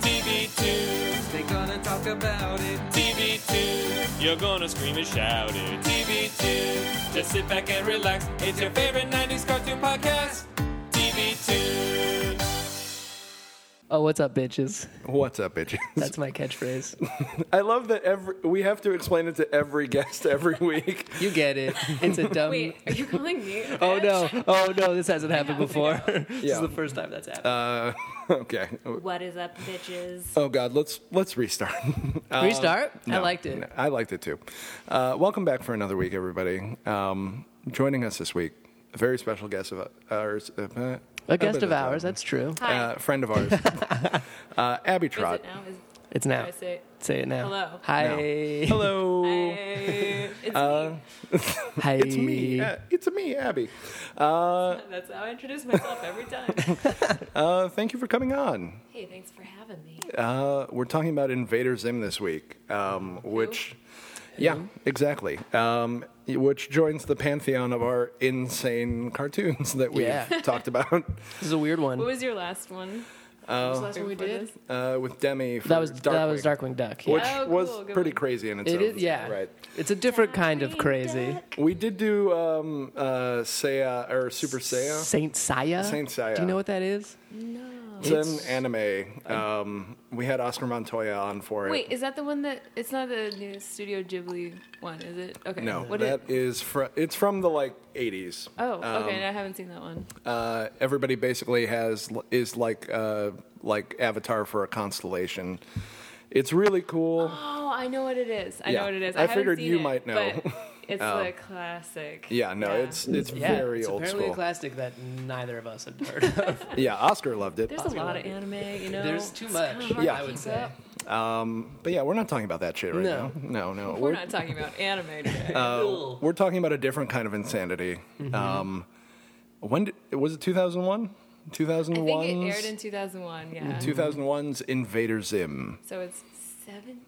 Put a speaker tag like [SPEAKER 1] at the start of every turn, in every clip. [SPEAKER 1] TV too.
[SPEAKER 2] They're gonna talk about it.
[SPEAKER 1] TV too. You're gonna scream and shout it. TV too. Just sit back and relax. It's your favorite 90s cartoon podcast. TV too.
[SPEAKER 3] Oh, what's up, bitches?
[SPEAKER 4] What's up, bitches?
[SPEAKER 3] That's my catchphrase.
[SPEAKER 4] I love that every we have to explain it to every guest every week.
[SPEAKER 3] You get it. It's a dumb.
[SPEAKER 5] Wait, are you calling me? a
[SPEAKER 3] Oh
[SPEAKER 5] bitch?
[SPEAKER 3] no! Oh no! This hasn't happened before. this
[SPEAKER 4] Yeah.
[SPEAKER 3] is the first time that's happened.
[SPEAKER 4] Uh, okay.
[SPEAKER 5] What is up, bitches?
[SPEAKER 4] Oh God, let's let's restart. Um,
[SPEAKER 3] Restart. I
[SPEAKER 4] No,
[SPEAKER 3] liked it.
[SPEAKER 4] no, I liked it too. Uh, welcome back for another week, everybody. Um, joining us this week, a very special guest of ours, uh, uh,
[SPEAKER 3] A guest
[SPEAKER 4] bit
[SPEAKER 3] of ours.
[SPEAKER 4] a-
[SPEAKER 3] That's true.
[SPEAKER 5] Hi.
[SPEAKER 4] uh, friend of ours, uh, Abby
[SPEAKER 5] is
[SPEAKER 4] Trot.
[SPEAKER 5] it now? Is,
[SPEAKER 3] It's now.
[SPEAKER 5] I say,
[SPEAKER 3] Say it now.
[SPEAKER 5] Hello.
[SPEAKER 3] Hi.
[SPEAKER 4] Hello.
[SPEAKER 5] hey, it's
[SPEAKER 4] Uh,
[SPEAKER 5] me.
[SPEAKER 3] Hi.
[SPEAKER 4] It's me. Uh, it's me, Abby. Uh,
[SPEAKER 5] That's how I introduce myself every time.
[SPEAKER 4] uh, thank you for coming on.
[SPEAKER 5] hey, thanks for having me.
[SPEAKER 4] Uh, we're talking about Invader Zim this week, um, which, yeah, exactly, um, which joins the pantheon of our insane cartoons that we've
[SPEAKER 3] Yeah.
[SPEAKER 4] talked about
[SPEAKER 3] This is a weird one.
[SPEAKER 5] What was your last one?
[SPEAKER 4] Oh.
[SPEAKER 3] last one we
[SPEAKER 5] Before
[SPEAKER 3] did?
[SPEAKER 5] this?
[SPEAKER 4] uh, with Demi. For
[SPEAKER 3] That was
[SPEAKER 4] Darkwing,
[SPEAKER 3] that was Darkwing Duck. Yeah.
[SPEAKER 4] which
[SPEAKER 5] Oh, cool,
[SPEAKER 4] was
[SPEAKER 5] good
[SPEAKER 4] pretty
[SPEAKER 5] one.
[SPEAKER 4] crazy in its
[SPEAKER 3] It
[SPEAKER 4] own.
[SPEAKER 3] is. Yeah.
[SPEAKER 4] right.
[SPEAKER 3] It's a different kind of crazy.
[SPEAKER 4] We did do um, uh, Seiya or Super Seiya.
[SPEAKER 3] Saint Saya.
[SPEAKER 4] uh, Saint Seiya.
[SPEAKER 3] Do you know what that is?
[SPEAKER 4] It's, an anime. Um, we had Oscar Montoya on for it.
[SPEAKER 5] Wait, is that the one that? It's not the new Studio Ghibli one, is it? Okay.
[SPEAKER 4] No,
[SPEAKER 5] What is?
[SPEAKER 4] that is fr- it's from the like Um, 80s.
[SPEAKER 5] oh, okay. I haven't seen that one.
[SPEAKER 4] uh, everybody basically has is like uh, like Avatar for a constellation. It's really cool.
[SPEAKER 5] Oh, I know what it is. I
[SPEAKER 4] yeah.
[SPEAKER 5] know what it is.
[SPEAKER 4] I
[SPEAKER 5] I, haven't
[SPEAKER 4] figured
[SPEAKER 5] seen
[SPEAKER 4] you
[SPEAKER 5] it,
[SPEAKER 4] might know. Oh.
[SPEAKER 5] but It's the classic.
[SPEAKER 4] Yeah, no, it's it's very
[SPEAKER 3] it's
[SPEAKER 4] old
[SPEAKER 3] apparently
[SPEAKER 4] school.
[SPEAKER 3] a classic that neither of us had heard of.
[SPEAKER 4] yeah, Oscar loved it.
[SPEAKER 5] There's a lot of anime, you know.
[SPEAKER 3] There's too
[SPEAKER 5] It's
[SPEAKER 3] much.
[SPEAKER 5] kinda hard
[SPEAKER 3] Yeah,
[SPEAKER 5] to
[SPEAKER 3] I would
[SPEAKER 5] keep
[SPEAKER 3] say.
[SPEAKER 5] up.
[SPEAKER 4] But yeah, we're not talking about that shit right
[SPEAKER 3] No.
[SPEAKER 4] now. No, no,
[SPEAKER 5] We're not talking about anime today.
[SPEAKER 3] Ugh.
[SPEAKER 4] we're talking about a different kind of insanity.
[SPEAKER 5] Mm-hmm.
[SPEAKER 4] Um, when did, was it? Two thousand one. Two
[SPEAKER 5] I
[SPEAKER 4] thousand
[SPEAKER 5] think it aired in
[SPEAKER 4] one.
[SPEAKER 5] 2001. Yeah.
[SPEAKER 4] Two thousand one's Invader Zim.
[SPEAKER 5] So it's 17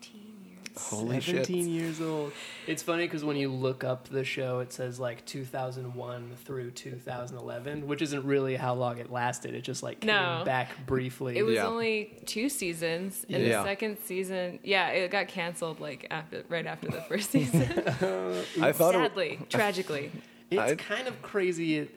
[SPEAKER 5] years.
[SPEAKER 4] Holy shit!
[SPEAKER 3] 17 years old. It's funny because when you look up the show, it says like 2001 through 2011, which isn't really how long it lasted. It just like came
[SPEAKER 5] No.
[SPEAKER 3] back briefly.
[SPEAKER 5] It was
[SPEAKER 4] Yeah.
[SPEAKER 5] only two seasons, and
[SPEAKER 4] Yeah.
[SPEAKER 5] the second season, yeah, it got canceled like after, right after the first season.
[SPEAKER 4] I thought it,
[SPEAKER 5] Sadly, tragically,
[SPEAKER 3] it's
[SPEAKER 4] I-
[SPEAKER 3] kind of crazy it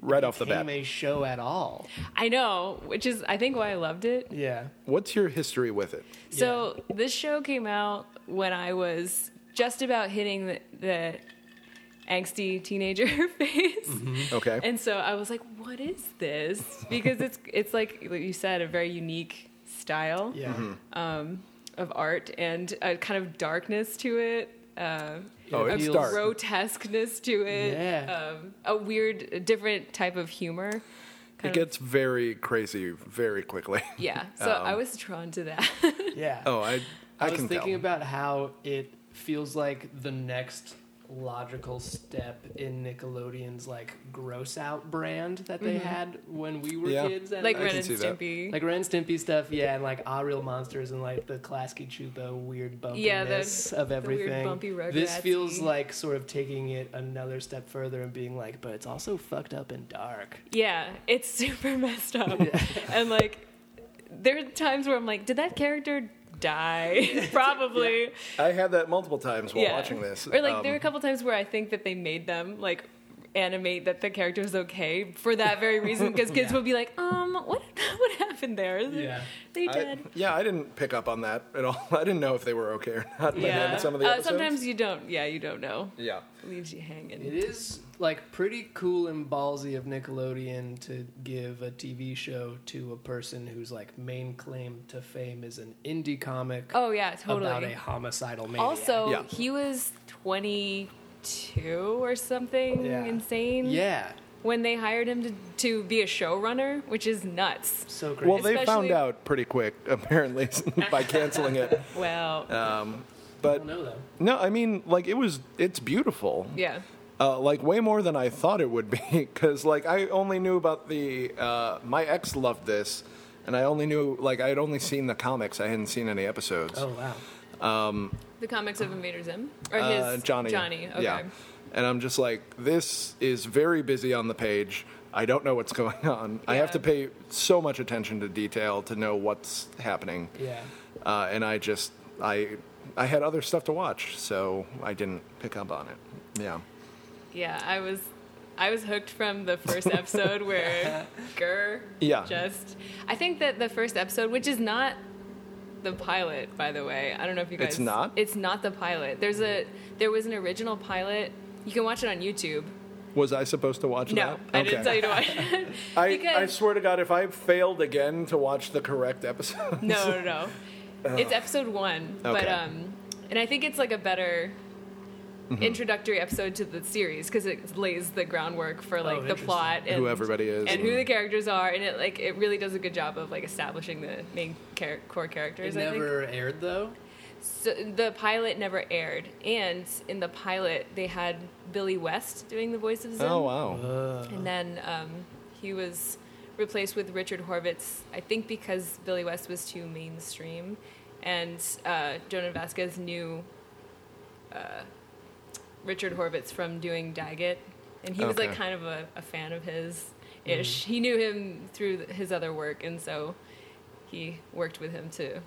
[SPEAKER 4] right off the
[SPEAKER 3] became
[SPEAKER 4] bat.
[SPEAKER 3] a show at all.
[SPEAKER 5] I know, which is I think why I loved it.
[SPEAKER 3] Yeah.
[SPEAKER 4] What's your history with it?
[SPEAKER 5] So this show came out when I was just about hitting the, the angsty teenager phase.
[SPEAKER 4] Okay.
[SPEAKER 5] And so I was like, "What is this?" Because it's it's like you said, a very unique style
[SPEAKER 3] Yeah.
[SPEAKER 4] Mm-hmm.
[SPEAKER 5] of art and a kind of darkness to it, uh,
[SPEAKER 4] Oh, it's
[SPEAKER 3] appeals-
[SPEAKER 4] dark.
[SPEAKER 5] grotesqueness to it,
[SPEAKER 3] Yeah.
[SPEAKER 5] um, a weird, a different type of humor.
[SPEAKER 4] It
[SPEAKER 5] kind of-
[SPEAKER 4] gets very crazy very quickly.
[SPEAKER 5] yeah. So
[SPEAKER 4] Um,
[SPEAKER 5] I was drawn to that.
[SPEAKER 3] Yeah.
[SPEAKER 4] Oh, I I,
[SPEAKER 3] I, was
[SPEAKER 4] can
[SPEAKER 3] thinking
[SPEAKER 4] tell.
[SPEAKER 3] about how it feels like the next logical step in Nickelodeon's like gross out brand that they had when we were
[SPEAKER 4] Yeah.
[SPEAKER 3] kids. And
[SPEAKER 5] like
[SPEAKER 4] I
[SPEAKER 5] Ren
[SPEAKER 4] can
[SPEAKER 5] and
[SPEAKER 4] see that.
[SPEAKER 5] Stimpy.
[SPEAKER 3] like Ren and Stimpy stuff, yeah, and like Ah Real Monsters and like the Klasky Chupo weird bumpiness
[SPEAKER 5] Yeah, the-
[SPEAKER 3] of
[SPEAKER 5] the weird
[SPEAKER 3] everything.
[SPEAKER 5] bumpy
[SPEAKER 3] this
[SPEAKER 5] Rugrats-y.
[SPEAKER 3] feels like sort of taking it another step further and being like, but it's also fucked up and dark.
[SPEAKER 5] yeah, it's super messed up. And like, there are times where I'm like, "Did that character die?" Probably.
[SPEAKER 4] I had that multiple times while watching this.
[SPEAKER 5] Or like
[SPEAKER 4] Um,
[SPEAKER 5] there were a couple times where I think that they made them like animate that the character is okay for that very reason because kids
[SPEAKER 3] Yeah.
[SPEAKER 5] would be like, um, what what happened there?
[SPEAKER 3] Yeah.
[SPEAKER 5] They
[SPEAKER 4] I,
[SPEAKER 5] did.
[SPEAKER 4] yeah, I didn't pick up on that at all. I didn't know if they were okay or not. But
[SPEAKER 5] yeah.
[SPEAKER 4] then some of the
[SPEAKER 5] uh,
[SPEAKER 4] episodes.
[SPEAKER 5] sometimes you don't. Yeah, you don't know.
[SPEAKER 4] yeah.
[SPEAKER 5] Leaves you hanging.
[SPEAKER 3] It is like pretty cool and ballsy of Nickelodeon to give a TV show to a person whose like main claim to fame is an indie comic
[SPEAKER 5] Oh yeah,
[SPEAKER 3] about
[SPEAKER 5] totally.
[SPEAKER 3] a homicidal maniac.
[SPEAKER 5] Also,
[SPEAKER 4] Yeah.
[SPEAKER 5] he was twenty two or something
[SPEAKER 3] Yeah.
[SPEAKER 5] insane.
[SPEAKER 3] yeah,
[SPEAKER 5] When they hired him to, to be a showrunner, which is nuts.
[SPEAKER 3] so crazy.
[SPEAKER 4] Well, they found
[SPEAKER 5] Especially-
[SPEAKER 4] out pretty quick, apparently, by canceling it.
[SPEAKER 5] Well,
[SPEAKER 4] Uh,
[SPEAKER 5] Oh,
[SPEAKER 3] I
[SPEAKER 4] But
[SPEAKER 3] don't know though.
[SPEAKER 4] no, I mean, like it was. It's beautiful.
[SPEAKER 5] yeah.
[SPEAKER 4] Uh, like way more than I thought it would be, because like I only knew about the. Uh, my ex loved this, and I only knew like I had only seen the comics. I hadn't seen any episodes.
[SPEAKER 3] Oh wow.
[SPEAKER 5] The comics of Invader Zim or his
[SPEAKER 4] uh, Johnny.
[SPEAKER 5] Johnny. Okay.
[SPEAKER 4] Yeah. And I'm just like, this is very busy on the page. I don't know what's going on. I have to pay so much attention to detail to know what's happening.
[SPEAKER 3] Yeah.
[SPEAKER 4] Uh, and I just I I had other stuff to watch, so I didn't pick up on it. Yeah.
[SPEAKER 5] Yeah, I was I was hooked from the first episode where Gurr
[SPEAKER 4] Yeah.
[SPEAKER 5] just I think that the first episode, which is not the pilot, by the way. I don't know if you guys
[SPEAKER 4] It's not?
[SPEAKER 5] It's not the pilot. There's a there was an original pilot. You can watch it on YouTube.
[SPEAKER 4] Was I supposed to watch
[SPEAKER 5] No,
[SPEAKER 4] that?
[SPEAKER 5] I didn't tell you to watch it.
[SPEAKER 4] I,
[SPEAKER 5] because-
[SPEAKER 4] I swear to God, if I failed again to watch the correct episode,
[SPEAKER 5] No, no, no. It's episode one, but
[SPEAKER 4] Oh. Okay.
[SPEAKER 5] um, and I think it's like a better
[SPEAKER 4] Mm-hmm.
[SPEAKER 5] introductory episode to the series because it lays the groundwork for like the
[SPEAKER 3] Oh, interesting.
[SPEAKER 5] plot and
[SPEAKER 4] Who everybody is
[SPEAKER 5] and who
[SPEAKER 4] and-
[SPEAKER 5] the characters are, and it like it really does a good job of like establishing the main char- core characters.
[SPEAKER 3] It
[SPEAKER 5] I think.
[SPEAKER 3] never aired though.
[SPEAKER 5] So the pilot never aired, and in the pilot they had Billy West doing the voice of Zim.
[SPEAKER 4] oh wow,
[SPEAKER 5] And then um, he was replaced with Richard Horvitz, I think because Billy West was too mainstream, and uh, Jonan Vasquez knew uh, Richard Horvitz from doing Daggett, and he was like
[SPEAKER 4] Okay. Mm-hmm.
[SPEAKER 5] kind of a, a fan of his ish. He knew him through th- his other work, and so he worked with him too.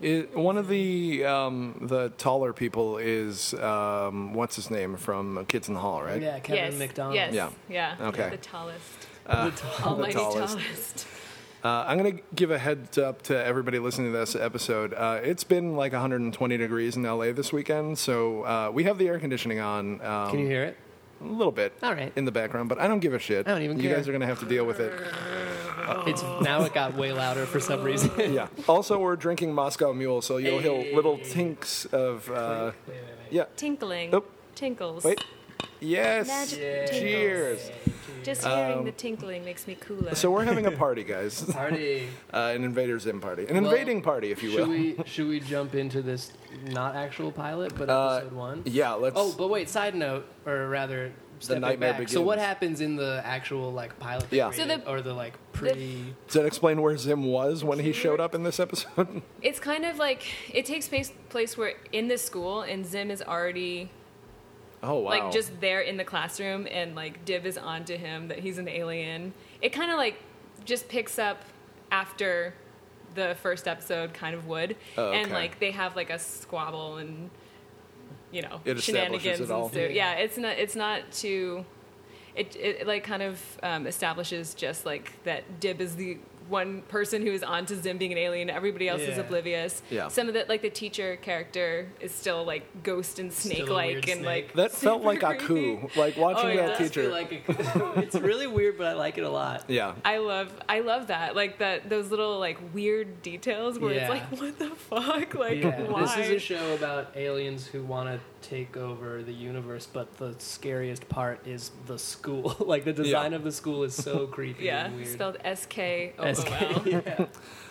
[SPEAKER 4] It- one of the um, the taller people is um, what's his name from Kids in the Hall, right?
[SPEAKER 3] Yeah, Kevin
[SPEAKER 5] yes,
[SPEAKER 3] McDonald.
[SPEAKER 5] Yes,
[SPEAKER 4] Yeah.
[SPEAKER 5] yeah, yeah.
[SPEAKER 4] Okay. Uh,
[SPEAKER 5] The tallest,
[SPEAKER 3] The tall-
[SPEAKER 5] almighty
[SPEAKER 4] tallest.
[SPEAKER 5] tallest.
[SPEAKER 4] Uh, I'm going to give a heads up to everybody listening to this episode. Uh, it's been like 120 degrees in LA this weekend, so uh, we have the air conditioning on. Um,
[SPEAKER 3] Can you hear it?
[SPEAKER 4] A little bit.
[SPEAKER 3] All right.
[SPEAKER 4] In the background, but I don't give a shit.
[SPEAKER 3] I don't even
[SPEAKER 4] You
[SPEAKER 3] care.
[SPEAKER 4] guys are going to have to deal with it.
[SPEAKER 3] It's now it got way louder for some reason.
[SPEAKER 4] Yeah. Also, we're drinking Moscow Mule, so you'll hear little tinks of. Uh, yeah.
[SPEAKER 5] Tinkling,
[SPEAKER 4] Oop.
[SPEAKER 5] tinkles.
[SPEAKER 4] Wait. Yes.
[SPEAKER 5] Magic tinkles.
[SPEAKER 4] Cheers.
[SPEAKER 5] Just hearing the tinkling makes me cooler.
[SPEAKER 4] Um, So we're having a party, guys. Uh,
[SPEAKER 3] Party.
[SPEAKER 4] an Invader Zim party. An
[SPEAKER 3] Well,
[SPEAKER 4] invading party, if you will.
[SPEAKER 3] Should we should we jump into this not actual pilot but
[SPEAKER 4] Uh,
[SPEAKER 3] episode one?
[SPEAKER 4] Yeah, let's.
[SPEAKER 3] Oh, but wait. Side note, or rather, stepping
[SPEAKER 4] nightmare
[SPEAKER 3] back. So what
[SPEAKER 4] begins.
[SPEAKER 3] happens in the actual like pilot? they
[SPEAKER 4] Yeah.
[SPEAKER 5] So
[SPEAKER 3] created,
[SPEAKER 5] the-
[SPEAKER 3] or the like pre.
[SPEAKER 4] Does that explain where Zim was when he showed up in this episode?
[SPEAKER 5] it's kind of like it takes place place where in this school and Zim is already
[SPEAKER 4] Oh wow!
[SPEAKER 5] like just there in the classroom and like Div is on to him that he's an alien. It kind of like just picks up after the first episode kind of would
[SPEAKER 4] Oh,
[SPEAKER 5] and
[SPEAKER 4] okay.
[SPEAKER 5] like they have like a squabble and you know
[SPEAKER 4] It establishes
[SPEAKER 5] shenanigans
[SPEAKER 4] it all.
[SPEAKER 5] and so yeah it's not it's not too it, it like kind of um, establishes just like that Dib is the one person who is on to Zim being an alien. Everybody else is
[SPEAKER 3] Yeah.
[SPEAKER 5] oblivious.
[SPEAKER 4] Yeah.
[SPEAKER 5] Some of the like the teacher character is still like ghost and
[SPEAKER 3] Still a
[SPEAKER 5] snake like
[SPEAKER 3] weird
[SPEAKER 5] and
[SPEAKER 3] snake.
[SPEAKER 5] like
[SPEAKER 4] that felt like
[SPEAKER 5] super
[SPEAKER 4] Aku,
[SPEAKER 5] creepy.
[SPEAKER 4] like watching
[SPEAKER 5] Oh, yeah.
[SPEAKER 4] that
[SPEAKER 5] That's
[SPEAKER 4] teacher.
[SPEAKER 3] it's really weird, but I like it a lot.
[SPEAKER 4] yeah,
[SPEAKER 5] I love I love that like that those little like weird details where
[SPEAKER 3] Yeah.
[SPEAKER 5] it's like what the fuck like
[SPEAKER 3] Yeah,
[SPEAKER 5] why
[SPEAKER 3] this is a show about aliens who want to take over the universe, but the scariest part is the school. like the design
[SPEAKER 4] Yeah.
[SPEAKER 3] of the school is so creepy
[SPEAKER 5] yeah
[SPEAKER 3] and weird.
[SPEAKER 5] spelled S K O O
[SPEAKER 3] SK.
[SPEAKER 5] L
[SPEAKER 3] yeah.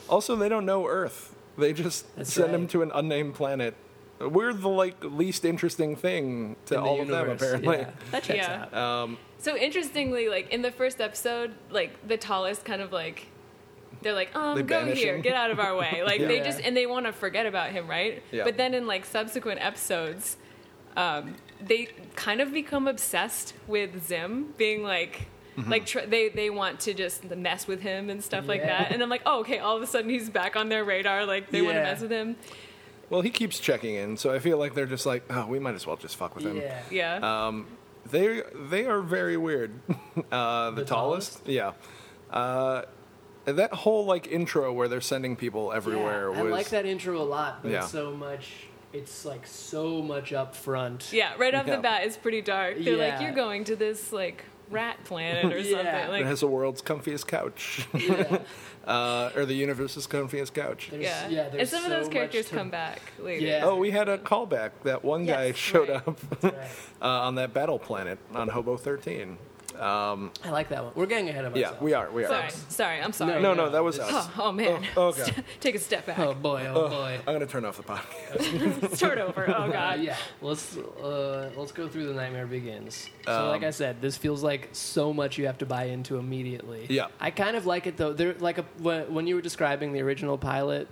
[SPEAKER 4] Also, they don't know Earth. They just
[SPEAKER 3] That's
[SPEAKER 4] send
[SPEAKER 3] right.
[SPEAKER 4] them to an unnamed planet. We're the like least interesting thing to
[SPEAKER 3] In the
[SPEAKER 4] all of
[SPEAKER 3] universe,
[SPEAKER 4] them, apparently.
[SPEAKER 3] yeah. That checks
[SPEAKER 5] Yeah.
[SPEAKER 3] out.
[SPEAKER 4] Um,
[SPEAKER 5] So interestingly, like in the first episode, like the tallest kind of like they're like, um,
[SPEAKER 4] They
[SPEAKER 5] go
[SPEAKER 4] banish
[SPEAKER 5] here,
[SPEAKER 4] him.
[SPEAKER 5] get out of our way. Like they
[SPEAKER 3] Yeah.
[SPEAKER 5] just and they want to forget about him, right?
[SPEAKER 4] Yeah.
[SPEAKER 5] But then in like subsequent episodes, um, they kind of become obsessed with Zim being like.
[SPEAKER 4] Mm-hmm.
[SPEAKER 5] Like tr- they they want to just mess with him and stuff like
[SPEAKER 3] Yeah.
[SPEAKER 5] that, and I'm like, oh okay. All of a sudden he's back on their radar. Like they want to
[SPEAKER 3] Yeah.
[SPEAKER 5] mess with him.
[SPEAKER 4] Well, he keeps checking in, so I feel like they're just like, oh, we might as well just fuck with him.
[SPEAKER 3] Yeah.
[SPEAKER 5] Yeah.
[SPEAKER 4] Um, They they are very weird. Uh, the,
[SPEAKER 3] The
[SPEAKER 4] tallest? yeah. Uh, that whole like intro where they're sending people everywhere
[SPEAKER 3] Yeah,
[SPEAKER 4] was
[SPEAKER 3] I like that intro a lot, but
[SPEAKER 4] Yeah.
[SPEAKER 3] it's so much. It's like so much up front.
[SPEAKER 5] yeah. Right off
[SPEAKER 4] yeah.
[SPEAKER 5] the bat, it's pretty dark. They're like,
[SPEAKER 3] Yeah.
[SPEAKER 5] you're going to this like rat planet or
[SPEAKER 3] Yeah.
[SPEAKER 5] something.
[SPEAKER 4] It
[SPEAKER 5] Like
[SPEAKER 4] has the world's comfiest couch,
[SPEAKER 3] Yeah.
[SPEAKER 4] uh, or the universe's comfiest couch.
[SPEAKER 3] There's-
[SPEAKER 5] Yeah.
[SPEAKER 3] yeah
[SPEAKER 5] and
[SPEAKER 3] there's
[SPEAKER 5] some of
[SPEAKER 3] so
[SPEAKER 5] those
[SPEAKER 3] much
[SPEAKER 5] characters
[SPEAKER 3] to-
[SPEAKER 5] come back later.
[SPEAKER 3] Yeah.
[SPEAKER 4] Oh, we had a callback. That one
[SPEAKER 5] Yes,
[SPEAKER 4] guy showed
[SPEAKER 5] right.
[SPEAKER 4] up
[SPEAKER 3] Right.
[SPEAKER 4] uh, on that battle planet on Hobo 13. Um,
[SPEAKER 3] I like that one. We're getting ahead of
[SPEAKER 4] yeah,
[SPEAKER 3] ourselves.
[SPEAKER 4] we are. We are.
[SPEAKER 5] Sorry, sorry, I'm sorry.
[SPEAKER 4] No,
[SPEAKER 3] No,
[SPEAKER 4] no, that was
[SPEAKER 3] it's-
[SPEAKER 4] us.
[SPEAKER 5] Oh, oh, man.
[SPEAKER 4] Oh, okay.
[SPEAKER 5] Take a step back.
[SPEAKER 3] Oh boy! Oh boy!
[SPEAKER 4] I'm gonna turn off the podcast.
[SPEAKER 5] Start over. Oh
[SPEAKER 3] Uh,
[SPEAKER 5] god.
[SPEAKER 3] yeah, let's uh, let's go through the nightmare begins. So, like I said, this feels like so much you have to buy into immediately.
[SPEAKER 4] Yeah.
[SPEAKER 3] I kind of like it though. There, like a, when when you were describing the original pilot,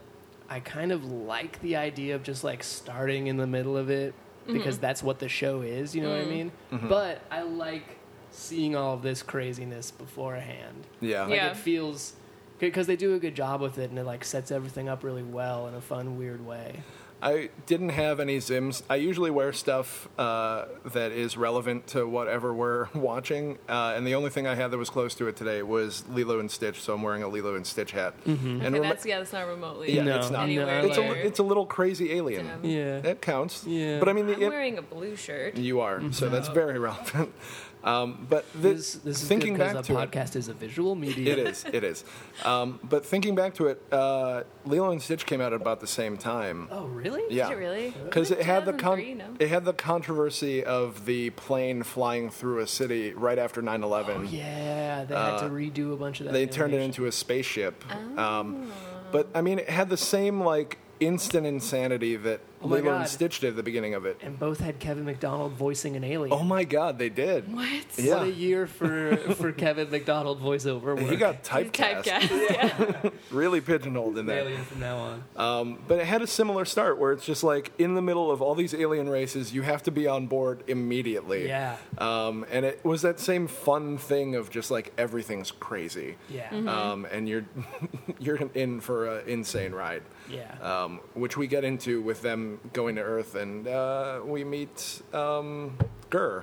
[SPEAKER 3] I kind of like the idea of just like Mm-hmm. starting in the middle of it because that's what the show is. You know what I mean? But I like seeing all of this craziness beforehand.
[SPEAKER 4] Yeah.
[SPEAKER 3] Like
[SPEAKER 5] Yeah.
[SPEAKER 3] it feels because they do a good job with it and it like sets everything up really well in a fun weird way.
[SPEAKER 4] I didn't have any Zims. I usually wear stuff uh, that is relevant to whatever we're watching, uh, and the only thing I had that was close to it today was Lilo and Stitch. So I'm wearing a Lilo and Stitch hat. And
[SPEAKER 5] And
[SPEAKER 4] remi-
[SPEAKER 5] that's yeah, that's not remotely.
[SPEAKER 4] yeah,
[SPEAKER 3] Mm-hmm. No,
[SPEAKER 4] it's not.
[SPEAKER 3] no,
[SPEAKER 5] anywhere
[SPEAKER 4] It's a
[SPEAKER 5] near.
[SPEAKER 4] it's a little crazy alien.
[SPEAKER 5] Damn.
[SPEAKER 3] Yeah.
[SPEAKER 4] That counts.
[SPEAKER 3] Yeah.
[SPEAKER 4] But I mean, the,
[SPEAKER 5] I'm
[SPEAKER 4] it-
[SPEAKER 5] wearing a blue shirt.
[SPEAKER 4] you are, so that's very relevant. Um, but
[SPEAKER 3] This
[SPEAKER 4] this,
[SPEAKER 3] this is
[SPEAKER 4] thinking
[SPEAKER 3] good
[SPEAKER 4] back
[SPEAKER 3] because
[SPEAKER 4] to
[SPEAKER 3] a
[SPEAKER 4] it,
[SPEAKER 3] podcast is a visual medium.
[SPEAKER 4] it is. It is. Um, but thinking back to it, uh, Lilo and Stitch came out at about the same time.
[SPEAKER 3] Oh really?
[SPEAKER 4] Yeah,
[SPEAKER 5] it really?
[SPEAKER 4] Because
[SPEAKER 5] Like
[SPEAKER 4] it had the con-
[SPEAKER 5] 2003, no?
[SPEAKER 4] it had the controversy of the plane flying through a city right after 9/11.
[SPEAKER 3] Oh, yeah, they had to redo a bunch of that.
[SPEAKER 4] Uh, They turned it
[SPEAKER 3] animation.
[SPEAKER 4] into a spaceship.
[SPEAKER 5] Ah.
[SPEAKER 4] Um, but I mean, it had the same like instant insanity that
[SPEAKER 3] Oh my
[SPEAKER 4] Lilo and
[SPEAKER 3] God.
[SPEAKER 4] Stitch did at the beginning of it.
[SPEAKER 3] and both had Kevin McDonald voicing an alien.
[SPEAKER 4] Oh my God, they did.
[SPEAKER 5] What?
[SPEAKER 4] Yeah.
[SPEAKER 3] What a year for for Kevin McDonald voiceover work.
[SPEAKER 4] He got typecast,
[SPEAKER 5] Typecast. Yeah.
[SPEAKER 4] really pigeonholed in that.
[SPEAKER 3] alien from now on.
[SPEAKER 4] But it had a similar start where it's just like in the middle of all these alien races, you have to be on board immediately.
[SPEAKER 3] Yeah.
[SPEAKER 4] Um, and it was that same fun thing of just like everything's crazy.
[SPEAKER 3] Yeah.
[SPEAKER 4] Um, and you're you're in for an insane ride.
[SPEAKER 3] Yeah.
[SPEAKER 4] Um, which we get into with them going to Earth, and uh, we meet um, Gurr,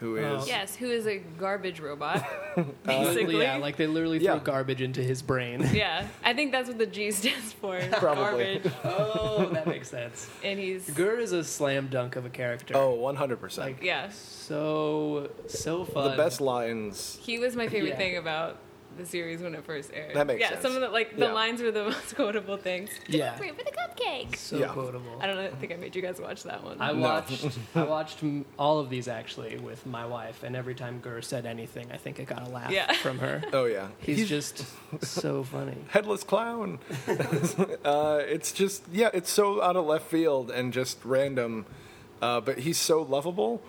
[SPEAKER 4] who
[SPEAKER 3] Oh.
[SPEAKER 4] is
[SPEAKER 5] Yes, who is a garbage robot,
[SPEAKER 4] Uh,
[SPEAKER 3] Literally,
[SPEAKER 5] basically.
[SPEAKER 3] yeah, like they literally throw
[SPEAKER 4] Yeah.
[SPEAKER 3] garbage into his brain.
[SPEAKER 5] Yeah, I think that's what the G stands for.
[SPEAKER 4] Probably.
[SPEAKER 5] Garbage.
[SPEAKER 3] oh, that makes sense.
[SPEAKER 5] And he's
[SPEAKER 3] Gur is a slam dunk of a character.
[SPEAKER 4] oh, 100 percent.
[SPEAKER 3] Like-
[SPEAKER 5] yeah.
[SPEAKER 3] So so
[SPEAKER 4] The
[SPEAKER 3] fun.
[SPEAKER 4] best lines.
[SPEAKER 5] He was my favorite
[SPEAKER 3] Yeah.
[SPEAKER 5] thing about the series when it first aired.
[SPEAKER 4] That makes
[SPEAKER 5] yeah,
[SPEAKER 4] sense.
[SPEAKER 5] some of the like the
[SPEAKER 4] Yeah.
[SPEAKER 5] lines were the most quotable things.
[SPEAKER 3] Yeah.
[SPEAKER 5] Wait for the cupcake.
[SPEAKER 3] So
[SPEAKER 4] Yeah.
[SPEAKER 3] quotable.
[SPEAKER 5] I don't know, I think I made you guys watch that one.
[SPEAKER 3] I
[SPEAKER 4] No.
[SPEAKER 3] watched I watched m- all of these actually with my wife, and every time Gur said anything, I think I got a laugh
[SPEAKER 5] Yeah.
[SPEAKER 3] from her.
[SPEAKER 4] Oh yeah,
[SPEAKER 3] He's, just so funny.
[SPEAKER 4] headless clown. uh, it's just yeah, it's so out of left field and just random, uh, but he's so lovable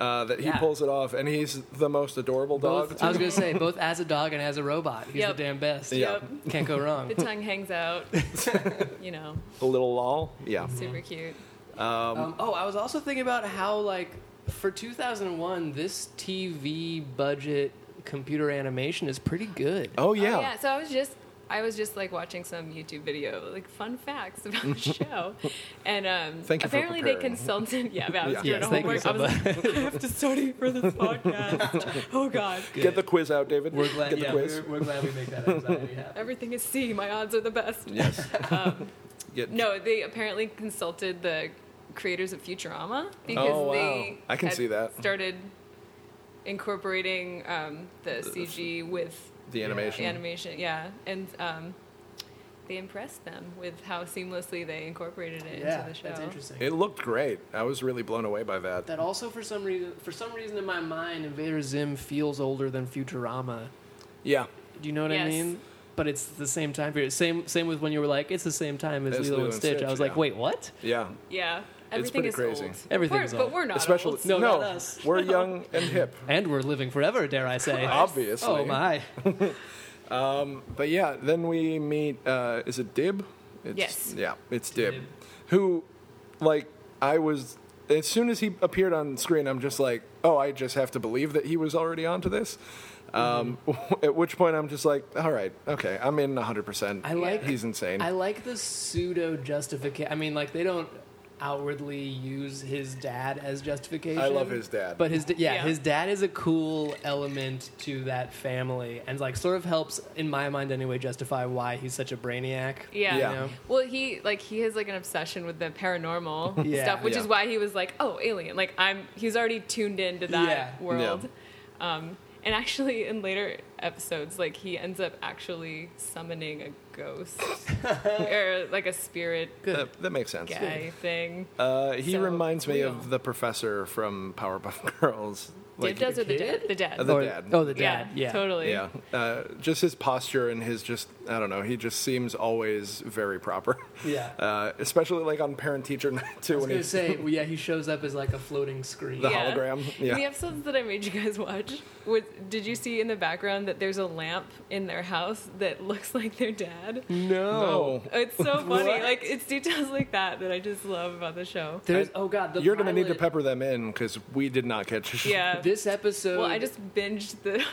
[SPEAKER 4] uh, that he
[SPEAKER 3] Yeah.
[SPEAKER 4] pulls it off, and he's the most adorable dog.
[SPEAKER 3] Both,
[SPEAKER 4] too.
[SPEAKER 3] I was gonna say both as a dog and as a robot, he's
[SPEAKER 5] Yep.
[SPEAKER 3] the damn best.
[SPEAKER 4] yeah,
[SPEAKER 5] Yep.
[SPEAKER 3] Can't go wrong.
[SPEAKER 5] The tongue hangs out. you know,
[SPEAKER 4] a little lol. Yeah,
[SPEAKER 5] super cute.
[SPEAKER 3] Um, oh, I was also thinking about how like for 2001, this TV budget computer animation is pretty good.
[SPEAKER 4] oh
[SPEAKER 5] Oh,
[SPEAKER 4] yeah.
[SPEAKER 5] yeah. So I was just I was just like watching some YouTube video, like fun facts about the show, and um,
[SPEAKER 4] Thank you for
[SPEAKER 5] apparently they
[SPEAKER 4] preparing.
[SPEAKER 5] consulted. Yeah, I was
[SPEAKER 4] Yeah.
[SPEAKER 5] doing
[SPEAKER 3] Yes, thank you
[SPEAKER 5] homework.
[SPEAKER 3] so
[SPEAKER 5] I was like, I have to study for this podcast. oh God,
[SPEAKER 4] Get the quiz out, David.
[SPEAKER 3] We're glad,
[SPEAKER 4] Get the
[SPEAKER 3] yeah,
[SPEAKER 4] quiz.
[SPEAKER 3] We're, we're glad we make that anxiety happen.
[SPEAKER 5] everything is C. My odds are the best.
[SPEAKER 4] Yes. Get-
[SPEAKER 5] No, they apparently consulted the creators of Futurama because
[SPEAKER 4] Oh, wow.
[SPEAKER 5] they
[SPEAKER 4] I can
[SPEAKER 5] had
[SPEAKER 4] see that.
[SPEAKER 5] started incorporating um, the CG with
[SPEAKER 4] The animation.
[SPEAKER 5] animation, yeah, and um, they impressed them with how seamlessly they incorporated it
[SPEAKER 3] Yeah,
[SPEAKER 5] into the show.
[SPEAKER 3] that's interesting.
[SPEAKER 4] It looked great. I was really blown away by that.
[SPEAKER 3] that also for some reason, for some reason in my mind, Invader Zim feels older than Futurama.
[SPEAKER 4] Yeah.
[SPEAKER 3] Do you know what I
[SPEAKER 5] Yes.
[SPEAKER 3] mean? But it's the same time period. Same same with when you were like, it's the same time as
[SPEAKER 4] As
[SPEAKER 3] Lilo, and Stitch. I was like,
[SPEAKER 4] yeah.
[SPEAKER 3] wait, what?
[SPEAKER 4] Yeah.
[SPEAKER 5] Yeah, everything
[SPEAKER 4] pretty
[SPEAKER 5] is
[SPEAKER 4] crazy.
[SPEAKER 5] old.
[SPEAKER 3] Everything
[SPEAKER 5] We're-
[SPEAKER 3] is
[SPEAKER 5] but
[SPEAKER 3] old.
[SPEAKER 5] we're not
[SPEAKER 4] Especially
[SPEAKER 5] old.
[SPEAKER 3] No, not us.
[SPEAKER 4] We're young and hip.
[SPEAKER 3] And we're living forever, dare I say?
[SPEAKER 4] Obviously.
[SPEAKER 3] Oh my!
[SPEAKER 4] But yeah, then we meet. Uh, is it Dib? It's,
[SPEAKER 5] Yes.
[SPEAKER 4] Yeah, it's Dib, who, like, I was as soon as he appeared on screen, I'm just like, oh, I just have to believe that he was already onto this. Um, At which point, I'm just like, all right, okay, I'm in 100. percent
[SPEAKER 3] I like-
[SPEAKER 4] He's insane.
[SPEAKER 3] I like the pseudo justification. I mean, like they don't outwardly use his dad as justification.
[SPEAKER 4] I love his dad.
[SPEAKER 3] but his da- yeah,
[SPEAKER 5] Yeah.
[SPEAKER 3] his dad is a cool element to that family, and like sort of helps in my mind anyway justify why he's such a brainiac.
[SPEAKER 5] Yeah.
[SPEAKER 4] Yeah.
[SPEAKER 3] You know?
[SPEAKER 5] Well, he like he has like an obsession with the paranormal
[SPEAKER 3] Yeah.
[SPEAKER 5] stuff, which
[SPEAKER 4] Yeah.
[SPEAKER 5] is why he was like, "Oh, alien!" Like I'm, he's already tuned into that
[SPEAKER 3] Yeah.
[SPEAKER 5] world. Um, and actually, in later episodes, like he ends up actually summoning a ghost or like a spirit
[SPEAKER 4] that, that makes sense.
[SPEAKER 5] guy thing.
[SPEAKER 4] Uh, he
[SPEAKER 5] So,
[SPEAKER 4] reminds me
[SPEAKER 5] real.
[SPEAKER 4] of the professor from Powerpuff Girls.
[SPEAKER 5] Dib does or the
[SPEAKER 3] kid?
[SPEAKER 5] dad? The dad.
[SPEAKER 4] Uh, the-
[SPEAKER 3] Or-
[SPEAKER 4] dad.
[SPEAKER 3] Oh, the
[SPEAKER 5] yeah,
[SPEAKER 3] dad. Yeah.
[SPEAKER 5] totally.
[SPEAKER 4] yeah, uh, just his posture and his just I don't know. He just seems always very proper.
[SPEAKER 3] Yeah.
[SPEAKER 4] Uh, especially like on Parent Teacher Night too
[SPEAKER 3] I was
[SPEAKER 4] when
[SPEAKER 3] gonna
[SPEAKER 4] he's
[SPEAKER 3] say, well, yeah, he shows up as like a floating screen.
[SPEAKER 4] The hologram, yeah.
[SPEAKER 5] In the episodes that I made you guys watch, was, did you see in the background that there's a lamp in their house that looks like their dad?
[SPEAKER 4] no.
[SPEAKER 5] It's so funny.
[SPEAKER 3] What?
[SPEAKER 5] Like it's details like that that I just love about the show.
[SPEAKER 3] There's, oh god, the
[SPEAKER 4] You're gonna need to
[SPEAKER 3] pilot-
[SPEAKER 4] pepper them in because we did not catch.
[SPEAKER 5] Yeah.
[SPEAKER 3] This episode.
[SPEAKER 5] Well, I just binged the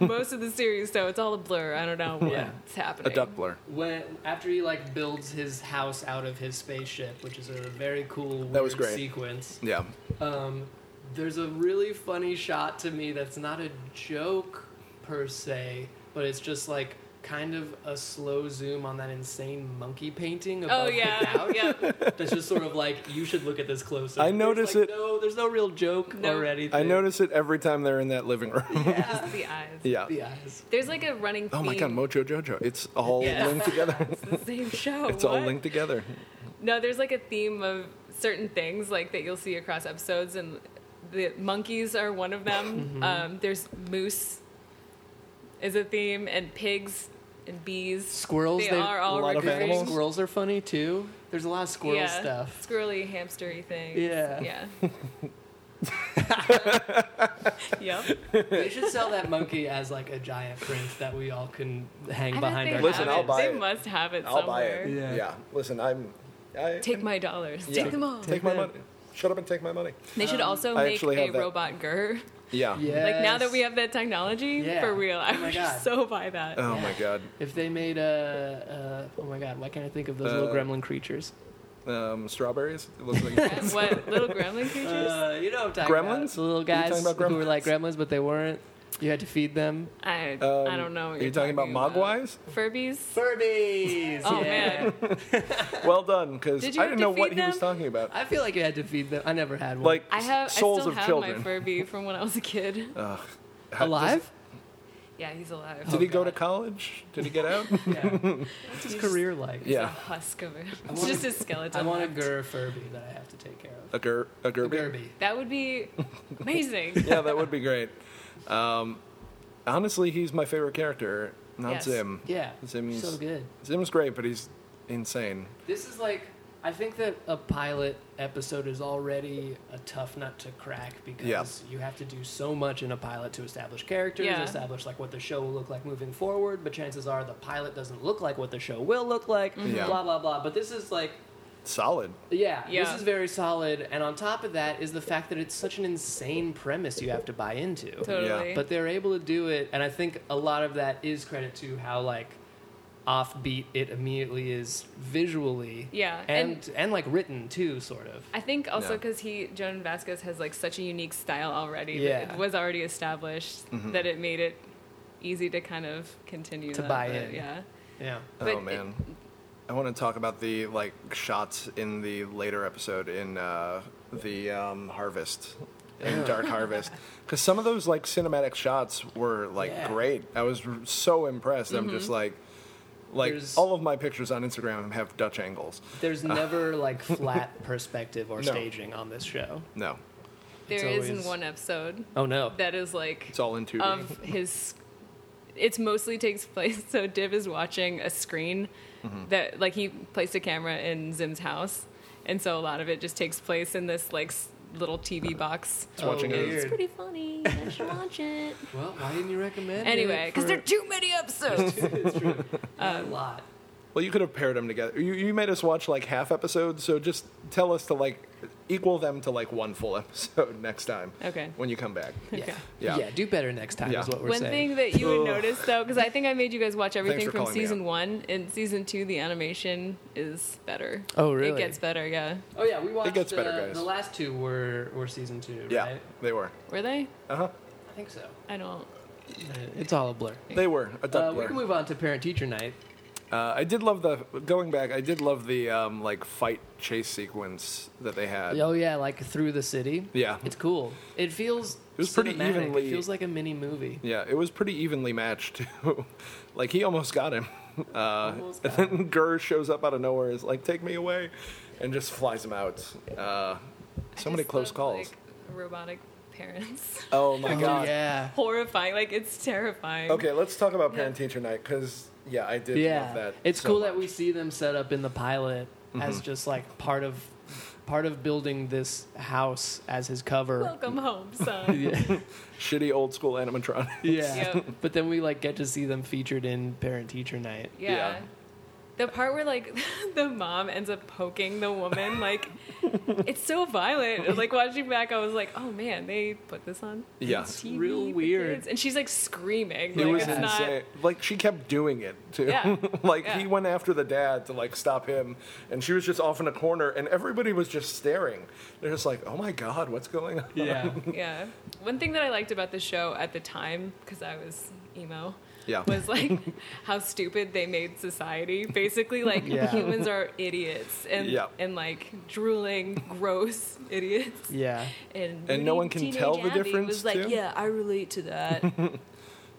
[SPEAKER 5] most of the series, so it's all a blur. I don't know what's
[SPEAKER 3] Yeah.
[SPEAKER 5] happening.
[SPEAKER 4] A duck blur.
[SPEAKER 3] when after he like builds his house out of his spaceship, which is a very cool weird
[SPEAKER 4] That was great.
[SPEAKER 3] sequence.
[SPEAKER 4] Yeah.
[SPEAKER 3] Um, there's a really funny shot to me that's not a joke per se, but it's just like kind of a slow zoom on that insane monkey painting.
[SPEAKER 5] Oh
[SPEAKER 3] Above The
[SPEAKER 5] yeah,
[SPEAKER 3] couch.
[SPEAKER 5] yeah.
[SPEAKER 3] That's just sort of like you should look at this closer.
[SPEAKER 4] I
[SPEAKER 3] There's,
[SPEAKER 4] notice
[SPEAKER 3] like,
[SPEAKER 4] it-
[SPEAKER 3] No, there's no real joke
[SPEAKER 5] No.
[SPEAKER 3] or anything.
[SPEAKER 4] I notice it every time they're in that living room.
[SPEAKER 5] Just the eyes.
[SPEAKER 4] yeah.
[SPEAKER 3] the eyes.
[SPEAKER 5] There's like a running.
[SPEAKER 4] Oh my god,
[SPEAKER 5] theme.
[SPEAKER 4] Mojo Jojo. It's all
[SPEAKER 5] Yeah.
[SPEAKER 4] linked together.
[SPEAKER 5] It's the same show.
[SPEAKER 4] It's all
[SPEAKER 5] What?
[SPEAKER 4] linked together.
[SPEAKER 5] No, there's like a theme of certain things like that you'll see across episodes, and the monkeys are one of them.
[SPEAKER 4] Mm-hmm.
[SPEAKER 5] um, there's moose is a theme, and pigs and bees.
[SPEAKER 3] Squirrels.
[SPEAKER 5] They
[SPEAKER 3] they-
[SPEAKER 5] are
[SPEAKER 3] a
[SPEAKER 5] all
[SPEAKER 3] lot of
[SPEAKER 5] recurring.
[SPEAKER 3] great Squirrels are funny too. There's a lot of squirrel
[SPEAKER 5] yeah,
[SPEAKER 3] stuff.
[SPEAKER 5] Squirrely, hamstery things.
[SPEAKER 3] Yeah.
[SPEAKER 5] Yeah. yep.
[SPEAKER 3] They should sell that monkey as like a giant print that we all can hang
[SPEAKER 5] I bet
[SPEAKER 3] behind
[SPEAKER 5] they
[SPEAKER 3] our
[SPEAKER 5] have
[SPEAKER 4] Listen, I'll
[SPEAKER 5] it.
[SPEAKER 4] buy
[SPEAKER 5] They
[SPEAKER 4] it.
[SPEAKER 5] must have it
[SPEAKER 4] I'll buy
[SPEAKER 5] somewhere.
[SPEAKER 4] it.
[SPEAKER 3] Yeah.
[SPEAKER 4] Listen, I'm. I,
[SPEAKER 5] Take my dollars.
[SPEAKER 4] yeah.
[SPEAKER 5] Take them all.
[SPEAKER 4] Take my
[SPEAKER 3] that.
[SPEAKER 4] money. Shut up and take my money.
[SPEAKER 5] They should also
[SPEAKER 4] I
[SPEAKER 5] make
[SPEAKER 4] actually
[SPEAKER 5] a
[SPEAKER 4] have that.
[SPEAKER 5] robot Gur.
[SPEAKER 4] Yeah.
[SPEAKER 3] Yes.
[SPEAKER 5] Like now that we have that technology,
[SPEAKER 3] Yeah.
[SPEAKER 5] for real, I
[SPEAKER 3] Oh my
[SPEAKER 5] would
[SPEAKER 3] God.
[SPEAKER 5] so buy that.
[SPEAKER 4] Oh my god.
[SPEAKER 3] If they made a, uh, oh my god, why can't I think of those little
[SPEAKER 4] Uh,
[SPEAKER 3] gremlin creatures?
[SPEAKER 4] Um, strawberries. It looks like
[SPEAKER 5] what little gremlin creatures?
[SPEAKER 3] uh, you know what I'm talking
[SPEAKER 4] Gremlins?
[SPEAKER 3] It's The little
[SPEAKER 4] Are you talking
[SPEAKER 3] guys
[SPEAKER 4] about
[SPEAKER 3] who were like gremlins, but they weren't. You had to feed them.
[SPEAKER 5] I I
[SPEAKER 4] um,
[SPEAKER 5] don't know. What
[SPEAKER 4] Are you
[SPEAKER 5] you're
[SPEAKER 4] talking about mogwais?
[SPEAKER 5] Furbies.
[SPEAKER 3] Furbies.
[SPEAKER 5] Oh man,
[SPEAKER 4] Well done, because I
[SPEAKER 5] Did you have
[SPEAKER 4] didn't
[SPEAKER 5] to
[SPEAKER 4] know what
[SPEAKER 5] feed
[SPEAKER 4] he was
[SPEAKER 5] them?
[SPEAKER 4] talking about.
[SPEAKER 3] I feel like you had to feed them. I never had one.
[SPEAKER 4] Like
[SPEAKER 5] I have.
[SPEAKER 4] souls
[SPEAKER 5] I still
[SPEAKER 4] of
[SPEAKER 5] have
[SPEAKER 4] children.
[SPEAKER 5] my Furby from when I was a kid.
[SPEAKER 4] Ugh. How-
[SPEAKER 3] alive?
[SPEAKER 5] Yeah, he's alive.
[SPEAKER 4] Did he go to
[SPEAKER 3] God.
[SPEAKER 4] college? Did he get out?
[SPEAKER 3] yeah. What's his
[SPEAKER 5] He's-
[SPEAKER 3] career like?
[SPEAKER 5] It's
[SPEAKER 4] Yeah.
[SPEAKER 5] a husk of it. It's
[SPEAKER 3] want
[SPEAKER 5] just
[SPEAKER 3] a-
[SPEAKER 5] his skeleton.
[SPEAKER 3] I want a
[SPEAKER 5] left.
[SPEAKER 3] gur Furby that I have to take care of.
[SPEAKER 4] a ger a
[SPEAKER 3] A
[SPEAKER 4] gerby.
[SPEAKER 3] Gerby.
[SPEAKER 5] That would be amazing.
[SPEAKER 4] Yeah, that would be great. Um, honestly, he's my favorite character. Not
[SPEAKER 5] Yes.
[SPEAKER 4] Zim.
[SPEAKER 3] Yeah.
[SPEAKER 4] Zim's
[SPEAKER 3] So good.
[SPEAKER 4] Zim's great, but he's insane.
[SPEAKER 3] This is like I think that a pilot episode is already a tough nut to crack because
[SPEAKER 4] Yeah.
[SPEAKER 3] you have to do so much in a pilot to establish characters,
[SPEAKER 5] Yeah.
[SPEAKER 3] establish like what the show will look like moving forward, but chances are the pilot doesn't look like what the show will look like,
[SPEAKER 4] Mm-hmm. Yeah.
[SPEAKER 3] blah blah blah. But this is like
[SPEAKER 4] Solid.
[SPEAKER 3] yeah, this
[SPEAKER 5] Yeah.
[SPEAKER 3] is very solid and on top of that is the fact that it's such an insane premise you have to buy into.
[SPEAKER 5] Totally.
[SPEAKER 3] But they're able to do it, and I think a lot of that is credit to how like offbeat it immediately is visually.
[SPEAKER 5] Yeah,
[SPEAKER 3] and and, like written too, sort of.
[SPEAKER 5] I think also
[SPEAKER 4] Yeah.
[SPEAKER 5] because he Joan Vasquez has like such a unique style already. that
[SPEAKER 3] Yeah.
[SPEAKER 5] it was already established
[SPEAKER 4] Mm-hmm.
[SPEAKER 5] that it made it easy to kind of continue
[SPEAKER 3] To
[SPEAKER 5] that,
[SPEAKER 3] buy
[SPEAKER 5] but
[SPEAKER 3] in.
[SPEAKER 5] Yeah,
[SPEAKER 3] Yeah,
[SPEAKER 5] But
[SPEAKER 4] oh
[SPEAKER 5] it-
[SPEAKER 4] man, I want to talk about the like shots in the later episode in uh, the um, Harvest in Dark Harvest because some of those like cinematic shots were like
[SPEAKER 3] Yeah. Mm-hmm.
[SPEAKER 4] great. I was r- so impressed. I'm just like. Like
[SPEAKER 3] There's-
[SPEAKER 4] all of my pictures on Instagram have Dutch angles.
[SPEAKER 3] there's never like flat perspective or
[SPEAKER 4] Ah. No.
[SPEAKER 3] staging on this show.
[SPEAKER 4] No,
[SPEAKER 5] there is in
[SPEAKER 3] always-
[SPEAKER 5] one episode
[SPEAKER 3] Oh no,
[SPEAKER 5] that is like
[SPEAKER 4] it's all in 2D.
[SPEAKER 3] Um,
[SPEAKER 5] of his it's mostly takes place so div is watching a screen
[SPEAKER 4] Mm-hmm.
[SPEAKER 5] that like he placed a camera in zim's house and so a lot of it just takes place in this like s- little tv box
[SPEAKER 4] It's watching
[SPEAKER 3] oh,
[SPEAKER 4] it.
[SPEAKER 3] weird.
[SPEAKER 6] pretty funny. I should watch it.
[SPEAKER 3] Well, why didn't you recommend it?
[SPEAKER 5] anyway because
[SPEAKER 3] for-
[SPEAKER 5] there are too many episodes
[SPEAKER 3] a lot.
[SPEAKER 4] Well, you could have paired them together. You, you made us watch like half episodes, so just tell us to like equal them to like one full episode next time.
[SPEAKER 5] Okay.
[SPEAKER 4] When you come back.
[SPEAKER 3] Yeah.
[SPEAKER 4] Yeah.
[SPEAKER 3] yeah, Do better next time
[SPEAKER 4] Yeah.
[SPEAKER 3] is what we're
[SPEAKER 5] one
[SPEAKER 3] saying.
[SPEAKER 5] thing that you would
[SPEAKER 4] Ugh.
[SPEAKER 5] notice though because i think i made you guys watch everything
[SPEAKER 4] for
[SPEAKER 5] from
[SPEAKER 4] calling me
[SPEAKER 5] season
[SPEAKER 4] out.
[SPEAKER 5] one in season two the animation is better
[SPEAKER 3] Oh,
[SPEAKER 5] it
[SPEAKER 3] really?
[SPEAKER 5] gets better yeah
[SPEAKER 3] oh yeah, we watched.
[SPEAKER 4] gets better,
[SPEAKER 3] uh,
[SPEAKER 4] guys.
[SPEAKER 3] The last two were were season two,
[SPEAKER 4] Yeah,
[SPEAKER 3] right?
[SPEAKER 4] they were.
[SPEAKER 5] were they
[SPEAKER 4] Uh huh.
[SPEAKER 3] I think so.
[SPEAKER 5] i don't
[SPEAKER 3] It's all a blur.
[SPEAKER 4] They were. A
[SPEAKER 3] Uh,
[SPEAKER 4] duck
[SPEAKER 3] we
[SPEAKER 4] blur.
[SPEAKER 3] can move on to parent teacher night.
[SPEAKER 4] Uh, I did love the going back. I did love the um, like fight chase sequence that they had.
[SPEAKER 3] Oh yeah, like through the city.
[SPEAKER 4] Yeah.
[SPEAKER 3] it's cool. It feels. It
[SPEAKER 4] was pretty evenly-
[SPEAKER 3] It feels like a mini movie.
[SPEAKER 4] Yeah, it was pretty evenly matched too. like he almost got him. Uh,
[SPEAKER 3] Almost
[SPEAKER 4] and then Gurr shows up out of nowhere, is like, "Take me away," and just flies him out. Uh, so many
[SPEAKER 5] Just
[SPEAKER 4] close
[SPEAKER 5] love,
[SPEAKER 4] calls.
[SPEAKER 5] like, robotic parents
[SPEAKER 4] oh my god.
[SPEAKER 3] yeah.
[SPEAKER 5] horrifying. Like it's terrifying.
[SPEAKER 4] Okay, let's talk about parent teacher night because yeah, I did love
[SPEAKER 3] Yeah,
[SPEAKER 4] that.
[SPEAKER 3] it's
[SPEAKER 4] so
[SPEAKER 3] cool that we
[SPEAKER 4] much. Mm-hmm.
[SPEAKER 3] see them set up in the pilot as just like part of part of building this house as his cover.
[SPEAKER 5] Welcome home, son.
[SPEAKER 4] shitty old school animatronic.
[SPEAKER 3] yeah,
[SPEAKER 5] Yep.
[SPEAKER 3] but then we like get to see them featured in Parent Teacher Night.
[SPEAKER 5] Yeah.
[SPEAKER 4] Yeah.
[SPEAKER 5] The part where like the mom ends up poking the woman, like it's so violent. Like watching back, I was like, oh man, they put this on
[SPEAKER 4] Yeah.
[SPEAKER 5] TV
[SPEAKER 3] Real
[SPEAKER 5] for
[SPEAKER 3] weird.
[SPEAKER 5] kids. And she's like screaming.
[SPEAKER 4] It
[SPEAKER 5] like,
[SPEAKER 4] was
[SPEAKER 5] it's
[SPEAKER 4] insane.
[SPEAKER 5] not.
[SPEAKER 4] Like she kept doing it too.
[SPEAKER 5] Yeah.
[SPEAKER 4] like
[SPEAKER 5] Yeah.
[SPEAKER 4] he went after the dad to like stop him, and she was just off in a corner, and everybody was just staring. They're just like, "Oh my god, what's going on?"
[SPEAKER 3] Yeah.
[SPEAKER 5] Yeah. One thing that I liked about the show at the time, because I was emo,
[SPEAKER 4] Yeah.
[SPEAKER 5] was like how stupid they made society. Basically, like
[SPEAKER 3] Yeah.
[SPEAKER 5] humans are idiots and
[SPEAKER 4] Yeah.
[SPEAKER 5] and like drooling, gross idiots.
[SPEAKER 3] Yeah.
[SPEAKER 5] And,
[SPEAKER 4] And no one can
[SPEAKER 5] teenage
[SPEAKER 4] tell the
[SPEAKER 5] Abby
[SPEAKER 4] difference,
[SPEAKER 5] Was like,
[SPEAKER 4] too?
[SPEAKER 5] yeah, I relate to that.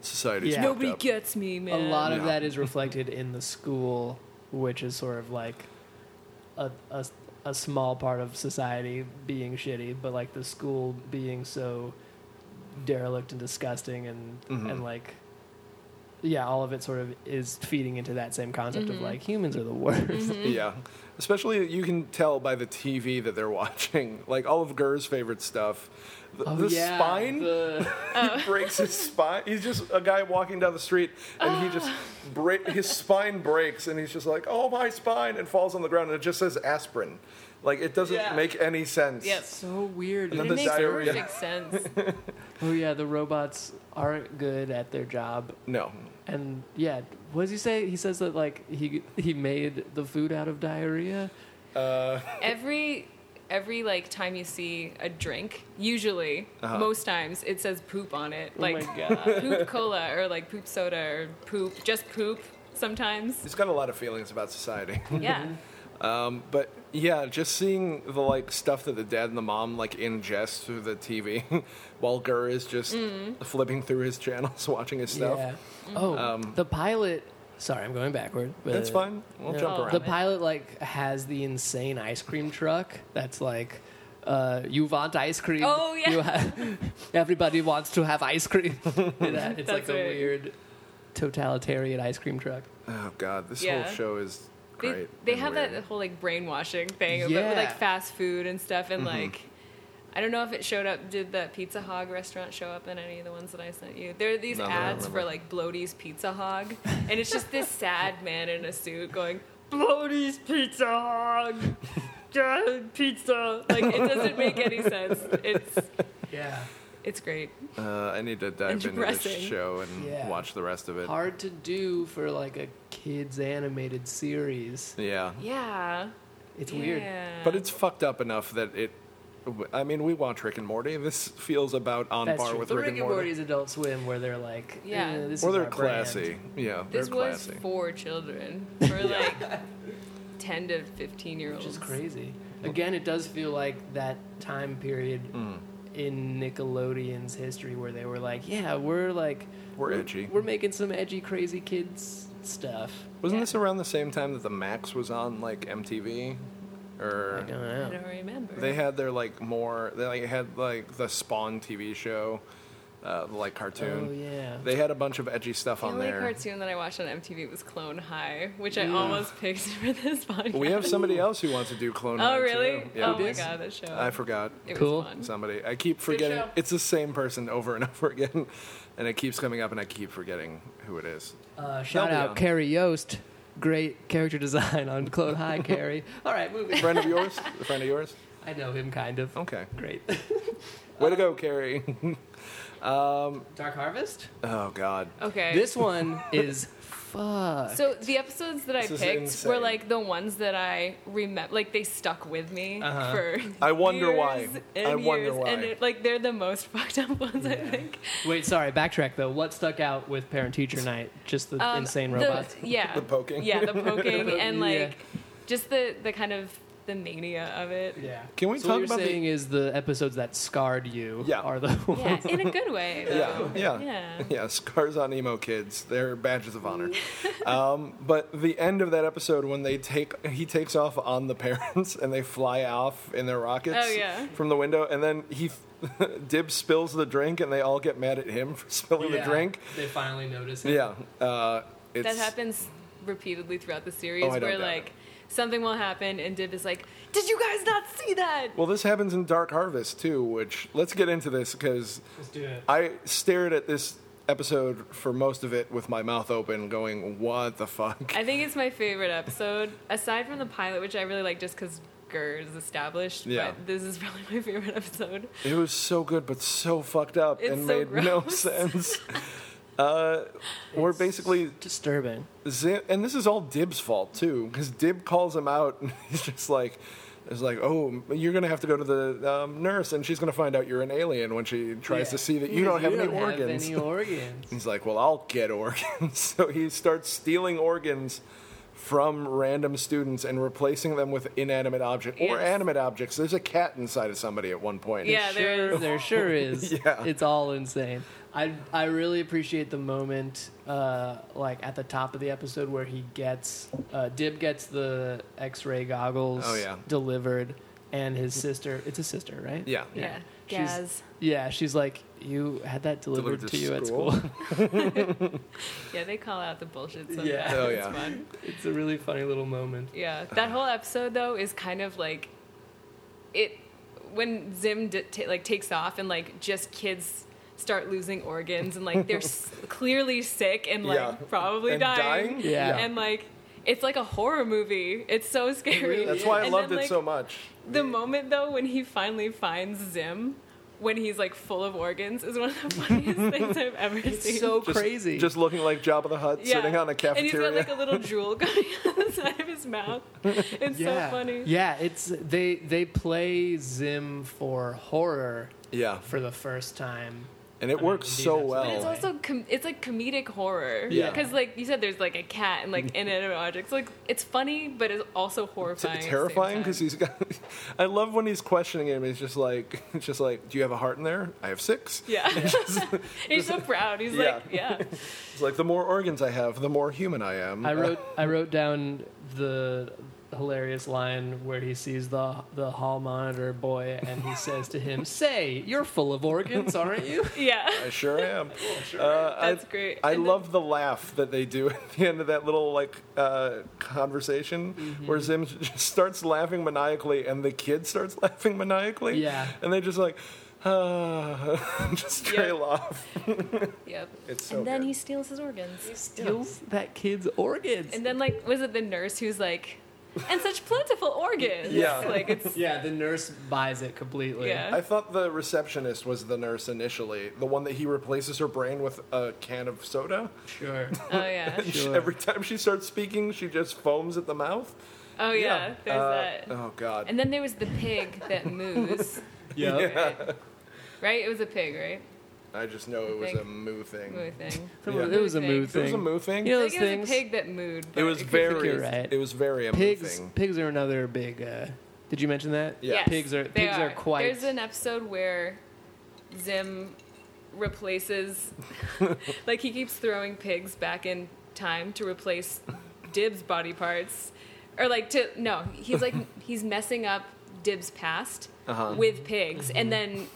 [SPEAKER 4] Society's
[SPEAKER 3] Yeah.
[SPEAKER 4] fucked
[SPEAKER 5] Nobody
[SPEAKER 4] up.
[SPEAKER 5] gets me,
[SPEAKER 3] A
[SPEAKER 5] man.
[SPEAKER 3] lot of
[SPEAKER 4] Yeah.
[SPEAKER 3] that is reflected in the school, which is sort of like a, a, a small part of society being shitty, but like the school being so derelict and disgusting and
[SPEAKER 4] Mm-hmm.
[SPEAKER 3] and like yeah, all of it sort of is feeding into that same concept of like humans are the worst.
[SPEAKER 4] Yeah. Especially you can tell by the TV that they're watching. Like all of Gurr's favorite stuff. The,
[SPEAKER 3] Oh,
[SPEAKER 4] the
[SPEAKER 3] yeah,
[SPEAKER 4] spine
[SPEAKER 3] the-
[SPEAKER 4] he breaks his spine. He's just a guy walking down the street and he just break his spine breaks and he's just like, "Oh, my spine." and falls on the ground and it just says aspirin. Like it doesn't
[SPEAKER 3] Yeah.
[SPEAKER 4] make any sense.
[SPEAKER 5] Yes.
[SPEAKER 3] so weird.
[SPEAKER 4] And
[SPEAKER 5] It
[SPEAKER 4] the
[SPEAKER 5] makes
[SPEAKER 4] diarrhea.
[SPEAKER 5] perfect sense.
[SPEAKER 3] Oh yeah, the robots aren't good at their job,
[SPEAKER 4] No.
[SPEAKER 3] and yeah, what does he say? He says that like he he made the food out of diarrhea.
[SPEAKER 5] every every like time you see a drink, usually
[SPEAKER 4] Uh-huh.
[SPEAKER 5] most times it says poop on it, like
[SPEAKER 3] oh my god.
[SPEAKER 5] poop cola or like poop soda or poop, just poop sometimes.
[SPEAKER 4] He's got a lot of feelings about society.
[SPEAKER 5] Yeah,
[SPEAKER 4] Um, but yeah, just seeing the like stuff that the dad and the mom like ingest through the TV, while Gurr is just
[SPEAKER 5] Mm-hmm.
[SPEAKER 4] flipping through his channels, watching his stuff.
[SPEAKER 3] Yeah. Oh,
[SPEAKER 4] Um,
[SPEAKER 3] the pilot. Sorry, I'm going backward. But
[SPEAKER 4] That's fine. We'll
[SPEAKER 3] Yeah.
[SPEAKER 4] jump
[SPEAKER 5] Oh.
[SPEAKER 4] around.
[SPEAKER 3] The pilot like has the insane ice cream truck. That's like. Uh, you want ice cream?
[SPEAKER 5] Oh, yeah.
[SPEAKER 3] You ha- everybody wants to have ice cream. Yeah, it's like
[SPEAKER 5] That's
[SPEAKER 3] a
[SPEAKER 5] right.
[SPEAKER 3] weird totalitarian ice cream truck.
[SPEAKER 4] oh god, this
[SPEAKER 5] Yeah.
[SPEAKER 4] whole show is
[SPEAKER 5] they,
[SPEAKER 4] great.
[SPEAKER 5] they
[SPEAKER 4] and
[SPEAKER 5] have
[SPEAKER 4] weird.
[SPEAKER 5] that whole like brainwashing thing about with,
[SPEAKER 3] Yeah.
[SPEAKER 5] like fast food and stuff, and
[SPEAKER 4] Mm-hmm.
[SPEAKER 5] like I don't know if it showed up. Did the Pizza Hog restaurant show up in any of the ones that I sent you? There are these
[SPEAKER 4] No, I don't
[SPEAKER 5] ads for
[SPEAKER 4] remember.
[SPEAKER 5] like Bloaty's Pizza Hog, and it's just this sad man in a suit going. Bloaty's Pizza Hog, Giant pizza. Like it doesn't make any sense. It's
[SPEAKER 3] Yeah.
[SPEAKER 5] it's great.
[SPEAKER 4] Uh, I need to dive into this
[SPEAKER 5] Depressing.
[SPEAKER 4] show and
[SPEAKER 3] Yeah.
[SPEAKER 4] watch the rest of it.
[SPEAKER 3] hard to do for like a kids animated series.
[SPEAKER 4] Yeah,
[SPEAKER 5] Yeah.
[SPEAKER 3] It's
[SPEAKER 5] yeah.
[SPEAKER 3] weird.
[SPEAKER 4] but it's fucked up enough that it. I mean, we watch Rick and Morty. This feels about on
[SPEAKER 3] That's
[SPEAKER 4] par
[SPEAKER 3] true.
[SPEAKER 4] with
[SPEAKER 3] the
[SPEAKER 4] Rick, and Morty,
[SPEAKER 3] Morty's Adult Swim, where they're like,
[SPEAKER 5] Yeah.
[SPEAKER 3] yeah, this
[SPEAKER 4] or
[SPEAKER 3] is
[SPEAKER 4] they're
[SPEAKER 3] our brand.
[SPEAKER 4] classy. Yeah,
[SPEAKER 5] This
[SPEAKER 4] they're
[SPEAKER 5] was
[SPEAKER 4] classy.
[SPEAKER 5] for children, for like ten to fifteen year olds.
[SPEAKER 3] which is crazy. Again, it does feel like that time period
[SPEAKER 4] Hmm.
[SPEAKER 3] in Nickelodeon's history where they were like, yeah, we're like,
[SPEAKER 4] We're edgy.
[SPEAKER 3] we're making some edgy, crazy kids stuff.
[SPEAKER 4] Wasn't
[SPEAKER 5] Yeah.
[SPEAKER 4] this around the same time that the Max was on like MTV,
[SPEAKER 3] I
[SPEAKER 4] or
[SPEAKER 3] don't
[SPEAKER 5] I
[SPEAKER 3] know.
[SPEAKER 5] don't remember.
[SPEAKER 4] they had their like more they like had like the Spawn TV show, uh, the, like cartoon.
[SPEAKER 3] Oh yeah.
[SPEAKER 4] They had a bunch of edgy stuff
[SPEAKER 5] the
[SPEAKER 4] on
[SPEAKER 5] only
[SPEAKER 4] there. Mm.
[SPEAKER 5] cartoon that I watched on MTV was Clone High, which I
[SPEAKER 3] Yeah.
[SPEAKER 5] almost picked for this podcast.
[SPEAKER 4] We have somebody else who wants to do Clone.
[SPEAKER 5] oh
[SPEAKER 4] High,
[SPEAKER 5] really?
[SPEAKER 4] too. Yeah.
[SPEAKER 5] Oh my god, that show!
[SPEAKER 4] I forgot
[SPEAKER 5] it
[SPEAKER 3] Cool.
[SPEAKER 5] was fun.
[SPEAKER 4] somebody. I keep forgetting.
[SPEAKER 3] show.
[SPEAKER 4] It's the same person over and over again, and it keeps coming up, and I keep forgetting who it is.
[SPEAKER 3] Uh, shout
[SPEAKER 4] be
[SPEAKER 3] out
[SPEAKER 4] on.
[SPEAKER 3] Carrie Yost, great character design on Clone High. Carrie. All right, moving.
[SPEAKER 4] Friend of yours? A friend of yours?
[SPEAKER 3] I know him kind of.
[SPEAKER 4] Okay.
[SPEAKER 3] Great.
[SPEAKER 4] Way to go, Carrie.
[SPEAKER 3] Dark Harvest.
[SPEAKER 4] oh God.
[SPEAKER 5] Okay.
[SPEAKER 3] This one is fuck.
[SPEAKER 5] so the episodes that I
[SPEAKER 4] This is
[SPEAKER 5] picked
[SPEAKER 4] insane.
[SPEAKER 5] were like the ones that I remember, like they stuck with me for.
[SPEAKER 4] Uh-huh. I wonder why.
[SPEAKER 5] years And
[SPEAKER 4] I wonder
[SPEAKER 5] years,
[SPEAKER 4] why.
[SPEAKER 5] And it, like they're the most fucked up ones, I
[SPEAKER 3] Yeah.
[SPEAKER 5] think.
[SPEAKER 3] Wait, sorry, backtrack though. What stuck out with Parent Teacher Night? Just the
[SPEAKER 5] Um,
[SPEAKER 3] insane
[SPEAKER 5] the-
[SPEAKER 3] robots.
[SPEAKER 5] yeah.
[SPEAKER 4] The poking.
[SPEAKER 5] Yeah, the poking and like
[SPEAKER 3] Yeah.
[SPEAKER 5] just the the kind of the mania of it.
[SPEAKER 3] Yeah.
[SPEAKER 4] Can we
[SPEAKER 3] so
[SPEAKER 4] talk
[SPEAKER 3] what you're
[SPEAKER 4] about the-
[SPEAKER 3] saying is the episodes that scarred you
[SPEAKER 4] Yeah.
[SPEAKER 3] are the ones.
[SPEAKER 5] Yeah, in a good way. Though.
[SPEAKER 4] Yeah, yeah,
[SPEAKER 5] Yeah.
[SPEAKER 4] yeah. Scars on emo kids. They're badges of honor. um, but the end of that episode, when they take, he takes off on the parents, and they fly off in their rockets
[SPEAKER 5] Oh, yeah.
[SPEAKER 4] from the window, and then he Dib spills the drink, and they all get mad at him for spilling the drink.
[SPEAKER 3] They finally notice it.
[SPEAKER 4] Yeah, uh, it's
[SPEAKER 5] That happens repeatedly throughout the series
[SPEAKER 4] Oh, I don't
[SPEAKER 5] where
[SPEAKER 4] doubt
[SPEAKER 5] like
[SPEAKER 4] it.
[SPEAKER 5] something will happen and Dib is like, Did you guys not see that?
[SPEAKER 4] Well, this happens in Dark Harvest too, which let's get into this because
[SPEAKER 3] Let's do it.
[SPEAKER 4] I stared at this episode for most of it with my mouth open, going, "What the fuck?"
[SPEAKER 5] I think it's my favorite episode, aside from the pilot, which I really like just because Gurr is established.
[SPEAKER 4] Yeah.
[SPEAKER 5] But this is probably my favorite episode.
[SPEAKER 4] It was so good, but so fucked up
[SPEAKER 5] It's
[SPEAKER 4] and
[SPEAKER 5] so
[SPEAKER 4] made no
[SPEAKER 5] gross.
[SPEAKER 4] sense. Uh, we're basically
[SPEAKER 3] Disturbing.
[SPEAKER 4] Zim, and this is all Dib's fault too, because Dib calls him out, and he's just like, "It's like, oh, you're gonna have to go to the um, nurse, and she's gonna find out you're an alien when she tries to see that you don't have any organs."
[SPEAKER 3] any organs.
[SPEAKER 4] He's like, "Well, I'll get organs." So he starts stealing organs from random students and replacing them with inanimate objects or
[SPEAKER 5] Yes.
[SPEAKER 4] animate objects. There's a cat inside of somebody at one point.
[SPEAKER 5] Yeah, there
[SPEAKER 3] sure,
[SPEAKER 5] is.
[SPEAKER 3] there sure is.
[SPEAKER 4] Yeah.
[SPEAKER 3] It's all insane. I I really appreciate the moment, uh, like at the top of the episode where he gets uh, Dib gets the X-ray goggles
[SPEAKER 4] Oh, yeah.
[SPEAKER 3] delivered, and his sister. It's his sister, right?
[SPEAKER 4] Yeah.
[SPEAKER 5] Yeah.
[SPEAKER 3] She's-
[SPEAKER 5] Gaz.
[SPEAKER 3] Yeah, she's like, you had that delivered,
[SPEAKER 4] Delivered
[SPEAKER 3] to
[SPEAKER 4] to
[SPEAKER 3] you at
[SPEAKER 4] school."
[SPEAKER 3] school.
[SPEAKER 5] Yeah, they call out the bullshit sometimes.
[SPEAKER 3] Yeah.
[SPEAKER 4] Oh,
[SPEAKER 5] It's
[SPEAKER 4] yeah.
[SPEAKER 5] fun.
[SPEAKER 3] it's a really funny little moment.
[SPEAKER 5] Yeah, that whole episode though is kind of like it when Zim d- ta like takes off and like just kids start losing organs and like they're s- clearly sick and like
[SPEAKER 4] Yeah.
[SPEAKER 5] probably
[SPEAKER 4] And
[SPEAKER 5] dying.
[SPEAKER 4] dying?
[SPEAKER 3] Yeah.
[SPEAKER 5] and like it's like a horror movie. It's so scary.
[SPEAKER 4] That's why I
[SPEAKER 5] And
[SPEAKER 4] loved
[SPEAKER 5] then,
[SPEAKER 4] it
[SPEAKER 5] like,
[SPEAKER 4] so much.
[SPEAKER 5] The moment though when he finally finds Zim. When he's like full of organs is one of the funniest things I've ever seen.
[SPEAKER 3] It's so
[SPEAKER 4] Just-
[SPEAKER 3] crazy.
[SPEAKER 4] Just looking like Job of the Hutt sitting on a cafeteria.
[SPEAKER 5] And he's got like a little drool coming out the side of his mouth. It's so funny.
[SPEAKER 3] Yeah, it's they they play Zim for horror
[SPEAKER 4] yeah,
[SPEAKER 3] for the first time.
[SPEAKER 4] and it
[SPEAKER 3] mean,
[SPEAKER 4] works
[SPEAKER 3] indeed,
[SPEAKER 4] so
[SPEAKER 3] that's-
[SPEAKER 5] But it's
[SPEAKER 4] well.
[SPEAKER 5] also com- it's like comedic horror.
[SPEAKER 4] Yeah.
[SPEAKER 5] Because like you said, there's like a cat and like inanimate objects. Like it's funny, but it's also
[SPEAKER 4] It's
[SPEAKER 5] horrifying.
[SPEAKER 4] terrifying because
[SPEAKER 5] because
[SPEAKER 4] he's got. I love when he's questioning him. He's just like, it's just like, do you have a heart in there? I have six.
[SPEAKER 5] yeah. he's so proud. He's like yeah.
[SPEAKER 4] It's like the more organs I have, the more human I am.
[SPEAKER 3] I wrote I wrote down the hilarious line where he sees the the hall monitor boy and he says to him, "Say, you're full of organs, aren't you?"
[SPEAKER 5] Yeah.
[SPEAKER 4] I sure am. Uh, I-
[SPEAKER 5] That's great.
[SPEAKER 4] I
[SPEAKER 5] And then-
[SPEAKER 4] love the laugh that they do at the end of that little like uh, conversation
[SPEAKER 5] Mm-hmm.
[SPEAKER 4] where Zim just starts laughing maniacally and the kid starts laughing maniacally.
[SPEAKER 3] Yeah.
[SPEAKER 4] and they just like. ah, just trail off.
[SPEAKER 5] Yep.
[SPEAKER 4] It's so
[SPEAKER 6] And then
[SPEAKER 4] good.
[SPEAKER 6] he steals his organs.
[SPEAKER 3] Steals that kid's organs.
[SPEAKER 5] And then like was it the nurse who's like and such plentiful organs.
[SPEAKER 4] Yeah.
[SPEAKER 5] Like it's
[SPEAKER 3] yeah, the nurse buys it completely.
[SPEAKER 5] yeah.
[SPEAKER 4] I thought the receptionist was the nurse initially, the one that he replaces her brain with a can of soda.
[SPEAKER 3] Sure.
[SPEAKER 5] Oh yeah.
[SPEAKER 4] She-
[SPEAKER 3] Sure.
[SPEAKER 4] Every time she starts speaking, she just foams at the mouth.
[SPEAKER 5] Oh yeah. There's
[SPEAKER 4] Uh,
[SPEAKER 5] that.
[SPEAKER 4] Oh god.
[SPEAKER 5] And then there was the pig that moves.
[SPEAKER 3] Yep.
[SPEAKER 5] right? right? It was a pig, right?
[SPEAKER 4] I just know it was
[SPEAKER 5] Like-
[SPEAKER 4] a moo thing.
[SPEAKER 5] Moo thing.
[SPEAKER 4] Yeah.
[SPEAKER 3] It was a mood
[SPEAKER 5] It
[SPEAKER 4] It
[SPEAKER 3] thing.
[SPEAKER 4] was a moo thing.
[SPEAKER 3] You know
[SPEAKER 5] I
[SPEAKER 3] those
[SPEAKER 5] think it was
[SPEAKER 3] things.
[SPEAKER 5] a pig that moved.
[SPEAKER 4] It
[SPEAKER 5] but
[SPEAKER 4] was
[SPEAKER 5] could-
[SPEAKER 4] very.
[SPEAKER 3] you're right.
[SPEAKER 4] It was very a moo
[SPEAKER 3] pigs.
[SPEAKER 4] thing.
[SPEAKER 3] Pigs are another big. Uh, did you mention that?
[SPEAKER 4] Yeah.
[SPEAKER 5] Yes,
[SPEAKER 3] Pigs are-
[SPEAKER 5] they
[SPEAKER 3] pigs are quite-
[SPEAKER 5] There's an episode where Zim replaces, like he keeps throwing pigs back in time to replace Dib's body parts, or like to no, he's like he's messing up Dib's past
[SPEAKER 4] Uh-huh. Mm-hmm.
[SPEAKER 5] with pigs, and then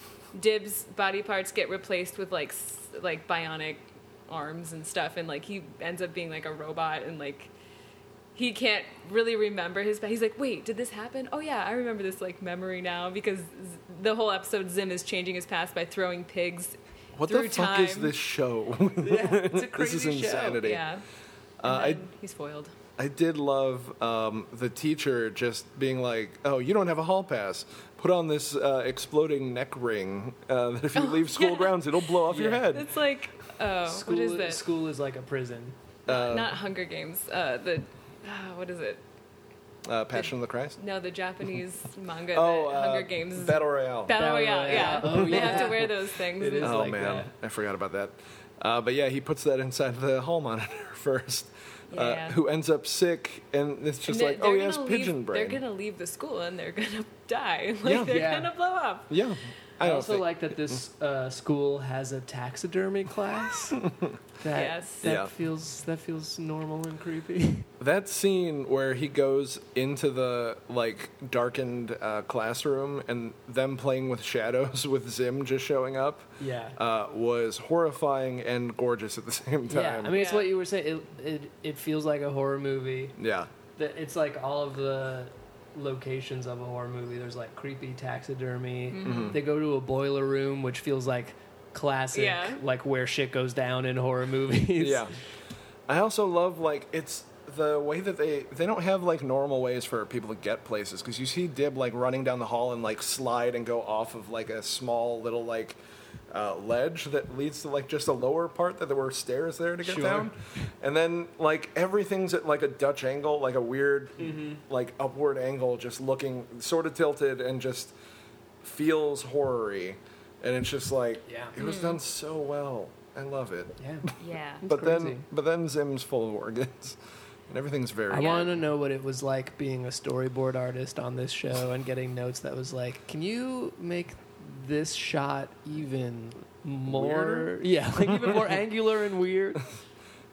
[SPEAKER 5] Dib's body parts get replaced with like s- like bionic arms and stuff, and like he ends up being like a robot and like he can't really remember his but he's like wait did this happen oh yeah i remember this like memory now because Z- the whole episode zim is changing his past by throwing pigs
[SPEAKER 4] What
[SPEAKER 5] through
[SPEAKER 4] the fuck
[SPEAKER 5] time
[SPEAKER 4] is this show?
[SPEAKER 3] It's a
[SPEAKER 4] this
[SPEAKER 3] crazy
[SPEAKER 4] is
[SPEAKER 3] show.
[SPEAKER 4] insanity.
[SPEAKER 5] yeah
[SPEAKER 4] Uh, I
[SPEAKER 5] And he's foiled
[SPEAKER 4] I did love um, the teacher just being like, "Oh, you don't have a hall pass. Put on this uh, exploding neck ring uh, that
[SPEAKER 5] Oh,
[SPEAKER 4] if you leave school grounds, it'll blow off your
[SPEAKER 3] Yeah.
[SPEAKER 4] head."
[SPEAKER 5] it's like oh
[SPEAKER 3] School,
[SPEAKER 5] what is this
[SPEAKER 3] school is like a prison.
[SPEAKER 5] not hunger games uh the ah, what is it
[SPEAKER 4] Uh, Passion of the Christ.
[SPEAKER 5] no the japanese manga
[SPEAKER 4] Oh,
[SPEAKER 5] that
[SPEAKER 4] uh,
[SPEAKER 5] hunger games
[SPEAKER 4] Battle Royale.
[SPEAKER 5] battle
[SPEAKER 3] Battle
[SPEAKER 5] royale yeah
[SPEAKER 3] Royale. Oh,
[SPEAKER 5] they have
[SPEAKER 3] yeah.
[SPEAKER 5] to wear those things
[SPEAKER 3] It is
[SPEAKER 4] oh
[SPEAKER 3] like
[SPEAKER 4] man,
[SPEAKER 3] that.
[SPEAKER 4] I forgot about that. Uh, but yeah, he puts that inside the hall monitor first. Uh,
[SPEAKER 5] Yeah.
[SPEAKER 4] who ends up sick, and it's just
[SPEAKER 5] And
[SPEAKER 4] like,
[SPEAKER 5] they're
[SPEAKER 4] oh, he
[SPEAKER 5] gonna
[SPEAKER 4] has pigeon
[SPEAKER 5] leave,
[SPEAKER 4] brain.
[SPEAKER 5] They're gonna leave the school and they're gonna die. Like
[SPEAKER 4] Yeah.
[SPEAKER 5] they're
[SPEAKER 3] Yeah.
[SPEAKER 5] gonna blow up.
[SPEAKER 4] Yeah, I
[SPEAKER 3] I,
[SPEAKER 4] don't
[SPEAKER 3] also
[SPEAKER 4] think-
[SPEAKER 3] like that this uh, school has a taxidermy class. that
[SPEAKER 5] Yes.
[SPEAKER 3] that
[SPEAKER 4] Yeah.
[SPEAKER 3] feels that feels normal and creepy.
[SPEAKER 4] That scene where he goes into the like darkened uh, classroom and them playing with shadows with Zim just showing up
[SPEAKER 3] Yeah.
[SPEAKER 4] uh, was horrifying and gorgeous at the same time.
[SPEAKER 3] yeah. I mean, it's
[SPEAKER 5] Yeah.
[SPEAKER 3] what you were saying. It, it it feels like a horror movie.
[SPEAKER 4] yeah,
[SPEAKER 3] That it's like all of the locations
[SPEAKER 5] Mm-hmm.
[SPEAKER 3] of a horror movie. There's like creepy taxidermy. They go to a boiler room, which feels like classic,
[SPEAKER 5] Yeah.
[SPEAKER 3] like where shit goes down in horror movies.
[SPEAKER 4] Yeah. I also love like it's the way that they they don't have like normal ways for people to get places because you see Dib like running down the hall and like slide and go off of like a small little like uh, ledge that leads to like just a lower part that there were stairs there to get
[SPEAKER 3] Sure.
[SPEAKER 4] down, and then like everything's at like a Dutch angle, like a weird
[SPEAKER 3] Mm-hmm.
[SPEAKER 4] like upward angle, just looking sort of tilted and just feels horror-y. and it's just like
[SPEAKER 3] Yeah.
[SPEAKER 4] it was done so well. I love it.
[SPEAKER 3] Yeah.
[SPEAKER 5] Yeah.
[SPEAKER 4] But
[SPEAKER 3] crazy.
[SPEAKER 4] then, but then Zim's full of organs, and everything's very.
[SPEAKER 3] I want to know what it was like being a storyboard artist on this show and getting notes that was like, "Can you make this shot even more?
[SPEAKER 4] Weirder?
[SPEAKER 3] Yeah, like even more angular and weird."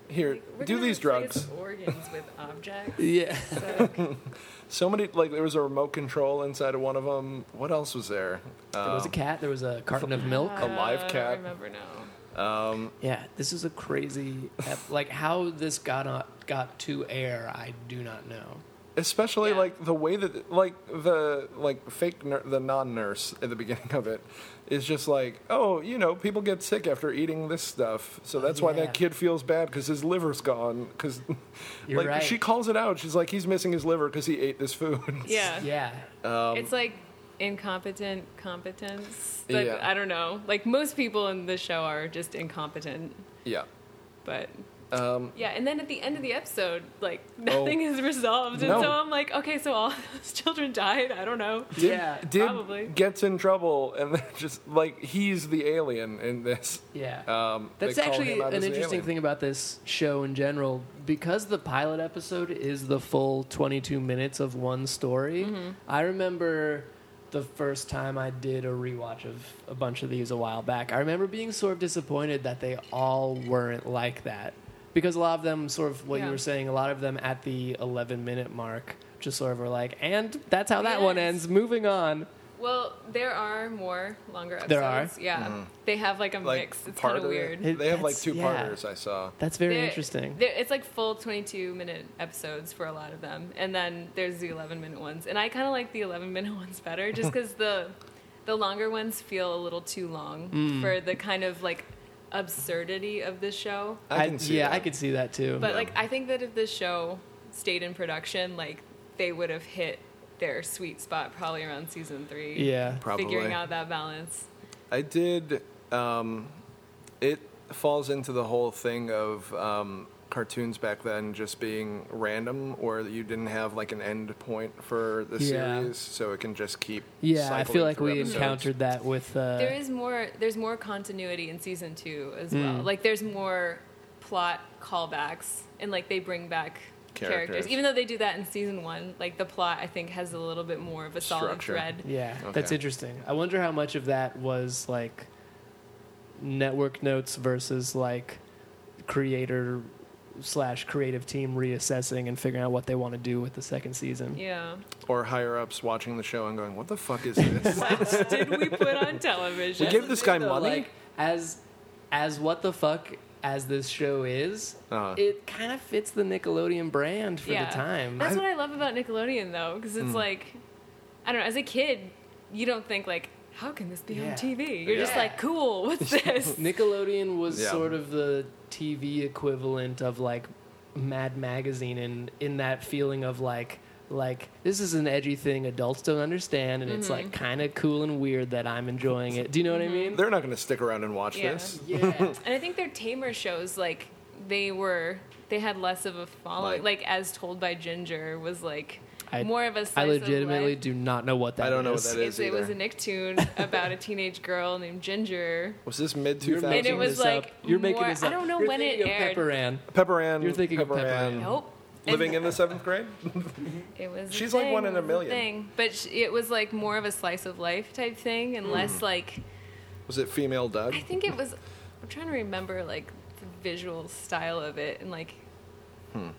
[SPEAKER 4] Here,
[SPEAKER 5] Like, we're
[SPEAKER 4] do
[SPEAKER 5] gonna
[SPEAKER 4] these
[SPEAKER 5] replace
[SPEAKER 4] drugs.
[SPEAKER 5] Organs with objects.
[SPEAKER 3] Yeah,
[SPEAKER 5] So, uh,
[SPEAKER 4] So many, like there was a remote control inside of one of them. What else was there? Um,
[SPEAKER 3] there was a cat. There was a carton of milk.
[SPEAKER 4] A live
[SPEAKER 5] uh, I
[SPEAKER 4] cat.
[SPEAKER 5] remember now.
[SPEAKER 3] Yeah, this is a crazy. ep- like how this got on, got to air, I do not know.
[SPEAKER 4] especially
[SPEAKER 5] Yeah.
[SPEAKER 4] like the way that, like the like fake nur- the non nurse at the beginning of it is just like, oh, you know, people get sick after eating this stuff, so that's why
[SPEAKER 3] yeah.
[SPEAKER 4] that kid feels bad because his liver's gone. Because
[SPEAKER 3] You're
[SPEAKER 4] like
[SPEAKER 3] right.
[SPEAKER 4] she calls it out, she's like, he's missing his liver because he ate this food.
[SPEAKER 5] Yeah.
[SPEAKER 3] Yeah,
[SPEAKER 4] Um,
[SPEAKER 5] it's like incompetent competence. But
[SPEAKER 4] Yeah.
[SPEAKER 5] I don't know. Like most people in the show are just incompetent.
[SPEAKER 4] yeah.
[SPEAKER 5] But
[SPEAKER 4] Um,
[SPEAKER 5] yeah, and then at the end of the episode, like nothing is resolved. And
[SPEAKER 4] No.
[SPEAKER 5] so I'm like, okay, so all those children died. I don't know.
[SPEAKER 3] yeah,
[SPEAKER 4] Dib
[SPEAKER 5] Probably.
[SPEAKER 4] gets in trouble, and they're just like he's the alien in this.
[SPEAKER 3] yeah.
[SPEAKER 4] Um,
[SPEAKER 3] That's
[SPEAKER 4] they call
[SPEAKER 3] actually
[SPEAKER 4] him out
[SPEAKER 3] an
[SPEAKER 4] as the
[SPEAKER 7] alien.
[SPEAKER 3] interesting thing about this show in general because the pilot episode is the full 22 minutes of one story. I remember the first time I did a rewatch of a bunch of these a while back. I remember being sort of disappointed that they all weren't like that because a lot of them sort of what
[SPEAKER 5] Yeah.
[SPEAKER 3] you were saying a lot of them at the 11 minute mark just sort of were like and that's how that one
[SPEAKER 5] Yes.
[SPEAKER 3] ends moving on
[SPEAKER 5] Well, there are more longer episodes.
[SPEAKER 3] There are?
[SPEAKER 5] Yeah. They have like a mix. It's kind
[SPEAKER 4] part
[SPEAKER 5] of weird.
[SPEAKER 4] It. They have like
[SPEAKER 3] That's-
[SPEAKER 4] two
[SPEAKER 3] yeah.
[SPEAKER 4] partners. I saw.
[SPEAKER 3] that's very
[SPEAKER 5] They're-
[SPEAKER 3] interesting
[SPEAKER 5] they're- it's like full 22 minute episodes for a lot of them. And then there's the 11 minute ones. And I kind of like the 11 minute ones better just because the, the longer ones feel a little too long for the kind of like absurdity of this show.
[SPEAKER 4] I can see.
[SPEAKER 3] yeah
[SPEAKER 4] that.
[SPEAKER 3] i could see that too
[SPEAKER 5] But
[SPEAKER 4] Yeah.
[SPEAKER 5] like, I think that if this show stayed in production, like they would have hit their sweet spot probably around season three.
[SPEAKER 3] yeah
[SPEAKER 4] Probably.
[SPEAKER 5] Figuring out that balance.
[SPEAKER 4] I did. Um, it falls into the whole thing of um, cartoons back then just being random, where you didn't have like an end point for the
[SPEAKER 3] Yeah.
[SPEAKER 4] series, so it can just keep.
[SPEAKER 3] Yeah, I feel
[SPEAKER 4] cycling
[SPEAKER 3] like
[SPEAKER 4] through
[SPEAKER 3] we
[SPEAKER 4] episodes.
[SPEAKER 3] encountered that with. Uh,
[SPEAKER 5] there is more there's more continuity in season two as well like there's more plot callbacks and like they bring back characters.
[SPEAKER 4] Characters.
[SPEAKER 5] even though they do that in season one like the plot i think has a little bit more of a solid
[SPEAKER 4] Structure.
[SPEAKER 5] thread
[SPEAKER 3] yeah, that's
[SPEAKER 4] Okay.
[SPEAKER 3] interesting. I wonder how much of that was like network notes versus like creator slash creative team reassessing and figuring out what they want to do with the second season.
[SPEAKER 5] yeah
[SPEAKER 4] Or higher ups watching the show and going, "What the fuck is this?"
[SPEAKER 5] what did we put on television
[SPEAKER 4] we give this guy
[SPEAKER 3] Though,
[SPEAKER 4] money.
[SPEAKER 3] like, as as what the fuck as this show is,
[SPEAKER 4] Uh-huh.
[SPEAKER 3] it kind of fits the Nickelodeon brand for
[SPEAKER 5] yeah
[SPEAKER 3] the time. Mm.
[SPEAKER 5] that's what i love about nickelodeon though because it's like i don't know as a kid you don't think like how can this be
[SPEAKER 3] Yeah.
[SPEAKER 5] on tv you're just
[SPEAKER 3] Yeah.
[SPEAKER 5] like cool what's this
[SPEAKER 3] Nickelodeon was
[SPEAKER 4] Yeah.
[SPEAKER 3] sort of the TV equivalent of like Mad Magazine, and in that feeling of like like this is an edgy thing adults don't understand, and it's like
[SPEAKER 5] Mm-hmm.
[SPEAKER 3] kind of cool and weird that I'm enjoying it. Do you know what I mean?
[SPEAKER 4] They're not going to stick around and watch
[SPEAKER 5] Yeah.
[SPEAKER 4] this.
[SPEAKER 3] Yeah,
[SPEAKER 5] And I think their tamer shows, like they were, they had less of a following. Like,
[SPEAKER 4] Like-
[SPEAKER 5] as told by Ginger, was like
[SPEAKER 3] I-
[SPEAKER 5] more of a.
[SPEAKER 3] I
[SPEAKER 5] slice of
[SPEAKER 3] legitimately
[SPEAKER 5] life.
[SPEAKER 3] do not know what that
[SPEAKER 4] I don't know what
[SPEAKER 3] is.
[SPEAKER 4] that
[SPEAKER 5] It's,
[SPEAKER 4] is
[SPEAKER 5] it was
[SPEAKER 4] either.
[SPEAKER 5] a Nicktoon about a teenage girl named Ginger,
[SPEAKER 4] Was this mid
[SPEAKER 3] You're
[SPEAKER 4] 2000s?
[SPEAKER 5] and
[SPEAKER 3] making
[SPEAKER 5] it was
[SPEAKER 3] this up.
[SPEAKER 5] like
[SPEAKER 3] you're making
[SPEAKER 5] more-
[SPEAKER 3] this
[SPEAKER 5] I
[SPEAKER 3] up.
[SPEAKER 5] don't know
[SPEAKER 3] You're
[SPEAKER 5] when it
[SPEAKER 3] thinking of
[SPEAKER 5] aired.
[SPEAKER 3] Pepper Ann.
[SPEAKER 4] Pepper Ann.
[SPEAKER 3] You're thinking of Pepper Ann.
[SPEAKER 5] Nope.
[SPEAKER 4] Living in the seventh grade?
[SPEAKER 5] It was.
[SPEAKER 4] She's
[SPEAKER 5] a
[SPEAKER 4] like
[SPEAKER 5] thing,
[SPEAKER 4] one in a
[SPEAKER 5] it was
[SPEAKER 4] million.
[SPEAKER 5] Thing. But sh- it was like more of a slice of life type thing,
[SPEAKER 3] Mm.
[SPEAKER 5] and less like
[SPEAKER 4] Was it female Doug?
[SPEAKER 5] I think it was. I'm trying to remember like the visual style of it, and like
[SPEAKER 4] Hmm.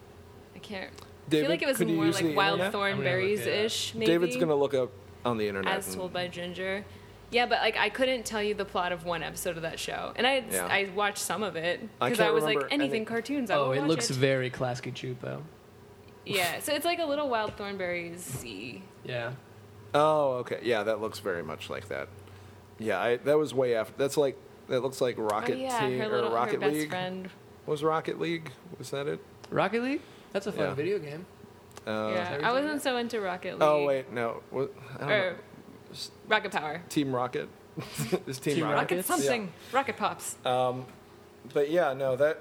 [SPEAKER 5] I can't. I
[SPEAKER 4] David,
[SPEAKER 5] feel like it was
[SPEAKER 4] could you
[SPEAKER 5] more
[SPEAKER 4] use the
[SPEAKER 5] like wild
[SPEAKER 4] internet?
[SPEAKER 3] I'm gonna look
[SPEAKER 5] thornberries
[SPEAKER 3] it up.
[SPEAKER 5] ish. Maybe
[SPEAKER 4] David's going to look up on the internet.
[SPEAKER 5] as
[SPEAKER 4] and-
[SPEAKER 5] told by Ginger. Yeah, but like I couldn't tell you the plot of one episode of that show, and I
[SPEAKER 4] Yeah.
[SPEAKER 5] I watched some of it
[SPEAKER 4] I
[SPEAKER 5] because I,
[SPEAKER 4] can't
[SPEAKER 5] was like
[SPEAKER 4] remember
[SPEAKER 5] anything
[SPEAKER 4] any-
[SPEAKER 5] cartoons. I
[SPEAKER 3] Oh,
[SPEAKER 5] would
[SPEAKER 3] it
[SPEAKER 5] watch
[SPEAKER 3] looks
[SPEAKER 5] it.
[SPEAKER 3] very Klasky Chupo.
[SPEAKER 5] yeah. So it's like a little wild thornberries.
[SPEAKER 3] Yeah.
[SPEAKER 4] oh, okay. Yeah, that looks very much like that. Yeah, I, that was way after. That's like. that looks like Rocket
[SPEAKER 5] oh yeah,
[SPEAKER 4] Team or
[SPEAKER 5] her little her
[SPEAKER 4] Rocket
[SPEAKER 5] best
[SPEAKER 4] League.
[SPEAKER 5] friend.
[SPEAKER 4] Was Rocket League? Was that it?
[SPEAKER 3] Rocket League? That's a fun
[SPEAKER 4] Yeah.
[SPEAKER 3] video game.
[SPEAKER 4] Uh,
[SPEAKER 5] yeah,
[SPEAKER 3] Terry's
[SPEAKER 5] I
[SPEAKER 3] on
[SPEAKER 5] wasn't
[SPEAKER 3] that?
[SPEAKER 5] so into Rocket League.
[SPEAKER 4] Oh wait, no. What, I don't know.
[SPEAKER 5] or Rocket Power,
[SPEAKER 4] Team Rocket. It's Team,
[SPEAKER 3] Team
[SPEAKER 4] Rocket.
[SPEAKER 5] Rocket
[SPEAKER 3] Rockets? Uh,
[SPEAKER 5] something, Rocket Pops.
[SPEAKER 4] But yeah, no, that.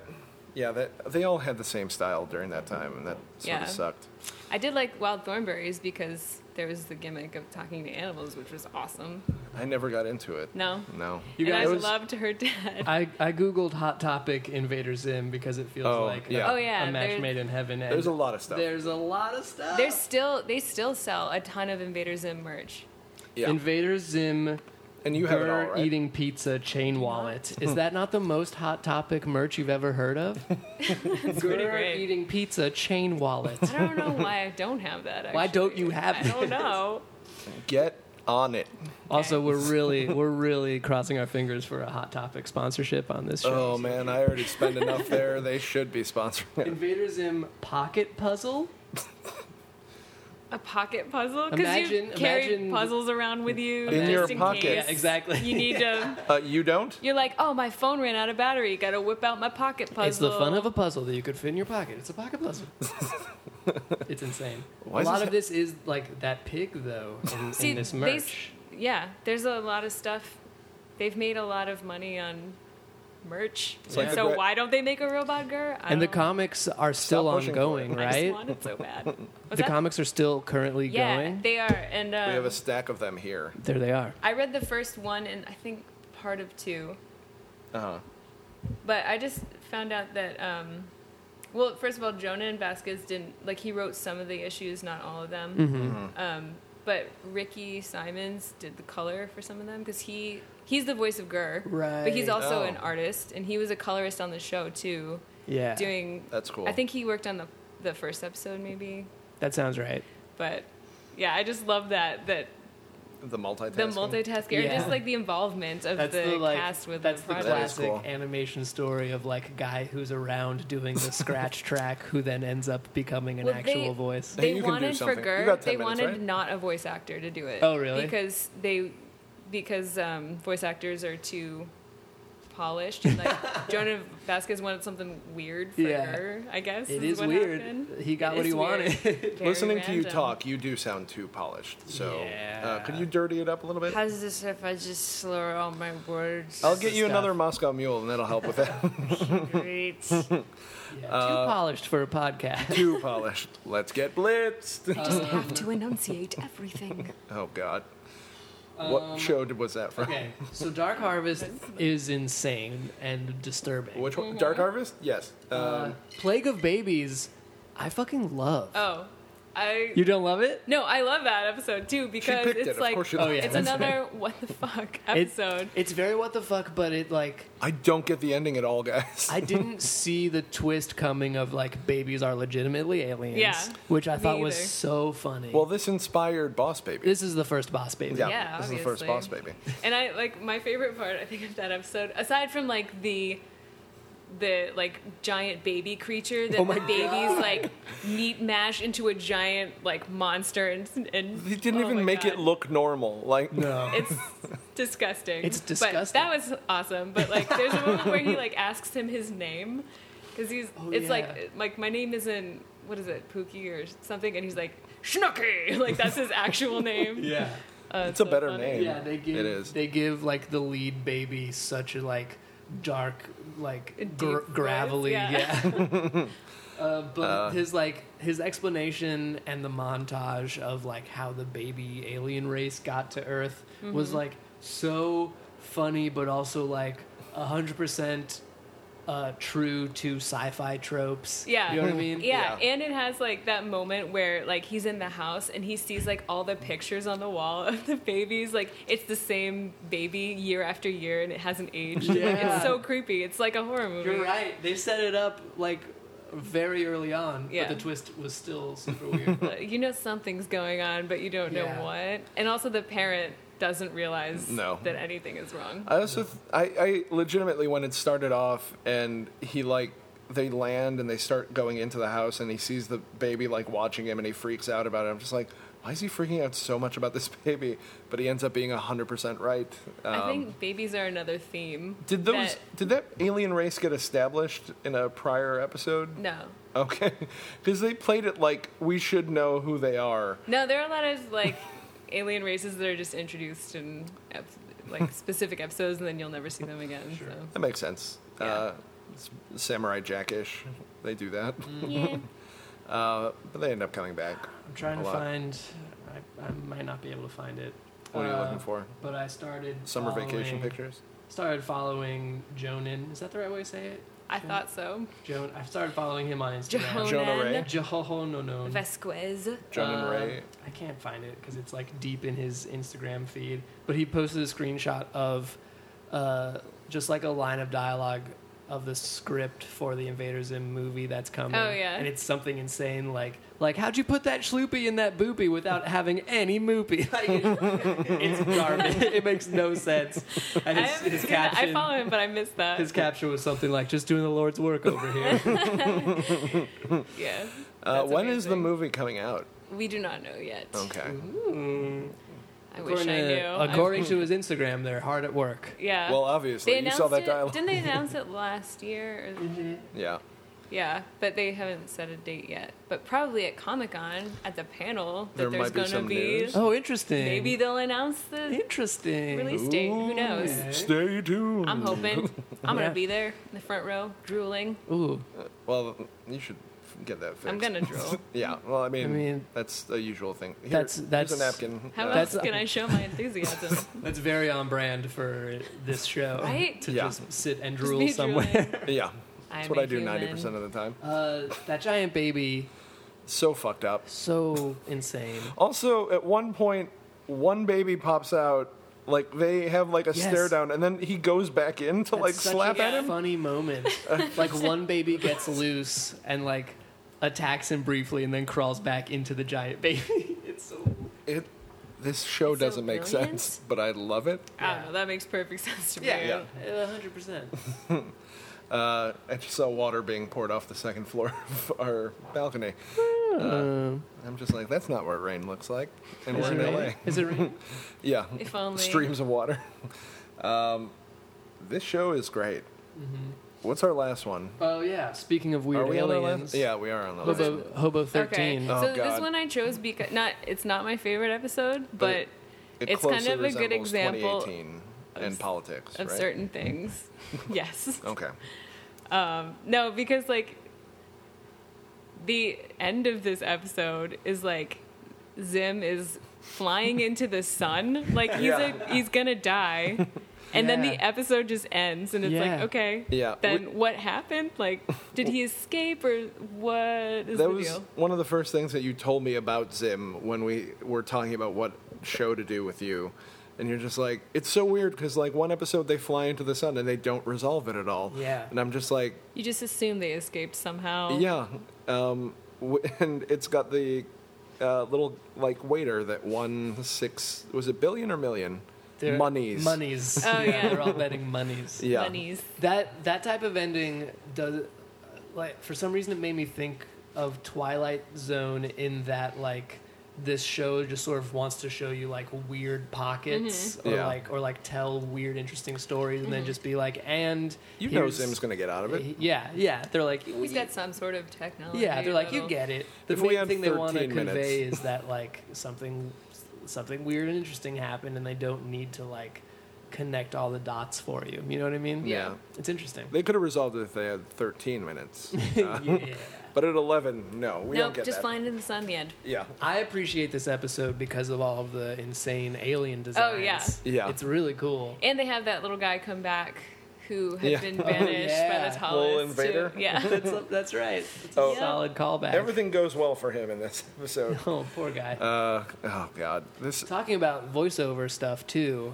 [SPEAKER 4] Yeah, that they all had the same style during that time, and that sort
[SPEAKER 5] Yeah.
[SPEAKER 4] of sucked.
[SPEAKER 5] I did like Wild Thornberries because there was the gimmick of talking to animals, which was awesome.
[SPEAKER 4] I never got into it.
[SPEAKER 5] No,
[SPEAKER 3] Mm.
[SPEAKER 4] No.
[SPEAKER 3] You
[SPEAKER 5] and I
[SPEAKER 3] guys-
[SPEAKER 5] loved her dad.
[SPEAKER 3] I, I googled Hot Topic Invader Zim because it feels
[SPEAKER 4] Oh,
[SPEAKER 3] like
[SPEAKER 4] yeah.
[SPEAKER 5] Oh, yeah,
[SPEAKER 3] a match
[SPEAKER 5] there's-
[SPEAKER 3] made in heaven. and
[SPEAKER 4] There's a lot of stuff.
[SPEAKER 3] There's a lot of stuff.
[SPEAKER 5] They're still they still sell a ton of Invader Zim merch.
[SPEAKER 4] Yeah.
[SPEAKER 3] Invader Zim.
[SPEAKER 4] and you have it all,
[SPEAKER 3] Burr
[SPEAKER 4] right?
[SPEAKER 3] eating pizza chain wallet. Is that not the most hot topic merch you've ever heard of?
[SPEAKER 5] pretty
[SPEAKER 3] Burr
[SPEAKER 5] great.
[SPEAKER 3] eating pizza chain wallet.
[SPEAKER 5] I don't know why I don't have that. Actually.
[SPEAKER 3] Why don't you have
[SPEAKER 5] I don't
[SPEAKER 3] this?
[SPEAKER 5] know.
[SPEAKER 4] Get on it.
[SPEAKER 3] Also, we're really we're really crossing our fingers for a hot topic sponsorship on this show.
[SPEAKER 4] Oh man, I already spent enough there. They should be sponsoring it.
[SPEAKER 3] Invader Zim pocket puzzle.
[SPEAKER 5] A pocket puzzle because you
[SPEAKER 3] Imagine-
[SPEAKER 5] carry
[SPEAKER 3] imagine-
[SPEAKER 5] puzzles around with you
[SPEAKER 4] In
[SPEAKER 5] just
[SPEAKER 4] your
[SPEAKER 5] in
[SPEAKER 4] pocket.
[SPEAKER 5] Case.
[SPEAKER 3] Yeah, exactly.
[SPEAKER 5] You need to.
[SPEAKER 4] Uh, you don't?
[SPEAKER 5] You're like, oh, my phone ran out of battery. Got to whip out my pocket puzzle.
[SPEAKER 3] It's the fun of a puzzle that you could fit in your pocket. It's a pocket puzzle. it's insane.
[SPEAKER 4] Why
[SPEAKER 3] a
[SPEAKER 4] is
[SPEAKER 3] lot
[SPEAKER 4] this-
[SPEAKER 3] of this is like that pig though in,
[SPEAKER 5] See,
[SPEAKER 3] in this
[SPEAKER 5] they-
[SPEAKER 3] merch.
[SPEAKER 5] Yeah, there's a lot of stuff. They've made a lot of money on merch.
[SPEAKER 4] like the
[SPEAKER 5] so
[SPEAKER 4] gra-
[SPEAKER 5] why don't they make a robot girl? I
[SPEAKER 3] and the
[SPEAKER 5] don't-
[SPEAKER 3] comics are still
[SPEAKER 4] pushing for
[SPEAKER 3] ongoing,
[SPEAKER 4] it.
[SPEAKER 5] I just
[SPEAKER 3] right?
[SPEAKER 5] want it so bad. What's
[SPEAKER 3] The
[SPEAKER 5] that?
[SPEAKER 3] comics are still currently
[SPEAKER 5] Yeah,
[SPEAKER 3] going.
[SPEAKER 5] they are. And um,
[SPEAKER 4] We have a stack of them here.
[SPEAKER 3] there they are.
[SPEAKER 5] I read the first one and I think part of two.
[SPEAKER 4] Uh huh.
[SPEAKER 5] But I just found out that, um, well, first of all, Jonah and Vasquez didn't, like, he wrote some of the issues, not all of them.
[SPEAKER 3] Mm-hmm.
[SPEAKER 5] Um, but Ricky Simons did the color for some of them because he, he's the voice of Gurr. But he's
[SPEAKER 3] Right.
[SPEAKER 5] also
[SPEAKER 4] Oh.
[SPEAKER 5] an artist and he was a colorist on the show, too.
[SPEAKER 3] Yeah,
[SPEAKER 5] Doing,
[SPEAKER 4] That's cool.
[SPEAKER 5] I think he worked on the, the first episode, maybe.
[SPEAKER 3] that sounds right.
[SPEAKER 5] But yeah, I just love that, that
[SPEAKER 4] the multitasking.
[SPEAKER 5] the multitasker and
[SPEAKER 3] Yeah.
[SPEAKER 5] just like the involvement of
[SPEAKER 3] That's
[SPEAKER 5] the,
[SPEAKER 3] the, like
[SPEAKER 5] cast with
[SPEAKER 3] that's
[SPEAKER 5] the
[SPEAKER 3] the
[SPEAKER 5] project.
[SPEAKER 4] That is
[SPEAKER 3] classic
[SPEAKER 4] cool.
[SPEAKER 3] animation story of like a guy who's around doing the scratch track who then ends up becoming an
[SPEAKER 5] Well, they-
[SPEAKER 3] actual voice.
[SPEAKER 4] Hey, you
[SPEAKER 5] They
[SPEAKER 4] can do
[SPEAKER 5] wanted for
[SPEAKER 4] something. You
[SPEAKER 5] Gert,
[SPEAKER 4] got 10
[SPEAKER 5] they
[SPEAKER 4] minutes,
[SPEAKER 5] wanted
[SPEAKER 4] right?
[SPEAKER 5] not a voice actor to do it.
[SPEAKER 3] Oh, really?
[SPEAKER 5] Because they because um, voice actors are too polished. And, like Jonah Vasquez wanted something weird for
[SPEAKER 3] Yeah.
[SPEAKER 5] her. I guess
[SPEAKER 3] It
[SPEAKER 5] is
[SPEAKER 3] is
[SPEAKER 5] what
[SPEAKER 3] weird.
[SPEAKER 5] happened.
[SPEAKER 3] He got
[SPEAKER 5] It
[SPEAKER 3] what
[SPEAKER 5] is
[SPEAKER 3] he wanted.
[SPEAKER 5] Very
[SPEAKER 4] Listening to you
[SPEAKER 5] random.
[SPEAKER 4] talk, you do sound too polished. So, uh,
[SPEAKER 3] Yeah.
[SPEAKER 4] could you dirty it up a little bit?
[SPEAKER 5] How's this if I just slur all my words?
[SPEAKER 4] I'll get you
[SPEAKER 3] Stuff.
[SPEAKER 4] another Moscow Mule, and that'll help with that.
[SPEAKER 5] Great.
[SPEAKER 3] Yeah, Too polished for a podcast.
[SPEAKER 4] too polished. Let's get blitzed.
[SPEAKER 5] just have to enunciate everything.
[SPEAKER 4] oh God.
[SPEAKER 5] Um,
[SPEAKER 4] what show did, was that from?
[SPEAKER 3] Okay, so Dark Harvest is insane and disturbing.
[SPEAKER 4] Which one? Dark Harvest? Yes.
[SPEAKER 3] Uh,
[SPEAKER 4] Um,
[SPEAKER 3] Plague of Babies, I fucking love.
[SPEAKER 5] Oh, I
[SPEAKER 3] You don't love it?
[SPEAKER 5] no, I love that episode too
[SPEAKER 4] she
[SPEAKER 5] because
[SPEAKER 4] picked
[SPEAKER 5] it's
[SPEAKER 4] it.
[SPEAKER 5] like
[SPEAKER 4] of course she
[SPEAKER 3] Oh, yeah.
[SPEAKER 5] it's
[SPEAKER 3] that's
[SPEAKER 5] another what the fuck
[SPEAKER 3] It-
[SPEAKER 5] episode.
[SPEAKER 3] it's very what the fuck, but it like
[SPEAKER 4] I don't get the ending at all, guys.
[SPEAKER 3] I didn't see the twist coming of like babies are legitimately aliens,
[SPEAKER 5] Yeah,
[SPEAKER 3] which I thought was
[SPEAKER 5] either.
[SPEAKER 3] so funny.
[SPEAKER 4] well, this inspired Boss Baby.
[SPEAKER 3] this is the first boss baby.
[SPEAKER 4] yeah,
[SPEAKER 5] Yeah,
[SPEAKER 4] this is the first
[SPEAKER 5] obviously.
[SPEAKER 4] Boss Baby.
[SPEAKER 5] And I like my favorite part. I think of that episode, aside from like the the like giant baby creature that
[SPEAKER 3] Oh my
[SPEAKER 5] the babies like meat mash into a giant like monster and and
[SPEAKER 4] They didn't
[SPEAKER 5] oh my
[SPEAKER 4] even make
[SPEAKER 5] God.
[SPEAKER 4] it look normal. Like
[SPEAKER 3] No.
[SPEAKER 5] It's disgusting.
[SPEAKER 3] It's
[SPEAKER 5] But
[SPEAKER 3] disgusting.
[SPEAKER 5] that was awesome. But like, there's a moment where he like asks him his name because he's
[SPEAKER 3] Oh,
[SPEAKER 5] it's
[SPEAKER 3] yeah.
[SPEAKER 5] like like my name isn't what is it Pookie or something, and he's like Schnooky. Like that's his actual name.
[SPEAKER 3] yeah.
[SPEAKER 5] Uh,
[SPEAKER 4] It's a
[SPEAKER 5] so
[SPEAKER 4] better
[SPEAKER 5] funny.
[SPEAKER 4] name.
[SPEAKER 3] Yeah, they give
[SPEAKER 4] It is.
[SPEAKER 3] they give like the lead baby such a like dark like
[SPEAKER 5] Deep
[SPEAKER 3] gr-
[SPEAKER 5] voice,
[SPEAKER 3] gravelly
[SPEAKER 5] yeah.
[SPEAKER 3] yeah. Uh, but his like his explanation and the montage of like how the baby alien race got to Earth
[SPEAKER 5] Mm-hmm.
[SPEAKER 3] was like so funny, but also like hundred percent uh, true to sci-fi tropes.
[SPEAKER 5] Yeah.
[SPEAKER 3] you know what I mean.
[SPEAKER 5] Yeah.
[SPEAKER 4] Yeah.
[SPEAKER 5] and it has like that moment where like he's in the house and he sees like all the pictures on the wall of the babies. Like it's the same baby year after year and it hasn't aged. Like,
[SPEAKER 3] Yeah.
[SPEAKER 5] it's so creepy. It's like a horror movie.
[SPEAKER 3] You're right. They set it up like very early on,
[SPEAKER 5] Yeah.
[SPEAKER 3] but the twist was still super weird.
[SPEAKER 5] Uh, You know something's going on, but you don't know
[SPEAKER 3] Yeah.
[SPEAKER 5] what. And also the parent doesn't realize
[SPEAKER 4] No.
[SPEAKER 5] that anything is wrong.
[SPEAKER 4] I also, th- I, I legitimately when it started off and he like they land and they start going into the house, and he sees the baby like watching him, and he freaks out about it. I'm just like, why is he freaking out so much about this baby? But he ends up being hundred percent right.
[SPEAKER 5] I
[SPEAKER 4] Um,
[SPEAKER 5] think babies are another theme.
[SPEAKER 4] did those
[SPEAKER 5] that-
[SPEAKER 4] did that alien race get established in a prior episode?
[SPEAKER 5] no.
[SPEAKER 4] Okay, because they played it like we should know who they are.
[SPEAKER 5] No, there are a lot of like alien races that are just introduced in ep- like specific episodes, and then you'll never see them again. So.
[SPEAKER 4] That makes sense.
[SPEAKER 5] Yeah.
[SPEAKER 4] Uh, it's Samurai Jackish, they do that,
[SPEAKER 5] Mm-hmm.
[SPEAKER 6] Yeah.
[SPEAKER 4] uh, but they end up coming back.
[SPEAKER 3] I'm trying
[SPEAKER 4] A
[SPEAKER 3] to
[SPEAKER 4] lot.
[SPEAKER 3] find. I, I might not be able to find it.
[SPEAKER 4] What are you
[SPEAKER 3] Uh,
[SPEAKER 4] looking for?
[SPEAKER 3] But I started
[SPEAKER 4] Summer vacation
[SPEAKER 3] following-
[SPEAKER 4] pictures.
[SPEAKER 3] Started following Jonan. Is that the right way to say it?
[SPEAKER 5] I thought so.
[SPEAKER 3] Joan. I started following him on
[SPEAKER 5] Jonan
[SPEAKER 3] Instagram.
[SPEAKER 4] Jonah Ray.
[SPEAKER 3] Johononon.
[SPEAKER 5] Vasquez.
[SPEAKER 4] Jonan
[SPEAKER 3] Uh,
[SPEAKER 4] Ray.
[SPEAKER 3] I can't find it because it's like deep in his Instagram feed. But he posted a screenshot of uh, just like a line of dialogue of the script for the Invader Zim movie that's coming.
[SPEAKER 5] Oh, yeah.
[SPEAKER 3] and it's something insane like like how'd you put that schloopy in that boopy without having any moopy? Like it's, it's garbage. it makes no sense. And
[SPEAKER 5] I,
[SPEAKER 3] his,
[SPEAKER 5] haven't
[SPEAKER 3] his
[SPEAKER 5] seen that. I
[SPEAKER 3] caption.
[SPEAKER 5] follow him, but I missed that.
[SPEAKER 3] his caption was something like "just doing the Lord's work over here."
[SPEAKER 5] yeah.
[SPEAKER 4] Uh,
[SPEAKER 5] That's
[SPEAKER 4] when is the
[SPEAKER 5] amazing. Mm-hmm.
[SPEAKER 4] movie coming out?
[SPEAKER 5] We do not know yet.
[SPEAKER 4] Okay.
[SPEAKER 5] I wish I knew.
[SPEAKER 3] to,
[SPEAKER 5] I'm-
[SPEAKER 3] according to his Instagram, they're hard at work.
[SPEAKER 5] yeah.
[SPEAKER 4] Well,
[SPEAKER 5] Uh, they
[SPEAKER 4] obviously, you
[SPEAKER 5] announced
[SPEAKER 4] saw that
[SPEAKER 5] it,
[SPEAKER 4] dialogue. Mm-hmm.
[SPEAKER 5] Didn't they announce it last year? Or,
[SPEAKER 4] Yeah.
[SPEAKER 5] yeah, but they haven't set a date yet. But probably at Comic Con at the panel that
[SPEAKER 4] There
[SPEAKER 5] there's
[SPEAKER 4] might be
[SPEAKER 5] going to
[SPEAKER 4] some
[SPEAKER 5] be.
[SPEAKER 4] news.
[SPEAKER 3] Oh, interesting.
[SPEAKER 5] Maybe they'll announce the
[SPEAKER 3] interesting.
[SPEAKER 5] release date. Who knows?
[SPEAKER 4] Stay tuned.
[SPEAKER 5] I'm hoping. I'm
[SPEAKER 3] Yeah.
[SPEAKER 5] gonna be there in the front row, drooling.
[SPEAKER 3] Ooh,
[SPEAKER 4] Well, you should f- get that fixed.
[SPEAKER 5] I'm gonna drool.
[SPEAKER 4] Yeah. Well, I mean,
[SPEAKER 3] mean-
[SPEAKER 4] that's the usual thing. Here,
[SPEAKER 3] That's- that's-
[SPEAKER 4] here's a napkin.
[SPEAKER 5] How
[SPEAKER 4] Uh,
[SPEAKER 5] else
[SPEAKER 3] That's-
[SPEAKER 5] can I show my enthusiasm?
[SPEAKER 3] that's very on brand for this show.
[SPEAKER 5] Right?
[SPEAKER 3] To
[SPEAKER 4] Yeah.
[SPEAKER 3] just sit and
[SPEAKER 5] Just
[SPEAKER 3] drool
[SPEAKER 5] be
[SPEAKER 3] somewhere.
[SPEAKER 5] drooling.
[SPEAKER 4] yeah.
[SPEAKER 5] I'm
[SPEAKER 4] That's what
[SPEAKER 5] a
[SPEAKER 4] I do
[SPEAKER 5] human.
[SPEAKER 4] 90% of the time.
[SPEAKER 3] Uh, that giant baby,
[SPEAKER 4] So fucked up.
[SPEAKER 3] so insane.
[SPEAKER 4] Also, at one point, one baby pops out. Like they have like a
[SPEAKER 3] Yes.
[SPEAKER 4] stare down, and then he goes back in to
[SPEAKER 3] That's
[SPEAKER 4] like
[SPEAKER 3] such
[SPEAKER 4] slap
[SPEAKER 3] a
[SPEAKER 4] at him.
[SPEAKER 3] Funny moment. like one baby gets loose and like attacks him briefly, and then crawls back into the giant baby. it's so
[SPEAKER 4] It. This show
[SPEAKER 5] It's so
[SPEAKER 4] doesn't make
[SPEAKER 5] brilliant.
[SPEAKER 4] sense, but I love it.
[SPEAKER 5] I don't know. That makes perfect sense to me.
[SPEAKER 3] yeah, hundred percent.
[SPEAKER 4] Uh, I just saw water being poured off the second floor of our balcony. Uh, I'm just like, that's not what rain looks like. And
[SPEAKER 3] Hmm. Is
[SPEAKER 4] we're
[SPEAKER 3] it
[SPEAKER 4] in LA.
[SPEAKER 3] raining? Is it raining?
[SPEAKER 4] Yeah.
[SPEAKER 5] If only.
[SPEAKER 4] Streams of water. Um, this show is great. What's our last one?
[SPEAKER 3] Oh yeah. Speaking of weird
[SPEAKER 4] Are we on our
[SPEAKER 3] aliens,
[SPEAKER 4] last? Yeah, we are on the last.
[SPEAKER 3] Hobo, Hobo
[SPEAKER 5] Okay.
[SPEAKER 3] thirteen.
[SPEAKER 4] Oh,
[SPEAKER 5] so
[SPEAKER 4] God.
[SPEAKER 5] this one I chose because not it's not my favorite episode,
[SPEAKER 4] But
[SPEAKER 5] but, it's kind
[SPEAKER 4] closely
[SPEAKER 5] of a good
[SPEAKER 4] resembles
[SPEAKER 5] example
[SPEAKER 4] 2018 and
[SPEAKER 5] of-
[SPEAKER 4] politics,
[SPEAKER 5] of
[SPEAKER 4] right? Oh,
[SPEAKER 5] certain things. yes.
[SPEAKER 4] Okay.
[SPEAKER 5] No, because like the end of this episode is like Zim is flying into the sun. Like he's
[SPEAKER 4] Yeah.
[SPEAKER 5] a, he's gonna die. And then the
[SPEAKER 3] Yeah.
[SPEAKER 5] episode just ends and it's like,
[SPEAKER 3] Yeah.
[SPEAKER 5] okay.
[SPEAKER 4] Yeah,
[SPEAKER 5] Then what happened? Like did he escape or what
[SPEAKER 4] that
[SPEAKER 5] is the
[SPEAKER 4] was
[SPEAKER 5] deal?
[SPEAKER 4] one of the first things that you told me about Zim when we were talking about what show to do with you. And you're just like, it's so weird because like one episode they fly into the sun and they don't resolve it at all.
[SPEAKER 3] Yeah.
[SPEAKER 4] And I'm just like,
[SPEAKER 5] You just assume they escaped somehow.
[SPEAKER 4] yeah. Um, w- and it's got the uh, little like waiter that won six. Was it billion or million?
[SPEAKER 3] They're-
[SPEAKER 4] Monies.
[SPEAKER 3] Monies.
[SPEAKER 5] Oh, yeah.
[SPEAKER 3] They're all betting monies.
[SPEAKER 4] Yeah.
[SPEAKER 5] Bunnies.
[SPEAKER 3] That that type of ending does like for some reason it made me think of Twilight Zone in that like this show just sort of wants to show you like weird pockets
[SPEAKER 5] Mm-hmm.
[SPEAKER 3] or
[SPEAKER 4] Yeah.
[SPEAKER 3] like or like tell weird interesting stories and then just be like and
[SPEAKER 4] You know
[SPEAKER 3] here's-
[SPEAKER 4] Zim's gonna get out of it.
[SPEAKER 3] yeah yeah they're like
[SPEAKER 5] He's got some sort of technology.
[SPEAKER 3] yeah they're like you
[SPEAKER 5] that'll-
[SPEAKER 3] get it the
[SPEAKER 4] If we
[SPEAKER 3] main
[SPEAKER 4] had
[SPEAKER 3] thing they want to
[SPEAKER 4] 13 minutes.
[SPEAKER 3] convey is that like something something weird and interesting happened and they don't need to like connect all the dots for you you know what i mean
[SPEAKER 5] Yeah.
[SPEAKER 3] it's interesting
[SPEAKER 4] They could have resolved it if they had 13 minutes. Uh,
[SPEAKER 3] yeah.
[SPEAKER 4] But at 11, no, we don't
[SPEAKER 5] Nope,
[SPEAKER 4] get
[SPEAKER 5] just
[SPEAKER 4] that.
[SPEAKER 5] flying to the sun the end.
[SPEAKER 4] Yeah.
[SPEAKER 3] I appreciate this episode because of all of the insane alien designs.
[SPEAKER 5] yeah.
[SPEAKER 4] Yeah.
[SPEAKER 3] It's really cool.
[SPEAKER 5] And they have that little guy come back who had
[SPEAKER 4] Yeah.
[SPEAKER 5] been
[SPEAKER 4] Oh,
[SPEAKER 5] banished by
[SPEAKER 3] yeah.
[SPEAKER 5] the tallest.
[SPEAKER 4] Little
[SPEAKER 5] to-
[SPEAKER 4] invader.
[SPEAKER 5] yeah.
[SPEAKER 3] That's, that's right. It's
[SPEAKER 4] Oh.
[SPEAKER 3] a solid callback.
[SPEAKER 4] Everything goes well for him in this episode.
[SPEAKER 3] Oh, poor guy.
[SPEAKER 4] Uh, oh God, this
[SPEAKER 3] Talking about voiceover stuff too.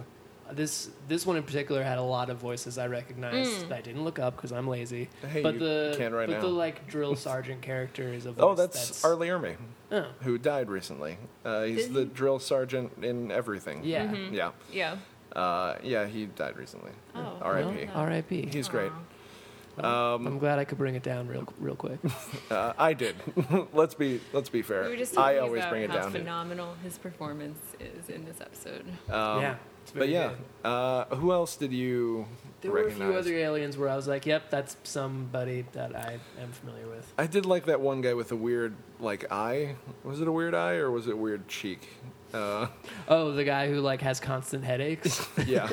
[SPEAKER 3] This this one in particular had a lot of voices I recognized that I didn't look up because I'm lazy.
[SPEAKER 4] Hey,
[SPEAKER 3] but
[SPEAKER 4] you
[SPEAKER 3] the
[SPEAKER 4] can right
[SPEAKER 3] but
[SPEAKER 4] now.
[SPEAKER 3] the like drill sergeant character is a voice.
[SPEAKER 4] oh, that's, Arlie Ermey,
[SPEAKER 3] Oh,
[SPEAKER 4] who died recently. Uh, he's
[SPEAKER 5] Did Mm-hmm.
[SPEAKER 4] the drill sergeant in everything.
[SPEAKER 3] yeah.
[SPEAKER 4] yeah,
[SPEAKER 5] Yeah.
[SPEAKER 4] uh, yeah. He died recently.
[SPEAKER 5] Oh.
[SPEAKER 4] R.I.P.
[SPEAKER 5] Well,
[SPEAKER 3] R.I.P.
[SPEAKER 4] He's great. Um,
[SPEAKER 3] I'm glad I could bring it down real real quick.
[SPEAKER 4] Uh, I did. let's be let's be fair.
[SPEAKER 5] We were just
[SPEAKER 4] I
[SPEAKER 5] talking
[SPEAKER 4] always
[SPEAKER 5] about
[SPEAKER 4] bring it
[SPEAKER 5] how
[SPEAKER 4] down.
[SPEAKER 5] phenomenal his performance is in this episode.
[SPEAKER 4] Uh,
[SPEAKER 3] yeah. it's
[SPEAKER 4] Um, But
[SPEAKER 3] very
[SPEAKER 4] yeah,
[SPEAKER 3] good.
[SPEAKER 4] uh, who else did you
[SPEAKER 3] There
[SPEAKER 4] recognize?
[SPEAKER 3] were a few other aliens where I was like, "Yep, that's somebody that I am familiar with."
[SPEAKER 4] I did like that one guy with the weird like eye. Was it a weird eye or was it a weird cheek? Uh,
[SPEAKER 3] Oh, the guy who like has constant headaches.
[SPEAKER 4] yeah.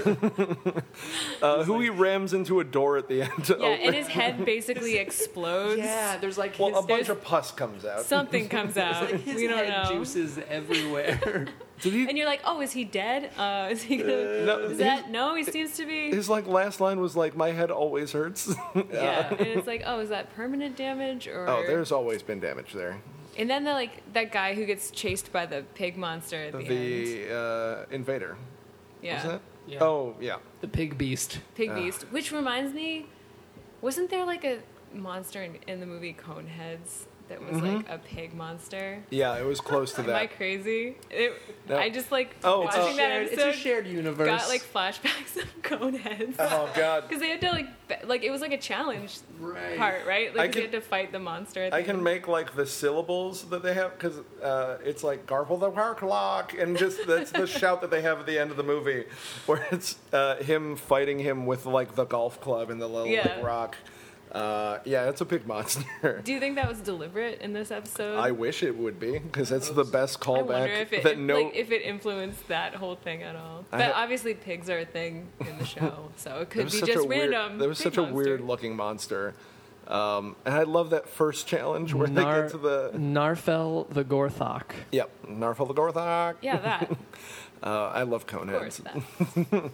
[SPEAKER 4] uh, who he rams into a door at the end. to
[SPEAKER 5] yeah,
[SPEAKER 4] open.
[SPEAKER 5] and his head basically explodes.
[SPEAKER 3] there's like
[SPEAKER 4] well, a bunch
[SPEAKER 5] there's-
[SPEAKER 4] of pus comes out.
[SPEAKER 5] Something comes out. we don't know.
[SPEAKER 3] juices everywhere.
[SPEAKER 4] Did he?
[SPEAKER 5] And you're like, oh, is he dead? Uh, is he gonna?
[SPEAKER 4] no,
[SPEAKER 5] is that no? He seems to be.
[SPEAKER 4] his, his like last line was like, "My head always hurts."
[SPEAKER 5] yeah, and it's like, oh, is that permanent damage or?
[SPEAKER 4] uh, oh, there's always been damage there.
[SPEAKER 5] And then the like that guy who gets chased by the pig monster at the, end.
[SPEAKER 4] The uh, invader.
[SPEAKER 5] Yeah,
[SPEAKER 4] Was that?
[SPEAKER 3] Yeah.
[SPEAKER 4] Oh yeah.
[SPEAKER 3] the pig beast.
[SPEAKER 5] pig
[SPEAKER 4] Ah.
[SPEAKER 5] beast. Which reminds me, wasn't there like a monster in, in the movie Coneheads that was like a pig monster?
[SPEAKER 4] Yeah, it was close to
[SPEAKER 5] Am I
[SPEAKER 4] Mm-hmm. that.
[SPEAKER 5] crazy? It,
[SPEAKER 4] No.
[SPEAKER 5] I just like
[SPEAKER 4] Oh, it's
[SPEAKER 5] watching
[SPEAKER 4] a
[SPEAKER 5] that
[SPEAKER 3] Shared- it's
[SPEAKER 5] episode
[SPEAKER 3] a shared universe.
[SPEAKER 5] got like flashbacks of Coneheads.
[SPEAKER 4] Oh god.
[SPEAKER 5] Because they had to like, be- like it was like a challenge
[SPEAKER 3] Right.
[SPEAKER 5] part, right?
[SPEAKER 4] I
[SPEAKER 5] Like 'cause they
[SPEAKER 4] can-
[SPEAKER 5] had to fight the monster. At the
[SPEAKER 4] I can
[SPEAKER 5] end.
[SPEAKER 4] make like the syllables that they have because uh, it's like garble the work lock and just that's the shout that they have at the end of the movie where it's uh, him fighting him with like the golf club and the little
[SPEAKER 5] Yeah.
[SPEAKER 4] big rock. Uh, yeah, it's a big monster.
[SPEAKER 5] Do you think that was deliberate in this episode?
[SPEAKER 4] I wish it would be because that's the best
[SPEAKER 5] I wonder
[SPEAKER 4] callback
[SPEAKER 5] if it
[SPEAKER 4] that no.
[SPEAKER 5] like, if it influenced that whole thing at all.
[SPEAKER 4] I
[SPEAKER 5] But
[SPEAKER 4] ha-
[SPEAKER 5] obviously, pigs are a thing in the show, so it
[SPEAKER 4] there
[SPEAKER 5] could
[SPEAKER 4] was
[SPEAKER 5] be
[SPEAKER 4] such a
[SPEAKER 5] just
[SPEAKER 4] weird.
[SPEAKER 5] random.
[SPEAKER 4] There was
[SPEAKER 5] pig
[SPEAKER 4] such a
[SPEAKER 5] monster.
[SPEAKER 4] weird looking monster. Um, and I love that first challenge where they
[SPEAKER 3] Nar-
[SPEAKER 4] get to the
[SPEAKER 3] Narfel the Gorthok.
[SPEAKER 4] yep Narfal the Gorthok.
[SPEAKER 5] Yeah, that. Of
[SPEAKER 4] Uh, I love
[SPEAKER 5] course,
[SPEAKER 4] Coneheads.
[SPEAKER 5] that.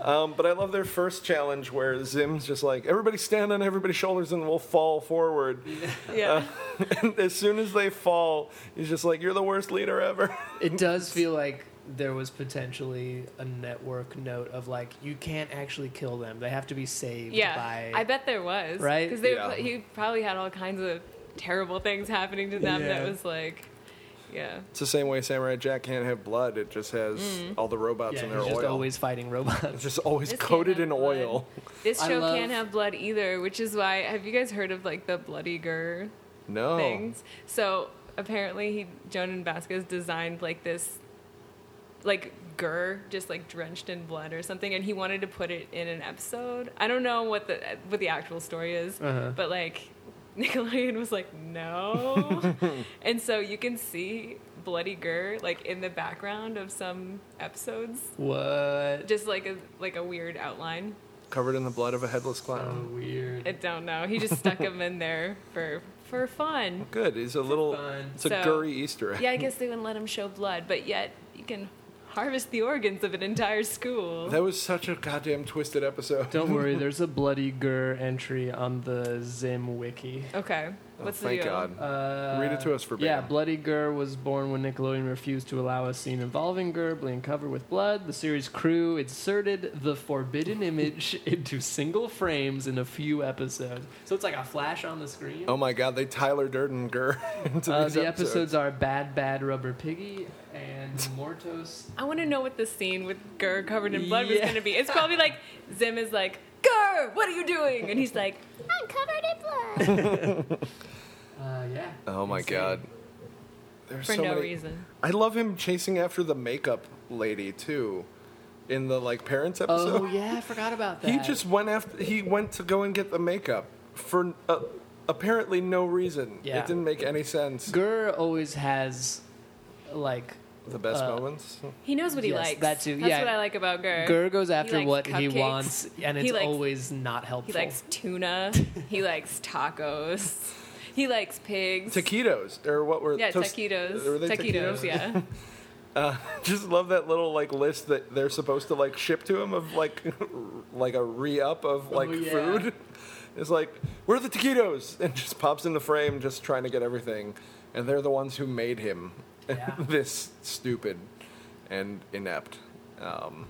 [SPEAKER 4] Um, but I love their first challenge where Zim's just like, everybody stand on everybody's shoulders and we'll fall forward.
[SPEAKER 5] Yeah.
[SPEAKER 4] Uh, and as soon as they fall, he's just like, you're the worst leader ever.
[SPEAKER 3] It does feel like there was potentially a network note of like you can't actually kill them. They have to be saved
[SPEAKER 5] yeah.
[SPEAKER 3] by
[SPEAKER 5] I bet there was.
[SPEAKER 3] Right?
[SPEAKER 5] Because they
[SPEAKER 4] Yeah.
[SPEAKER 5] he probably had all kinds of terrible things happening to them.
[SPEAKER 3] Yeah.
[SPEAKER 5] That was like, yeah.
[SPEAKER 4] It's the same way Samurai Jack can't have blood, it just has
[SPEAKER 5] Mm.
[SPEAKER 4] all the robots
[SPEAKER 3] yeah,
[SPEAKER 4] in
[SPEAKER 3] he's
[SPEAKER 4] their
[SPEAKER 3] just
[SPEAKER 4] oil.
[SPEAKER 3] always fighting
[SPEAKER 4] it's
[SPEAKER 3] robots.
[SPEAKER 4] just always
[SPEAKER 5] This can't
[SPEAKER 4] coated
[SPEAKER 5] have
[SPEAKER 4] in
[SPEAKER 5] blood.
[SPEAKER 4] oil.
[SPEAKER 5] This
[SPEAKER 3] I
[SPEAKER 5] show
[SPEAKER 3] love-
[SPEAKER 5] can't have blood either, which is why have you guys heard of like the bloody gur
[SPEAKER 4] No.
[SPEAKER 5] things? So apparently he Jonan Vasquez designed like this like gur just like drenched in blood or something and he wanted to put it in an episode. I don't know what the what the actual story is, but like Nickelodeon was like no. and so you can see bloody gur like in the background of some episodes
[SPEAKER 3] what?
[SPEAKER 5] just like a like a weird outline.
[SPEAKER 4] Covered in the blood of a headless clown.
[SPEAKER 3] weird.
[SPEAKER 5] I don't know. He just stuck them in there for for fun.
[SPEAKER 4] Good. It's a little.
[SPEAKER 3] Oh. Fun.
[SPEAKER 4] It's a
[SPEAKER 5] So-
[SPEAKER 4] gurry Easter egg.
[SPEAKER 5] Yeah, I guess they wouldn't let him show blood, but yet you can harvest the organs of an entire school.
[SPEAKER 4] That was such a goddamn twisted episode.
[SPEAKER 3] Don't worry, there's a bloody gur entry on the Zim wiki.
[SPEAKER 5] Okay, what's
[SPEAKER 4] oh, thank
[SPEAKER 5] the deal?
[SPEAKER 4] God.
[SPEAKER 3] Uh,
[SPEAKER 4] Read it to us verbatim.
[SPEAKER 3] Yeah, Bloody Gur was born when Nickelodeon refused to allow a scene involving Gur being covered with blood. The series crew inserted the forbidden image into single frames in a few episodes. So it's like a flash on the screen.
[SPEAKER 4] Oh my god, they Tyler Durden Gurr into
[SPEAKER 3] Uh,
[SPEAKER 4] these
[SPEAKER 3] the
[SPEAKER 4] episodes.
[SPEAKER 3] episodes are Bad Bad Rubber Piggy and Mortos.
[SPEAKER 5] I want to know what the scene with Gurr covered in blood was
[SPEAKER 3] Yeah.
[SPEAKER 5] going to be. It's probably like Zim is like, Gurr, what are you doing? And he's like,
[SPEAKER 6] I'm covered in blood.
[SPEAKER 3] Uh, yeah.
[SPEAKER 4] Oh my
[SPEAKER 3] Insane.
[SPEAKER 4] god. There's
[SPEAKER 5] for
[SPEAKER 4] so
[SPEAKER 5] no
[SPEAKER 4] many-
[SPEAKER 5] reason.
[SPEAKER 4] I love him chasing after the makeup lady too, in the like parents episode.
[SPEAKER 3] Oh yeah, I forgot about that.
[SPEAKER 4] He just went after. He went to go and get the makeup for uh, apparently no reason.
[SPEAKER 3] Yeah.
[SPEAKER 4] It didn't make any sense.
[SPEAKER 3] Gur always has like
[SPEAKER 4] the best
[SPEAKER 3] uh,
[SPEAKER 4] moments.
[SPEAKER 5] He knows what he
[SPEAKER 3] Yes,
[SPEAKER 5] likes.
[SPEAKER 3] that too,
[SPEAKER 5] That's
[SPEAKER 3] yeah.
[SPEAKER 5] what I like about Gurr.
[SPEAKER 3] Gur goes after
[SPEAKER 5] likes
[SPEAKER 3] what he
[SPEAKER 5] cupcakes.
[SPEAKER 3] wants, and it's
[SPEAKER 5] He likes-
[SPEAKER 3] always not helpful.
[SPEAKER 5] He likes tuna. he likes tacos. He likes pigs.
[SPEAKER 4] Taquitos or what were?
[SPEAKER 5] Yeah,
[SPEAKER 4] toast-
[SPEAKER 5] taquitos.
[SPEAKER 4] Were they
[SPEAKER 5] taquitos, yeah.
[SPEAKER 4] Just love that little like list that they're supposed to like ship to him of like like a re up
[SPEAKER 5] Oh,
[SPEAKER 4] of like
[SPEAKER 3] yeah.
[SPEAKER 4] food. It's like where are the taquitos and just pops in the frame just trying to get everything, and they're the ones who made him
[SPEAKER 3] Yeah.
[SPEAKER 4] this stupid and inept. Um,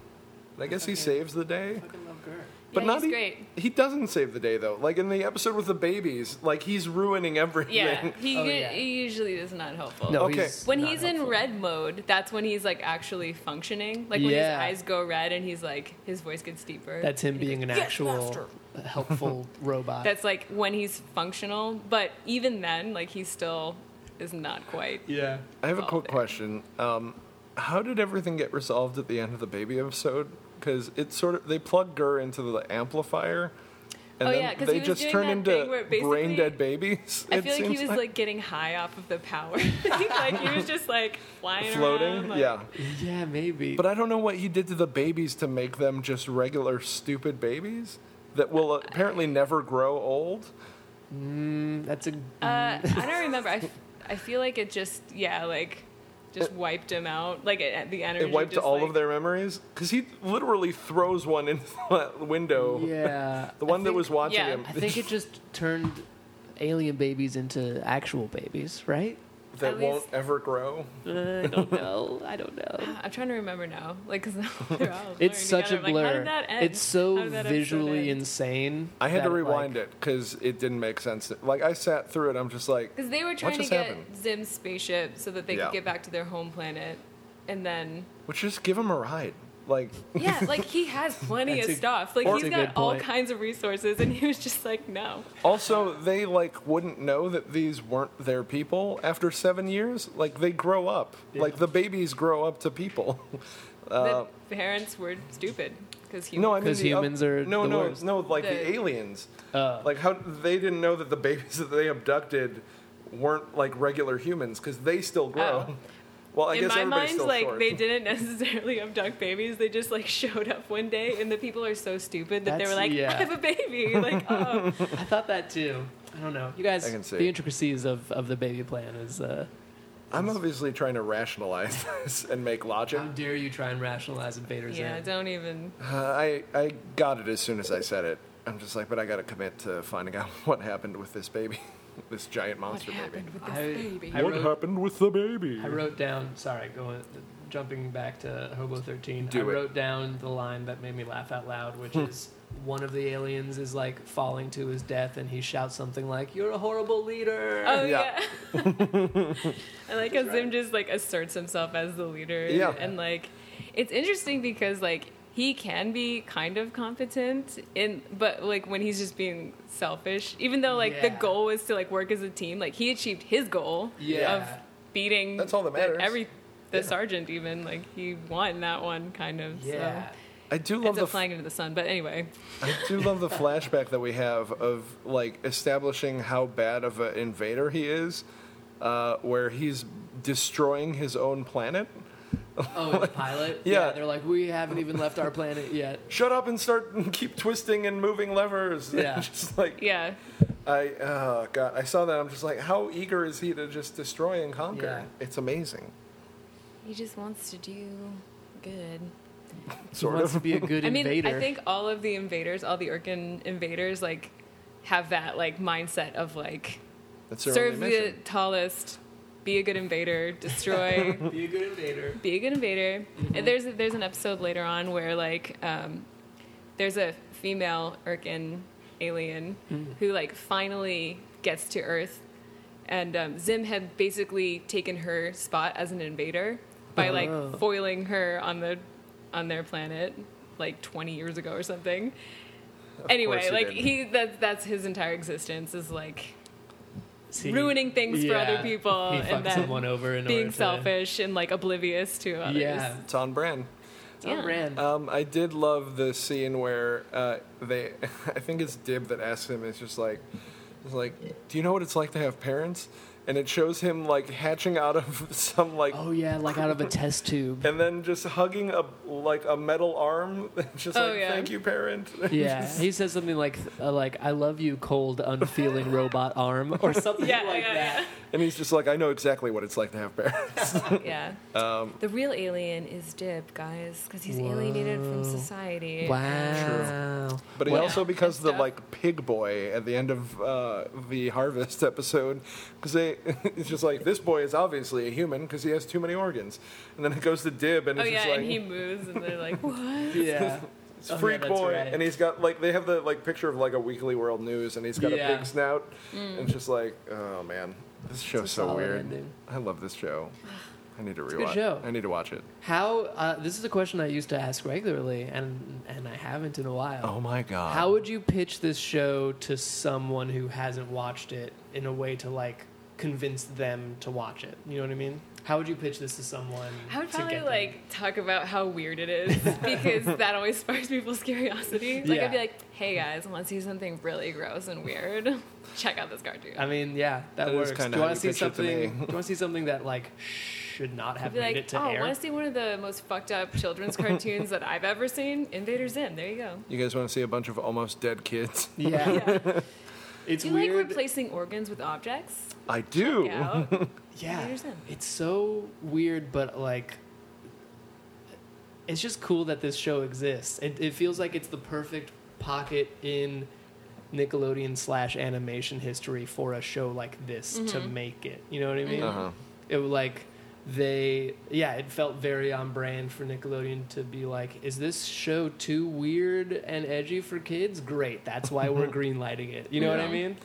[SPEAKER 4] I guess he saves the day.
[SPEAKER 3] Fucking love Gert.
[SPEAKER 4] But
[SPEAKER 5] Yeah,
[SPEAKER 4] not
[SPEAKER 5] he's
[SPEAKER 4] e-
[SPEAKER 5] great.
[SPEAKER 4] He doesn't save the day though. Like in the episode with the babies, like he's ruining everything.
[SPEAKER 5] Yeah, he,
[SPEAKER 3] Oh,
[SPEAKER 5] u-
[SPEAKER 3] yeah.
[SPEAKER 5] he usually is not helpful.
[SPEAKER 3] No,
[SPEAKER 4] Okay.
[SPEAKER 3] he's
[SPEAKER 5] When
[SPEAKER 3] not
[SPEAKER 5] he's in
[SPEAKER 3] helpful.
[SPEAKER 5] red mode, that's when he's like actually functioning. Like when
[SPEAKER 3] Yeah.
[SPEAKER 5] his eyes go red and he's like his voice gets deeper.
[SPEAKER 3] that's him
[SPEAKER 5] And he's
[SPEAKER 3] being
[SPEAKER 5] like,
[SPEAKER 3] an
[SPEAKER 5] "Yes,
[SPEAKER 3] actual
[SPEAKER 5] master."
[SPEAKER 3] helpful robot.
[SPEAKER 5] That's like when he's functional, but even then, like he still is not quite.
[SPEAKER 3] yeah.
[SPEAKER 4] I have a
[SPEAKER 5] Oh,
[SPEAKER 4] quick
[SPEAKER 5] there.
[SPEAKER 4] question. Um, how did everything get resolved at the end of the baby episode? Because it sort of they plug Gur into the amplifier, and
[SPEAKER 5] Oh,
[SPEAKER 4] then
[SPEAKER 5] yeah, 'cause
[SPEAKER 4] they
[SPEAKER 5] he was
[SPEAKER 4] just
[SPEAKER 5] doing
[SPEAKER 4] turn
[SPEAKER 5] that
[SPEAKER 4] into
[SPEAKER 5] thing where basically-
[SPEAKER 4] brain dead babies.
[SPEAKER 5] I
[SPEAKER 4] it
[SPEAKER 5] feel like he
[SPEAKER 4] seems
[SPEAKER 5] was like, getting high off of the power. like he was just like flying
[SPEAKER 4] floating.
[SPEAKER 5] around. like-
[SPEAKER 4] yeah,
[SPEAKER 3] Yeah, maybe.
[SPEAKER 4] but I don't know what he did to the babies to make them just regular stupid babies that will apparently never grow old.
[SPEAKER 3] Mm, that's a
[SPEAKER 5] Uh, I don't remember. I, f- I feel like it just yeah like just wiped him out. Like it, the energy.
[SPEAKER 4] It wiped
[SPEAKER 5] just,
[SPEAKER 4] all
[SPEAKER 5] like-
[SPEAKER 4] of their memories because he literally throws one into that window.
[SPEAKER 3] yeah.
[SPEAKER 4] The one
[SPEAKER 3] I
[SPEAKER 4] that
[SPEAKER 3] think-
[SPEAKER 4] was watching
[SPEAKER 5] yeah,
[SPEAKER 4] him.
[SPEAKER 3] I think it just turned alien babies into actual babies, right?
[SPEAKER 4] that
[SPEAKER 5] At
[SPEAKER 4] won't
[SPEAKER 5] least-
[SPEAKER 4] ever grow.
[SPEAKER 3] I don't know. I don't know.
[SPEAKER 5] I'm trying to remember now. Like because they're all blurred
[SPEAKER 3] It's such a
[SPEAKER 5] together. I'm
[SPEAKER 3] blur.
[SPEAKER 5] Like, how did that end?
[SPEAKER 3] It's so
[SPEAKER 5] How did that episode
[SPEAKER 3] visually
[SPEAKER 5] end?
[SPEAKER 3] insane.
[SPEAKER 4] I had to rewind
[SPEAKER 3] like,
[SPEAKER 4] it because it didn't make sense. Like I sat through it, I'm just like,
[SPEAKER 5] Because they were trying to
[SPEAKER 4] just
[SPEAKER 5] get
[SPEAKER 4] happened?
[SPEAKER 5] Zim's spaceship so that they
[SPEAKER 4] Yeah.
[SPEAKER 5] could get back to their home planet, and then
[SPEAKER 4] well, just give him a ride. Like,
[SPEAKER 5] yeah, like he has plenty
[SPEAKER 3] That's
[SPEAKER 5] of
[SPEAKER 3] a-
[SPEAKER 5] stuff. Like
[SPEAKER 3] that's
[SPEAKER 5] he's
[SPEAKER 3] a
[SPEAKER 5] got
[SPEAKER 3] good
[SPEAKER 5] all
[SPEAKER 3] point.
[SPEAKER 5] kinds of resources, and he was just like, no.
[SPEAKER 4] also they like wouldn't know that these weren't their people after seven years. Like they grow up. Like the babies grow up to people. Uh,
[SPEAKER 5] the parents were stupid because he.
[SPEAKER 4] no, I mean
[SPEAKER 3] 'Cause
[SPEAKER 4] the oth-
[SPEAKER 3] humans are
[SPEAKER 4] no,
[SPEAKER 3] the
[SPEAKER 4] no,
[SPEAKER 3] worst.
[SPEAKER 4] no. Like the,
[SPEAKER 5] The-
[SPEAKER 4] aliens.
[SPEAKER 3] Uh,
[SPEAKER 4] Like how they didn't know that the babies that they abducted weren't like regular humans because they still grow.
[SPEAKER 5] Oh.
[SPEAKER 4] Well, I
[SPEAKER 5] in
[SPEAKER 4] guess
[SPEAKER 5] my
[SPEAKER 4] everybody's
[SPEAKER 5] mind,
[SPEAKER 4] still
[SPEAKER 5] like
[SPEAKER 4] short.
[SPEAKER 5] they didn't necessarily abduct babies. They just like showed up one day, and the people are so stupid that they
[SPEAKER 3] That's-
[SPEAKER 5] were like,
[SPEAKER 3] yeah.
[SPEAKER 5] "I have a baby." Like, oh,
[SPEAKER 3] I thought that too. I don't know. You guys,
[SPEAKER 4] I can see.
[SPEAKER 3] the intricacies of, of the baby plan is. Uh,
[SPEAKER 4] I'm obviously trying to rationalize this and make logic.
[SPEAKER 3] how dare you try and rationalize invaders?
[SPEAKER 5] yeah,
[SPEAKER 3] in.
[SPEAKER 5] don't even.
[SPEAKER 4] Uh, I I got it as soon as I said it. I'm just like, but I got to commit to finding out what happened with this baby, this giant
[SPEAKER 5] What
[SPEAKER 4] monster baby.
[SPEAKER 5] happened with this
[SPEAKER 3] I-
[SPEAKER 5] baby?
[SPEAKER 3] I- wrote-
[SPEAKER 4] happened with the baby?
[SPEAKER 3] I wrote down. Sorry, going jumping back to Hobo Thirteen.
[SPEAKER 4] Do
[SPEAKER 3] I
[SPEAKER 4] it. Hmm.
[SPEAKER 3] wrote down the line that made me laugh out loud, which is one of the aliens is like falling to his death, and he shouts something like, "You're a horrible leader."
[SPEAKER 5] oh
[SPEAKER 4] Yeah.
[SPEAKER 5] yeah. I like how Zim just like asserts himself as the leader.
[SPEAKER 4] Yeah.
[SPEAKER 5] and like, it's interesting because like he can be kind of competent in but like when he's just being selfish even though like the
[SPEAKER 3] Yeah.
[SPEAKER 5] goal was to like work as a team like he achieved his goal
[SPEAKER 3] Yeah.
[SPEAKER 5] of beating
[SPEAKER 4] That's all that
[SPEAKER 5] the-
[SPEAKER 4] matters.
[SPEAKER 5] every the
[SPEAKER 4] Yeah.
[SPEAKER 5] sergeant even like he won that one kind of
[SPEAKER 3] yeah.
[SPEAKER 5] so
[SPEAKER 4] I do love
[SPEAKER 5] ends
[SPEAKER 4] the
[SPEAKER 5] up
[SPEAKER 4] f-
[SPEAKER 5] flying into the sun but anyway
[SPEAKER 4] I do love the flashback that we have of like establishing how bad of an invader he is, uh, where he's destroying his own planet.
[SPEAKER 3] Oh, the pilot.
[SPEAKER 4] Yeah.
[SPEAKER 3] they're like, we haven't even left our planet yet.
[SPEAKER 4] Shut up and start and keep twisting and moving levers.
[SPEAKER 3] Yeah.
[SPEAKER 4] just like
[SPEAKER 5] yeah
[SPEAKER 4] I oh god, I saw that. I'm just like, how eager is he to just destroy and conquer?
[SPEAKER 3] Yeah.
[SPEAKER 4] It's amazing.
[SPEAKER 5] he just wants to do good
[SPEAKER 4] Sort
[SPEAKER 3] he wants
[SPEAKER 4] of.
[SPEAKER 3] to be a good
[SPEAKER 5] i mean
[SPEAKER 3] invader.
[SPEAKER 5] i think all of the invaders all the urkin invaders like have that like mindset of like
[SPEAKER 4] That's their
[SPEAKER 5] serve
[SPEAKER 4] only
[SPEAKER 5] the
[SPEAKER 4] mission.
[SPEAKER 5] tallest be a good invader destroy
[SPEAKER 3] be a good invader.
[SPEAKER 5] be a good invader.
[SPEAKER 3] Mm-hmm.
[SPEAKER 5] And there's there's an episode later on where like um, there's a female Urkin alien
[SPEAKER 3] Mm-hmm.
[SPEAKER 5] who like finally gets to Earth, and um, Zim had basically taken her spot as an invader by
[SPEAKER 3] Oh.
[SPEAKER 5] like foiling her on the on their planet like 20 years ago or something. anyway,
[SPEAKER 4] he
[SPEAKER 5] like
[SPEAKER 4] did.
[SPEAKER 5] he that's that's his entire existence is like
[SPEAKER 3] See,
[SPEAKER 5] ruining things for other
[SPEAKER 3] yeah,
[SPEAKER 5] people
[SPEAKER 3] He
[SPEAKER 5] and
[SPEAKER 3] fucks
[SPEAKER 5] then
[SPEAKER 3] someone over in order
[SPEAKER 5] being
[SPEAKER 3] to-
[SPEAKER 5] selfish and like oblivious to others.
[SPEAKER 3] Yeah,
[SPEAKER 4] It's on brand.
[SPEAKER 3] it's on
[SPEAKER 5] Yeah.
[SPEAKER 3] brand.
[SPEAKER 4] Um, I did love the scene where uh, they, I think it's Dib that asks him. It's just like, it's like, do you know what it's like to have parents? And it shows him like hatching out of some like,
[SPEAKER 3] oh yeah, like out of a test tube.
[SPEAKER 4] and then just hugging a like a metal arm. just
[SPEAKER 5] Oh,
[SPEAKER 4] like,
[SPEAKER 5] yeah.
[SPEAKER 4] thank you, parent.
[SPEAKER 3] Yeah, he says something like uh, like I love you, cold, unfeeling robot arm, or something
[SPEAKER 5] Yeah,
[SPEAKER 3] like
[SPEAKER 5] yeah,
[SPEAKER 3] that.
[SPEAKER 4] and he's just like, I know exactly what it's like to have parents.
[SPEAKER 5] Yeah.
[SPEAKER 4] Um,
[SPEAKER 5] the real alien is Dib, guys, because he's alienated from society. Oh,
[SPEAKER 3] Wow.
[SPEAKER 4] But he
[SPEAKER 3] Well,
[SPEAKER 4] also because
[SPEAKER 5] That's
[SPEAKER 4] the
[SPEAKER 5] tough.
[SPEAKER 4] like pig boy at the end of uh, the harvest episode, because they it's just like this boy is obviously a human because he has too many organs, and then it goes to Dib, and
[SPEAKER 5] Oh
[SPEAKER 4] it's
[SPEAKER 5] yeah,
[SPEAKER 4] just like
[SPEAKER 5] and he moves, and they're like, "What?"
[SPEAKER 3] Yeah.
[SPEAKER 4] it's
[SPEAKER 3] Oh, yeah,
[SPEAKER 4] freak
[SPEAKER 3] that's
[SPEAKER 4] boy,
[SPEAKER 3] right.
[SPEAKER 4] and he's got like they have the like picture of like a Weekly World News, and he's got
[SPEAKER 3] Yeah.
[SPEAKER 4] a big snout,
[SPEAKER 5] Mm.
[SPEAKER 4] and it's just like oh man, this show's so
[SPEAKER 3] solid
[SPEAKER 4] weird.
[SPEAKER 3] ending.
[SPEAKER 4] I love this show. I need to rewatch.
[SPEAKER 3] a good show.
[SPEAKER 4] I need to watch it.
[SPEAKER 3] How? Uh, this is a question I used to ask regularly, and and I haven't in a while.
[SPEAKER 4] Oh my god!
[SPEAKER 3] How would you pitch this show to someone who hasn't watched it in a way to like convince them to watch it? You know what I mean? How would you pitch this to someone?
[SPEAKER 5] I would
[SPEAKER 3] to
[SPEAKER 5] probably
[SPEAKER 3] get them-
[SPEAKER 5] like talk about how weird it is because that always sparks people's curiosity. Like
[SPEAKER 3] Yeah.
[SPEAKER 5] I'd be like, "Hey guys, want to see something really gross and weird? Check out this cartoon."
[SPEAKER 3] I mean, yeah, that,
[SPEAKER 4] That is
[SPEAKER 3] works. Do
[SPEAKER 4] kinda
[SPEAKER 3] you
[SPEAKER 4] how
[SPEAKER 3] want
[SPEAKER 4] you
[SPEAKER 3] to see
[SPEAKER 4] pitch it to
[SPEAKER 3] something?
[SPEAKER 4] me.
[SPEAKER 3] do you want to see something that like should not
[SPEAKER 5] I'd
[SPEAKER 3] have
[SPEAKER 5] be
[SPEAKER 3] made
[SPEAKER 5] like,
[SPEAKER 3] it to
[SPEAKER 5] "Oh,
[SPEAKER 3] air?
[SPEAKER 5] want to see one of the most fucked up children's cartoons that I've ever seen? Invader Zim. There you go."
[SPEAKER 4] you guys want to see a bunch of almost dead kids?
[SPEAKER 3] Yeah, it's
[SPEAKER 5] Do you
[SPEAKER 3] weird.
[SPEAKER 5] like replacing organs with objects?
[SPEAKER 4] I do.
[SPEAKER 5] Yeah.
[SPEAKER 3] yeah,
[SPEAKER 5] Invaders in.
[SPEAKER 3] it's so weird, but like, it's just cool that this show exists. It, it feels like it's the perfect pocket in Nickelodeon slash animation history for a show like this to make it. You know what I mean?
[SPEAKER 4] Uh-huh.
[SPEAKER 3] It was like they, yeah, it felt very on brand for Nickelodeon to be like, is this show too weird and edgy for kids? Great, that's why we're greenlighting it. You know what I
[SPEAKER 4] Yeah.
[SPEAKER 3] mean?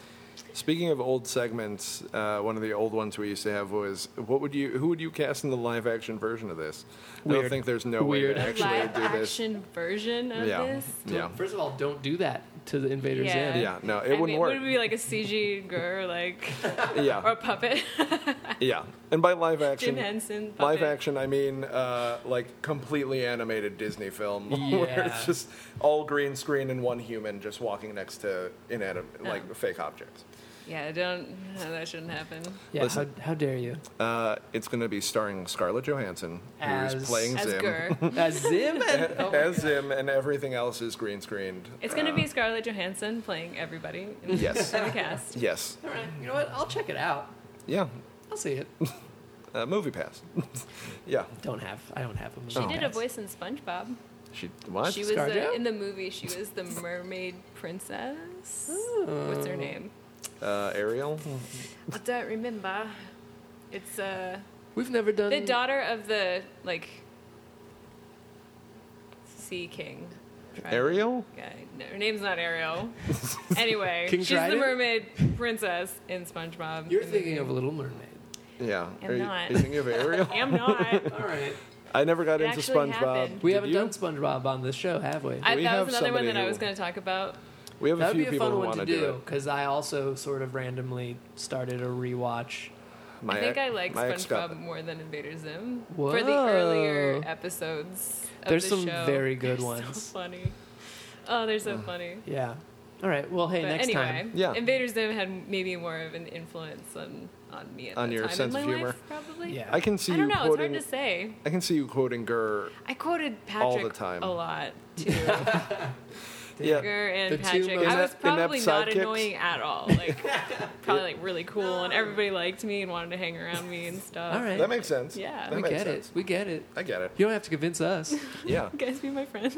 [SPEAKER 4] Speaking of old segments, uh, one of the old ones we used to have was what would you who would you cast in the live action version of this? I
[SPEAKER 3] Weird.
[SPEAKER 4] don't think there's no
[SPEAKER 3] Weird.
[SPEAKER 4] way to
[SPEAKER 5] A
[SPEAKER 4] actually
[SPEAKER 5] live
[SPEAKER 4] do this.
[SPEAKER 5] action version of
[SPEAKER 4] yeah.
[SPEAKER 5] this.
[SPEAKER 4] Yeah.
[SPEAKER 3] First of all, don't do that to the Invaders
[SPEAKER 5] Yeah.
[SPEAKER 3] Zim.
[SPEAKER 4] Yeah, no, it
[SPEAKER 5] I mean,
[SPEAKER 4] wouldn't work.
[SPEAKER 5] Would it be like a CG girl, like or
[SPEAKER 4] Yeah.
[SPEAKER 5] a puppet?
[SPEAKER 4] Yeah. And by live
[SPEAKER 5] Jim
[SPEAKER 4] action
[SPEAKER 5] Henson.
[SPEAKER 4] live
[SPEAKER 5] puppet.
[SPEAKER 4] action I mean uh, like completely animated Disney film where
[SPEAKER 3] Yeah.
[SPEAKER 4] it's just all green screen and one human just walking next to inanimate
[SPEAKER 5] Oh.
[SPEAKER 4] like fake objects.
[SPEAKER 5] Yeah, don't. No, that shouldn't happen.
[SPEAKER 3] Yeah,
[SPEAKER 4] Listen.
[SPEAKER 3] how, how dare you?
[SPEAKER 4] Uh, it's going to be starring Scarlett Johansson
[SPEAKER 3] As-
[SPEAKER 4] who's playing
[SPEAKER 5] As
[SPEAKER 4] Zim.
[SPEAKER 5] Gurr.
[SPEAKER 3] As Zim and oh my
[SPEAKER 4] As Zim and everything else is green screened.
[SPEAKER 5] It's going to be Scarlett Johansson playing everybody in
[SPEAKER 4] Yes.
[SPEAKER 5] the cast.
[SPEAKER 4] Yes.
[SPEAKER 3] All right, you know what? I'll check it out.
[SPEAKER 4] Yeah.
[SPEAKER 3] I'll see it.
[SPEAKER 4] Uh, movie pass. yeah.
[SPEAKER 3] Don't have. I don't have a movie.
[SPEAKER 5] She did a
[SPEAKER 3] pass.
[SPEAKER 5] voice in SpongeBob.
[SPEAKER 4] She Oh. what?
[SPEAKER 5] She was the,
[SPEAKER 3] ScarJo?
[SPEAKER 5] in the movie. She was the mermaid princess.
[SPEAKER 4] Oh.
[SPEAKER 5] What's her name?
[SPEAKER 4] uh, Ariel.
[SPEAKER 5] I don't remember. It's uh,
[SPEAKER 3] We've never done.
[SPEAKER 5] the daughter of the like sea king. tribe
[SPEAKER 4] Ariel.
[SPEAKER 5] guy. No, her name's not Ariel. anyway,
[SPEAKER 3] King
[SPEAKER 5] she's the
[SPEAKER 3] Trident?
[SPEAKER 5] mermaid princess in SpongeBob.
[SPEAKER 3] You're
[SPEAKER 5] the
[SPEAKER 3] thinking of
[SPEAKER 5] movie.
[SPEAKER 3] Little Mermaid.
[SPEAKER 4] Yeah.
[SPEAKER 5] I'm
[SPEAKER 4] Are you,
[SPEAKER 5] not.
[SPEAKER 4] are you thinking of Ariel?
[SPEAKER 5] Am not.
[SPEAKER 3] All right.
[SPEAKER 4] I never got
[SPEAKER 5] It
[SPEAKER 4] into
[SPEAKER 5] actually
[SPEAKER 4] SpongeBob.
[SPEAKER 5] happened.
[SPEAKER 3] We
[SPEAKER 4] Did
[SPEAKER 3] haven't
[SPEAKER 4] you?
[SPEAKER 3] done SpongeBob on this show, have we?
[SPEAKER 5] I,
[SPEAKER 4] We
[SPEAKER 5] that
[SPEAKER 4] have
[SPEAKER 5] was another one
[SPEAKER 4] somebody
[SPEAKER 5] that I
[SPEAKER 4] who-
[SPEAKER 5] was going to talk about.
[SPEAKER 4] We have a
[SPEAKER 3] That would
[SPEAKER 4] few
[SPEAKER 3] be a
[SPEAKER 4] people
[SPEAKER 3] fun
[SPEAKER 4] who
[SPEAKER 3] one
[SPEAKER 4] want
[SPEAKER 3] to
[SPEAKER 4] do
[SPEAKER 3] do
[SPEAKER 4] it.
[SPEAKER 3] because I also sort of randomly started a rewatch.
[SPEAKER 4] My
[SPEAKER 5] I think
[SPEAKER 4] ex-
[SPEAKER 5] I like
[SPEAKER 4] my ex got-
[SPEAKER 5] SpongeBob more than Invader Zim for the
[SPEAKER 3] Whoa.
[SPEAKER 5] earlier episodes. Of
[SPEAKER 3] There's
[SPEAKER 5] the
[SPEAKER 3] some
[SPEAKER 5] show.
[SPEAKER 3] very good
[SPEAKER 5] They're
[SPEAKER 3] ones.
[SPEAKER 5] So funny. Oh, they're so funny.
[SPEAKER 3] Yeah. All right. Well, hey,
[SPEAKER 5] But
[SPEAKER 3] next
[SPEAKER 5] anyway,
[SPEAKER 3] time.
[SPEAKER 4] Yeah.
[SPEAKER 5] Invader Zim had maybe more of an influence on, on me at
[SPEAKER 4] On
[SPEAKER 5] that
[SPEAKER 4] your
[SPEAKER 5] time
[SPEAKER 4] sense
[SPEAKER 5] in my
[SPEAKER 4] of humor?
[SPEAKER 5] life, probably.
[SPEAKER 3] Yeah.
[SPEAKER 4] I can see
[SPEAKER 5] I don't
[SPEAKER 4] you
[SPEAKER 5] know.
[SPEAKER 4] quoting.
[SPEAKER 5] It's hard to say.
[SPEAKER 4] I can see you quoting Gurr.
[SPEAKER 5] I quoted Patrick
[SPEAKER 4] All the time.
[SPEAKER 5] a lot too.
[SPEAKER 4] Yeah.
[SPEAKER 5] Gurr
[SPEAKER 3] The
[SPEAKER 5] and
[SPEAKER 3] two
[SPEAKER 5] Patrick.
[SPEAKER 3] most-
[SPEAKER 5] I was
[SPEAKER 4] Inept-
[SPEAKER 5] probably
[SPEAKER 4] inept
[SPEAKER 5] not
[SPEAKER 4] sidekicks.
[SPEAKER 5] annoying at all. Like probably like really cool, and everybody liked me and wanted to hang around me and stuff.
[SPEAKER 3] All right.
[SPEAKER 4] That makes sense.
[SPEAKER 5] Yeah.
[SPEAKER 4] That
[SPEAKER 5] We
[SPEAKER 3] we
[SPEAKER 4] makes
[SPEAKER 3] get
[SPEAKER 4] sense.
[SPEAKER 3] it. We get it.
[SPEAKER 4] I get it.
[SPEAKER 3] You don't have to convince us.
[SPEAKER 4] Yeah.
[SPEAKER 5] You guys be my friends.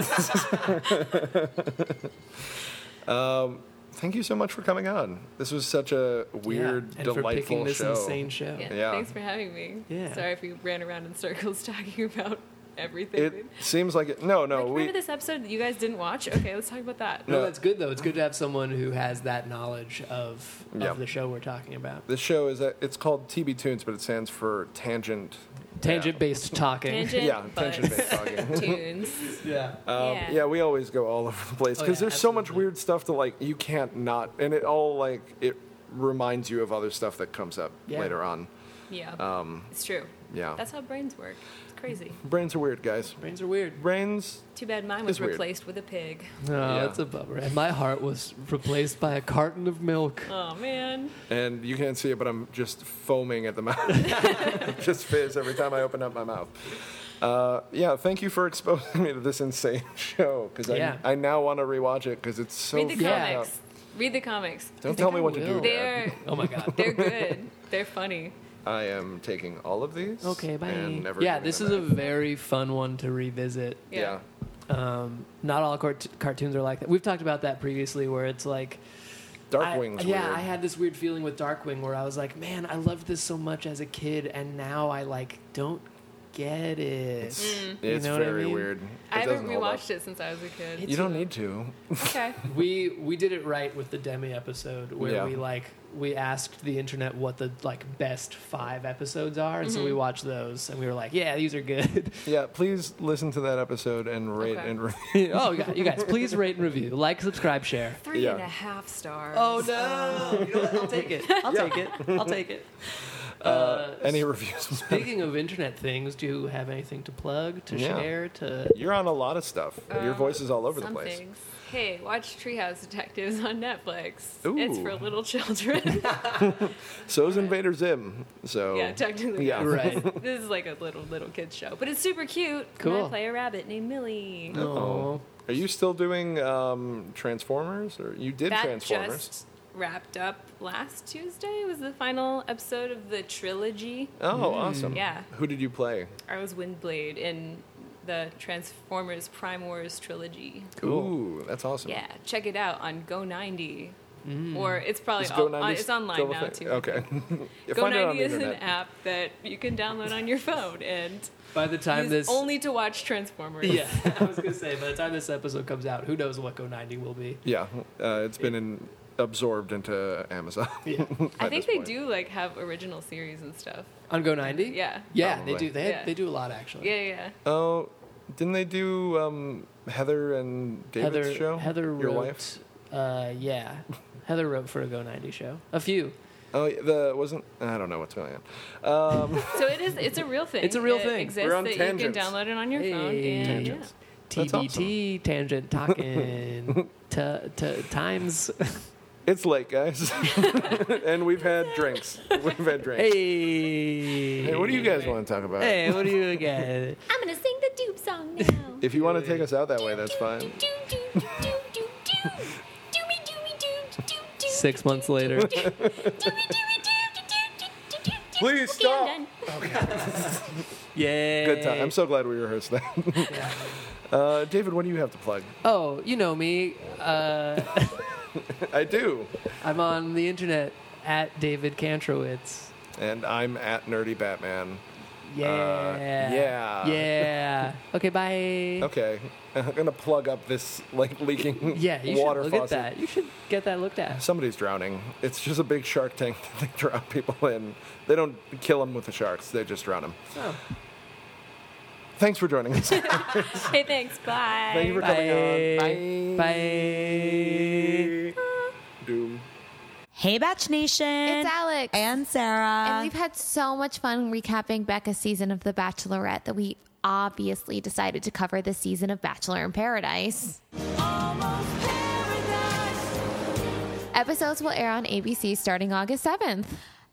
[SPEAKER 4] Thank you so much for coming on. This was such a weird,
[SPEAKER 3] yeah. and for
[SPEAKER 4] delightful
[SPEAKER 3] picking this
[SPEAKER 4] show.
[SPEAKER 3] insane show.
[SPEAKER 5] yeah,
[SPEAKER 4] Yeah.
[SPEAKER 5] Thanks for having me.
[SPEAKER 3] Yeah.
[SPEAKER 5] Sorry if we ran around in circles talking about everything.
[SPEAKER 4] It seems like it. No, no,
[SPEAKER 5] like,
[SPEAKER 4] we.
[SPEAKER 5] remember this episode that you guys didn't watch? Okay, let's talk about that.
[SPEAKER 3] No,
[SPEAKER 4] No.
[SPEAKER 3] that's good though. It's good to have someone who has that knowledge of of
[SPEAKER 4] Yeah.
[SPEAKER 3] the show we're talking about.
[SPEAKER 4] The show is that it's called TB Tunes, but it stands for Tangent.
[SPEAKER 3] Tangent Uh, based talking.
[SPEAKER 5] Tangent,
[SPEAKER 4] Yeah,
[SPEAKER 5] but
[SPEAKER 4] Tangent Based Talking.
[SPEAKER 5] tunes.
[SPEAKER 3] Yeah.
[SPEAKER 4] Um,
[SPEAKER 5] Yeah.
[SPEAKER 4] yeah. we always go all over the place
[SPEAKER 3] Oh,
[SPEAKER 4] because
[SPEAKER 3] yeah,
[SPEAKER 4] there's so much
[SPEAKER 3] absolutely.
[SPEAKER 4] weird stuff to like. You can't not, and it all like it reminds you of other stuff that comes up
[SPEAKER 3] Yeah.
[SPEAKER 4] later on.
[SPEAKER 5] Yeah.
[SPEAKER 4] Um,
[SPEAKER 5] it's true.
[SPEAKER 4] Yeah,
[SPEAKER 5] That's how brains work. It's crazy.
[SPEAKER 4] brains are weird, guys.
[SPEAKER 3] Brains are weird.
[SPEAKER 4] Brains.
[SPEAKER 5] Too bad mine was
[SPEAKER 4] It's weird.
[SPEAKER 5] replaced with a pig.
[SPEAKER 3] No,
[SPEAKER 4] Yeah.
[SPEAKER 3] that's a bummer. And my heart was replaced by a carton of milk.
[SPEAKER 5] Oh man.
[SPEAKER 4] And you can't see it, but I'm just foaming at the mouth. It just fizz every time I open up my mouth. Uh, yeah, thank you for exposing me to this insane show because
[SPEAKER 3] Yeah.
[SPEAKER 4] I, I now want to rewatch it because it's so.
[SPEAKER 5] Read the
[SPEAKER 4] fucked
[SPEAKER 3] Yeah.
[SPEAKER 5] comics. Read the comics.
[SPEAKER 4] Don't
[SPEAKER 3] think
[SPEAKER 4] tell me
[SPEAKER 3] I
[SPEAKER 4] what to
[SPEAKER 3] will.
[SPEAKER 4] do. Dad.
[SPEAKER 5] They're
[SPEAKER 3] Oh my god.
[SPEAKER 5] they're good. They're funny.
[SPEAKER 4] I am taking all of these.
[SPEAKER 3] okay, bye.
[SPEAKER 4] And never
[SPEAKER 3] yeah,
[SPEAKER 4] giving
[SPEAKER 3] this
[SPEAKER 4] them
[SPEAKER 3] is a
[SPEAKER 4] back.
[SPEAKER 3] very fun one to revisit.
[SPEAKER 5] Yeah.
[SPEAKER 4] yeah.
[SPEAKER 3] Um, not all cart- cartoons are like that. We've talked about that previously, where it's like
[SPEAKER 4] Darkwing's
[SPEAKER 3] I, yeah,
[SPEAKER 4] weird.
[SPEAKER 3] I had this weird feeling with Darkwing where I was like, man, I loved this so much as a kid, and now I like don't get it. You
[SPEAKER 4] it's
[SPEAKER 3] know what I
[SPEAKER 4] very
[SPEAKER 3] mean?
[SPEAKER 4] weird. It
[SPEAKER 5] I haven't
[SPEAKER 4] doesn't hold up.
[SPEAKER 5] rewatched it since I was a kid.
[SPEAKER 4] You don't need to.
[SPEAKER 5] Okay.
[SPEAKER 3] We we did it right with the Demi episode where
[SPEAKER 4] Yeah.
[SPEAKER 3] we like we asked the internet what the like best five episodes are, and so we watched those, and we were like, yeah, these are good.
[SPEAKER 4] Yeah, please listen to that episode and rate
[SPEAKER 5] Okay.
[SPEAKER 4] and review.
[SPEAKER 3] oh, you guys, you guys, please rate and review, like, subscribe, share.
[SPEAKER 5] Three and a half
[SPEAKER 4] Yeah.
[SPEAKER 5] stars.
[SPEAKER 3] Oh no! You know what? I'll take it. I'll take it. I'll take it. Uh,
[SPEAKER 4] Any reviews?
[SPEAKER 3] Speaking of internet things, do you have anything to plug, to
[SPEAKER 4] Yeah.
[SPEAKER 3] share, to?
[SPEAKER 4] You're on a lot of stuff.
[SPEAKER 5] Um,
[SPEAKER 4] Your voice is all over the
[SPEAKER 5] Some
[SPEAKER 4] place.
[SPEAKER 5] things. Hey, watch Treehouse Detectives on Netflix.
[SPEAKER 4] Ooh.
[SPEAKER 5] It's for little children.
[SPEAKER 4] So is Invader Zim. So
[SPEAKER 5] yeah, technically.
[SPEAKER 4] Yeah.
[SPEAKER 5] yes.
[SPEAKER 3] Right.
[SPEAKER 5] This is like a little little kids show, but it's super cute. And
[SPEAKER 3] Cool.
[SPEAKER 5] I play a rabbit named Millie.
[SPEAKER 3] Oh,
[SPEAKER 4] Are you still doing um, Transformers? Or you did
[SPEAKER 5] That
[SPEAKER 4] Transformers?
[SPEAKER 5] just wrapped up last Tuesday. Was the final episode of the trilogy.
[SPEAKER 4] Oh, awesome.
[SPEAKER 5] Yeah.
[SPEAKER 4] Who did you play?
[SPEAKER 5] I was Windblade in the Transformers Prime Wars trilogy.
[SPEAKER 4] Ooh, that's awesome.
[SPEAKER 5] Yeah, check it out on Go ninety. Or it's probably
[SPEAKER 4] Mm. Is Go90
[SPEAKER 5] all, on, oh, uh, it's online
[SPEAKER 4] still a
[SPEAKER 5] now
[SPEAKER 4] thing?
[SPEAKER 5] too.
[SPEAKER 4] Okay. Yeah,
[SPEAKER 5] Go
[SPEAKER 4] find it on
[SPEAKER 5] ninety
[SPEAKER 4] the
[SPEAKER 5] is an
[SPEAKER 4] internet.
[SPEAKER 5] app that you can download on your phone and
[SPEAKER 3] by the time
[SPEAKER 5] use
[SPEAKER 3] this
[SPEAKER 5] only to watch Transformers.
[SPEAKER 3] yeah, I was gonna say by the time this episode comes out, who knows what Go ninety will be?
[SPEAKER 4] Yeah, uh, it's been in, absorbed into Amazon.
[SPEAKER 3] Yeah.
[SPEAKER 5] I
[SPEAKER 4] at
[SPEAKER 5] think
[SPEAKER 4] this
[SPEAKER 5] they
[SPEAKER 4] point.
[SPEAKER 5] do like have original series and stuff.
[SPEAKER 3] On Go ninety?
[SPEAKER 5] Yeah.
[SPEAKER 3] yeah, they
[SPEAKER 4] Probably.
[SPEAKER 3] do. They
[SPEAKER 5] Yeah.
[SPEAKER 3] they do a lot actually.
[SPEAKER 5] Yeah, yeah.
[SPEAKER 4] Oh, didn't they do um, Heather and David's
[SPEAKER 3] Heather
[SPEAKER 4] show?
[SPEAKER 3] Heather
[SPEAKER 4] your
[SPEAKER 3] wrote,
[SPEAKER 4] wife.
[SPEAKER 3] Uh, yeah, Heather wrote for a Go ninety show. A few.
[SPEAKER 4] Oh, yeah, the wasn't. I don't know what's going on. Um,
[SPEAKER 5] So it is it's a real thing.
[SPEAKER 3] It's a real
[SPEAKER 5] It
[SPEAKER 3] thing.
[SPEAKER 5] exists
[SPEAKER 4] We're on
[SPEAKER 5] that you
[SPEAKER 4] tangents.
[SPEAKER 5] can download it on your phone
[SPEAKER 3] Hey.
[SPEAKER 5] and yeah.
[SPEAKER 4] Tangents. That's
[SPEAKER 3] TBT tangent talking to to times.
[SPEAKER 4] it's late, guys, and we've had drinks. We've had drinks.
[SPEAKER 3] Hey.
[SPEAKER 4] Hey, what do you guys want to talk about?
[SPEAKER 3] Hey, what do you get?
[SPEAKER 6] I'm gonna sing the dupe song now.
[SPEAKER 4] If you want to take us out that way, that's fine.
[SPEAKER 3] Six months later.
[SPEAKER 4] Please stop.
[SPEAKER 3] Yay.
[SPEAKER 4] Good time. I'm so glad we rehearsed that. uh, David, what do you have to plug?
[SPEAKER 3] Oh, you know me. Uh,
[SPEAKER 4] I do,
[SPEAKER 3] I'm on the internet at David Kantrowitz.
[SPEAKER 4] and I'm at Nerdy Batman.
[SPEAKER 3] Yeah.
[SPEAKER 4] Uh, yeah.
[SPEAKER 3] Yeah. Okay, bye.
[SPEAKER 4] Okay, I'm gonna plug up this like leaking
[SPEAKER 3] Yeah, you
[SPEAKER 4] water
[SPEAKER 3] should look
[SPEAKER 4] faucet.
[SPEAKER 3] at that. You should get that looked at.
[SPEAKER 4] Somebody's drowning. It's just a big shark tank that they drown people in. They don't kill them with the sharks; they just drown them.
[SPEAKER 3] Oh.
[SPEAKER 4] Thanks for joining us.
[SPEAKER 5] Hey, thanks. Bye.
[SPEAKER 4] Thank you for coming on.
[SPEAKER 3] Bye.
[SPEAKER 4] Doom.
[SPEAKER 7] Hey, Batch Nation.
[SPEAKER 6] It's Alex.
[SPEAKER 7] and Sarah.
[SPEAKER 6] And we've had so much fun recapping Becca's season of The Bachelorette that we obviously decided to cover this season of Bachelor in Paradise. Episodes will air on ABC starting August 7th.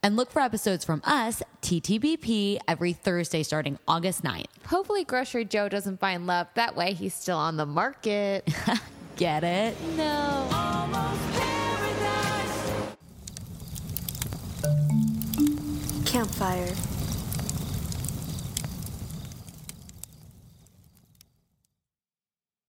[SPEAKER 7] And look for episodes from us, TTBP, every Thursday starting August 9th.
[SPEAKER 6] Hopefully, Grocery Joe doesn't find love. That way, he's still on the market.
[SPEAKER 7] Get it?
[SPEAKER 6] no.
[SPEAKER 8] Campfire.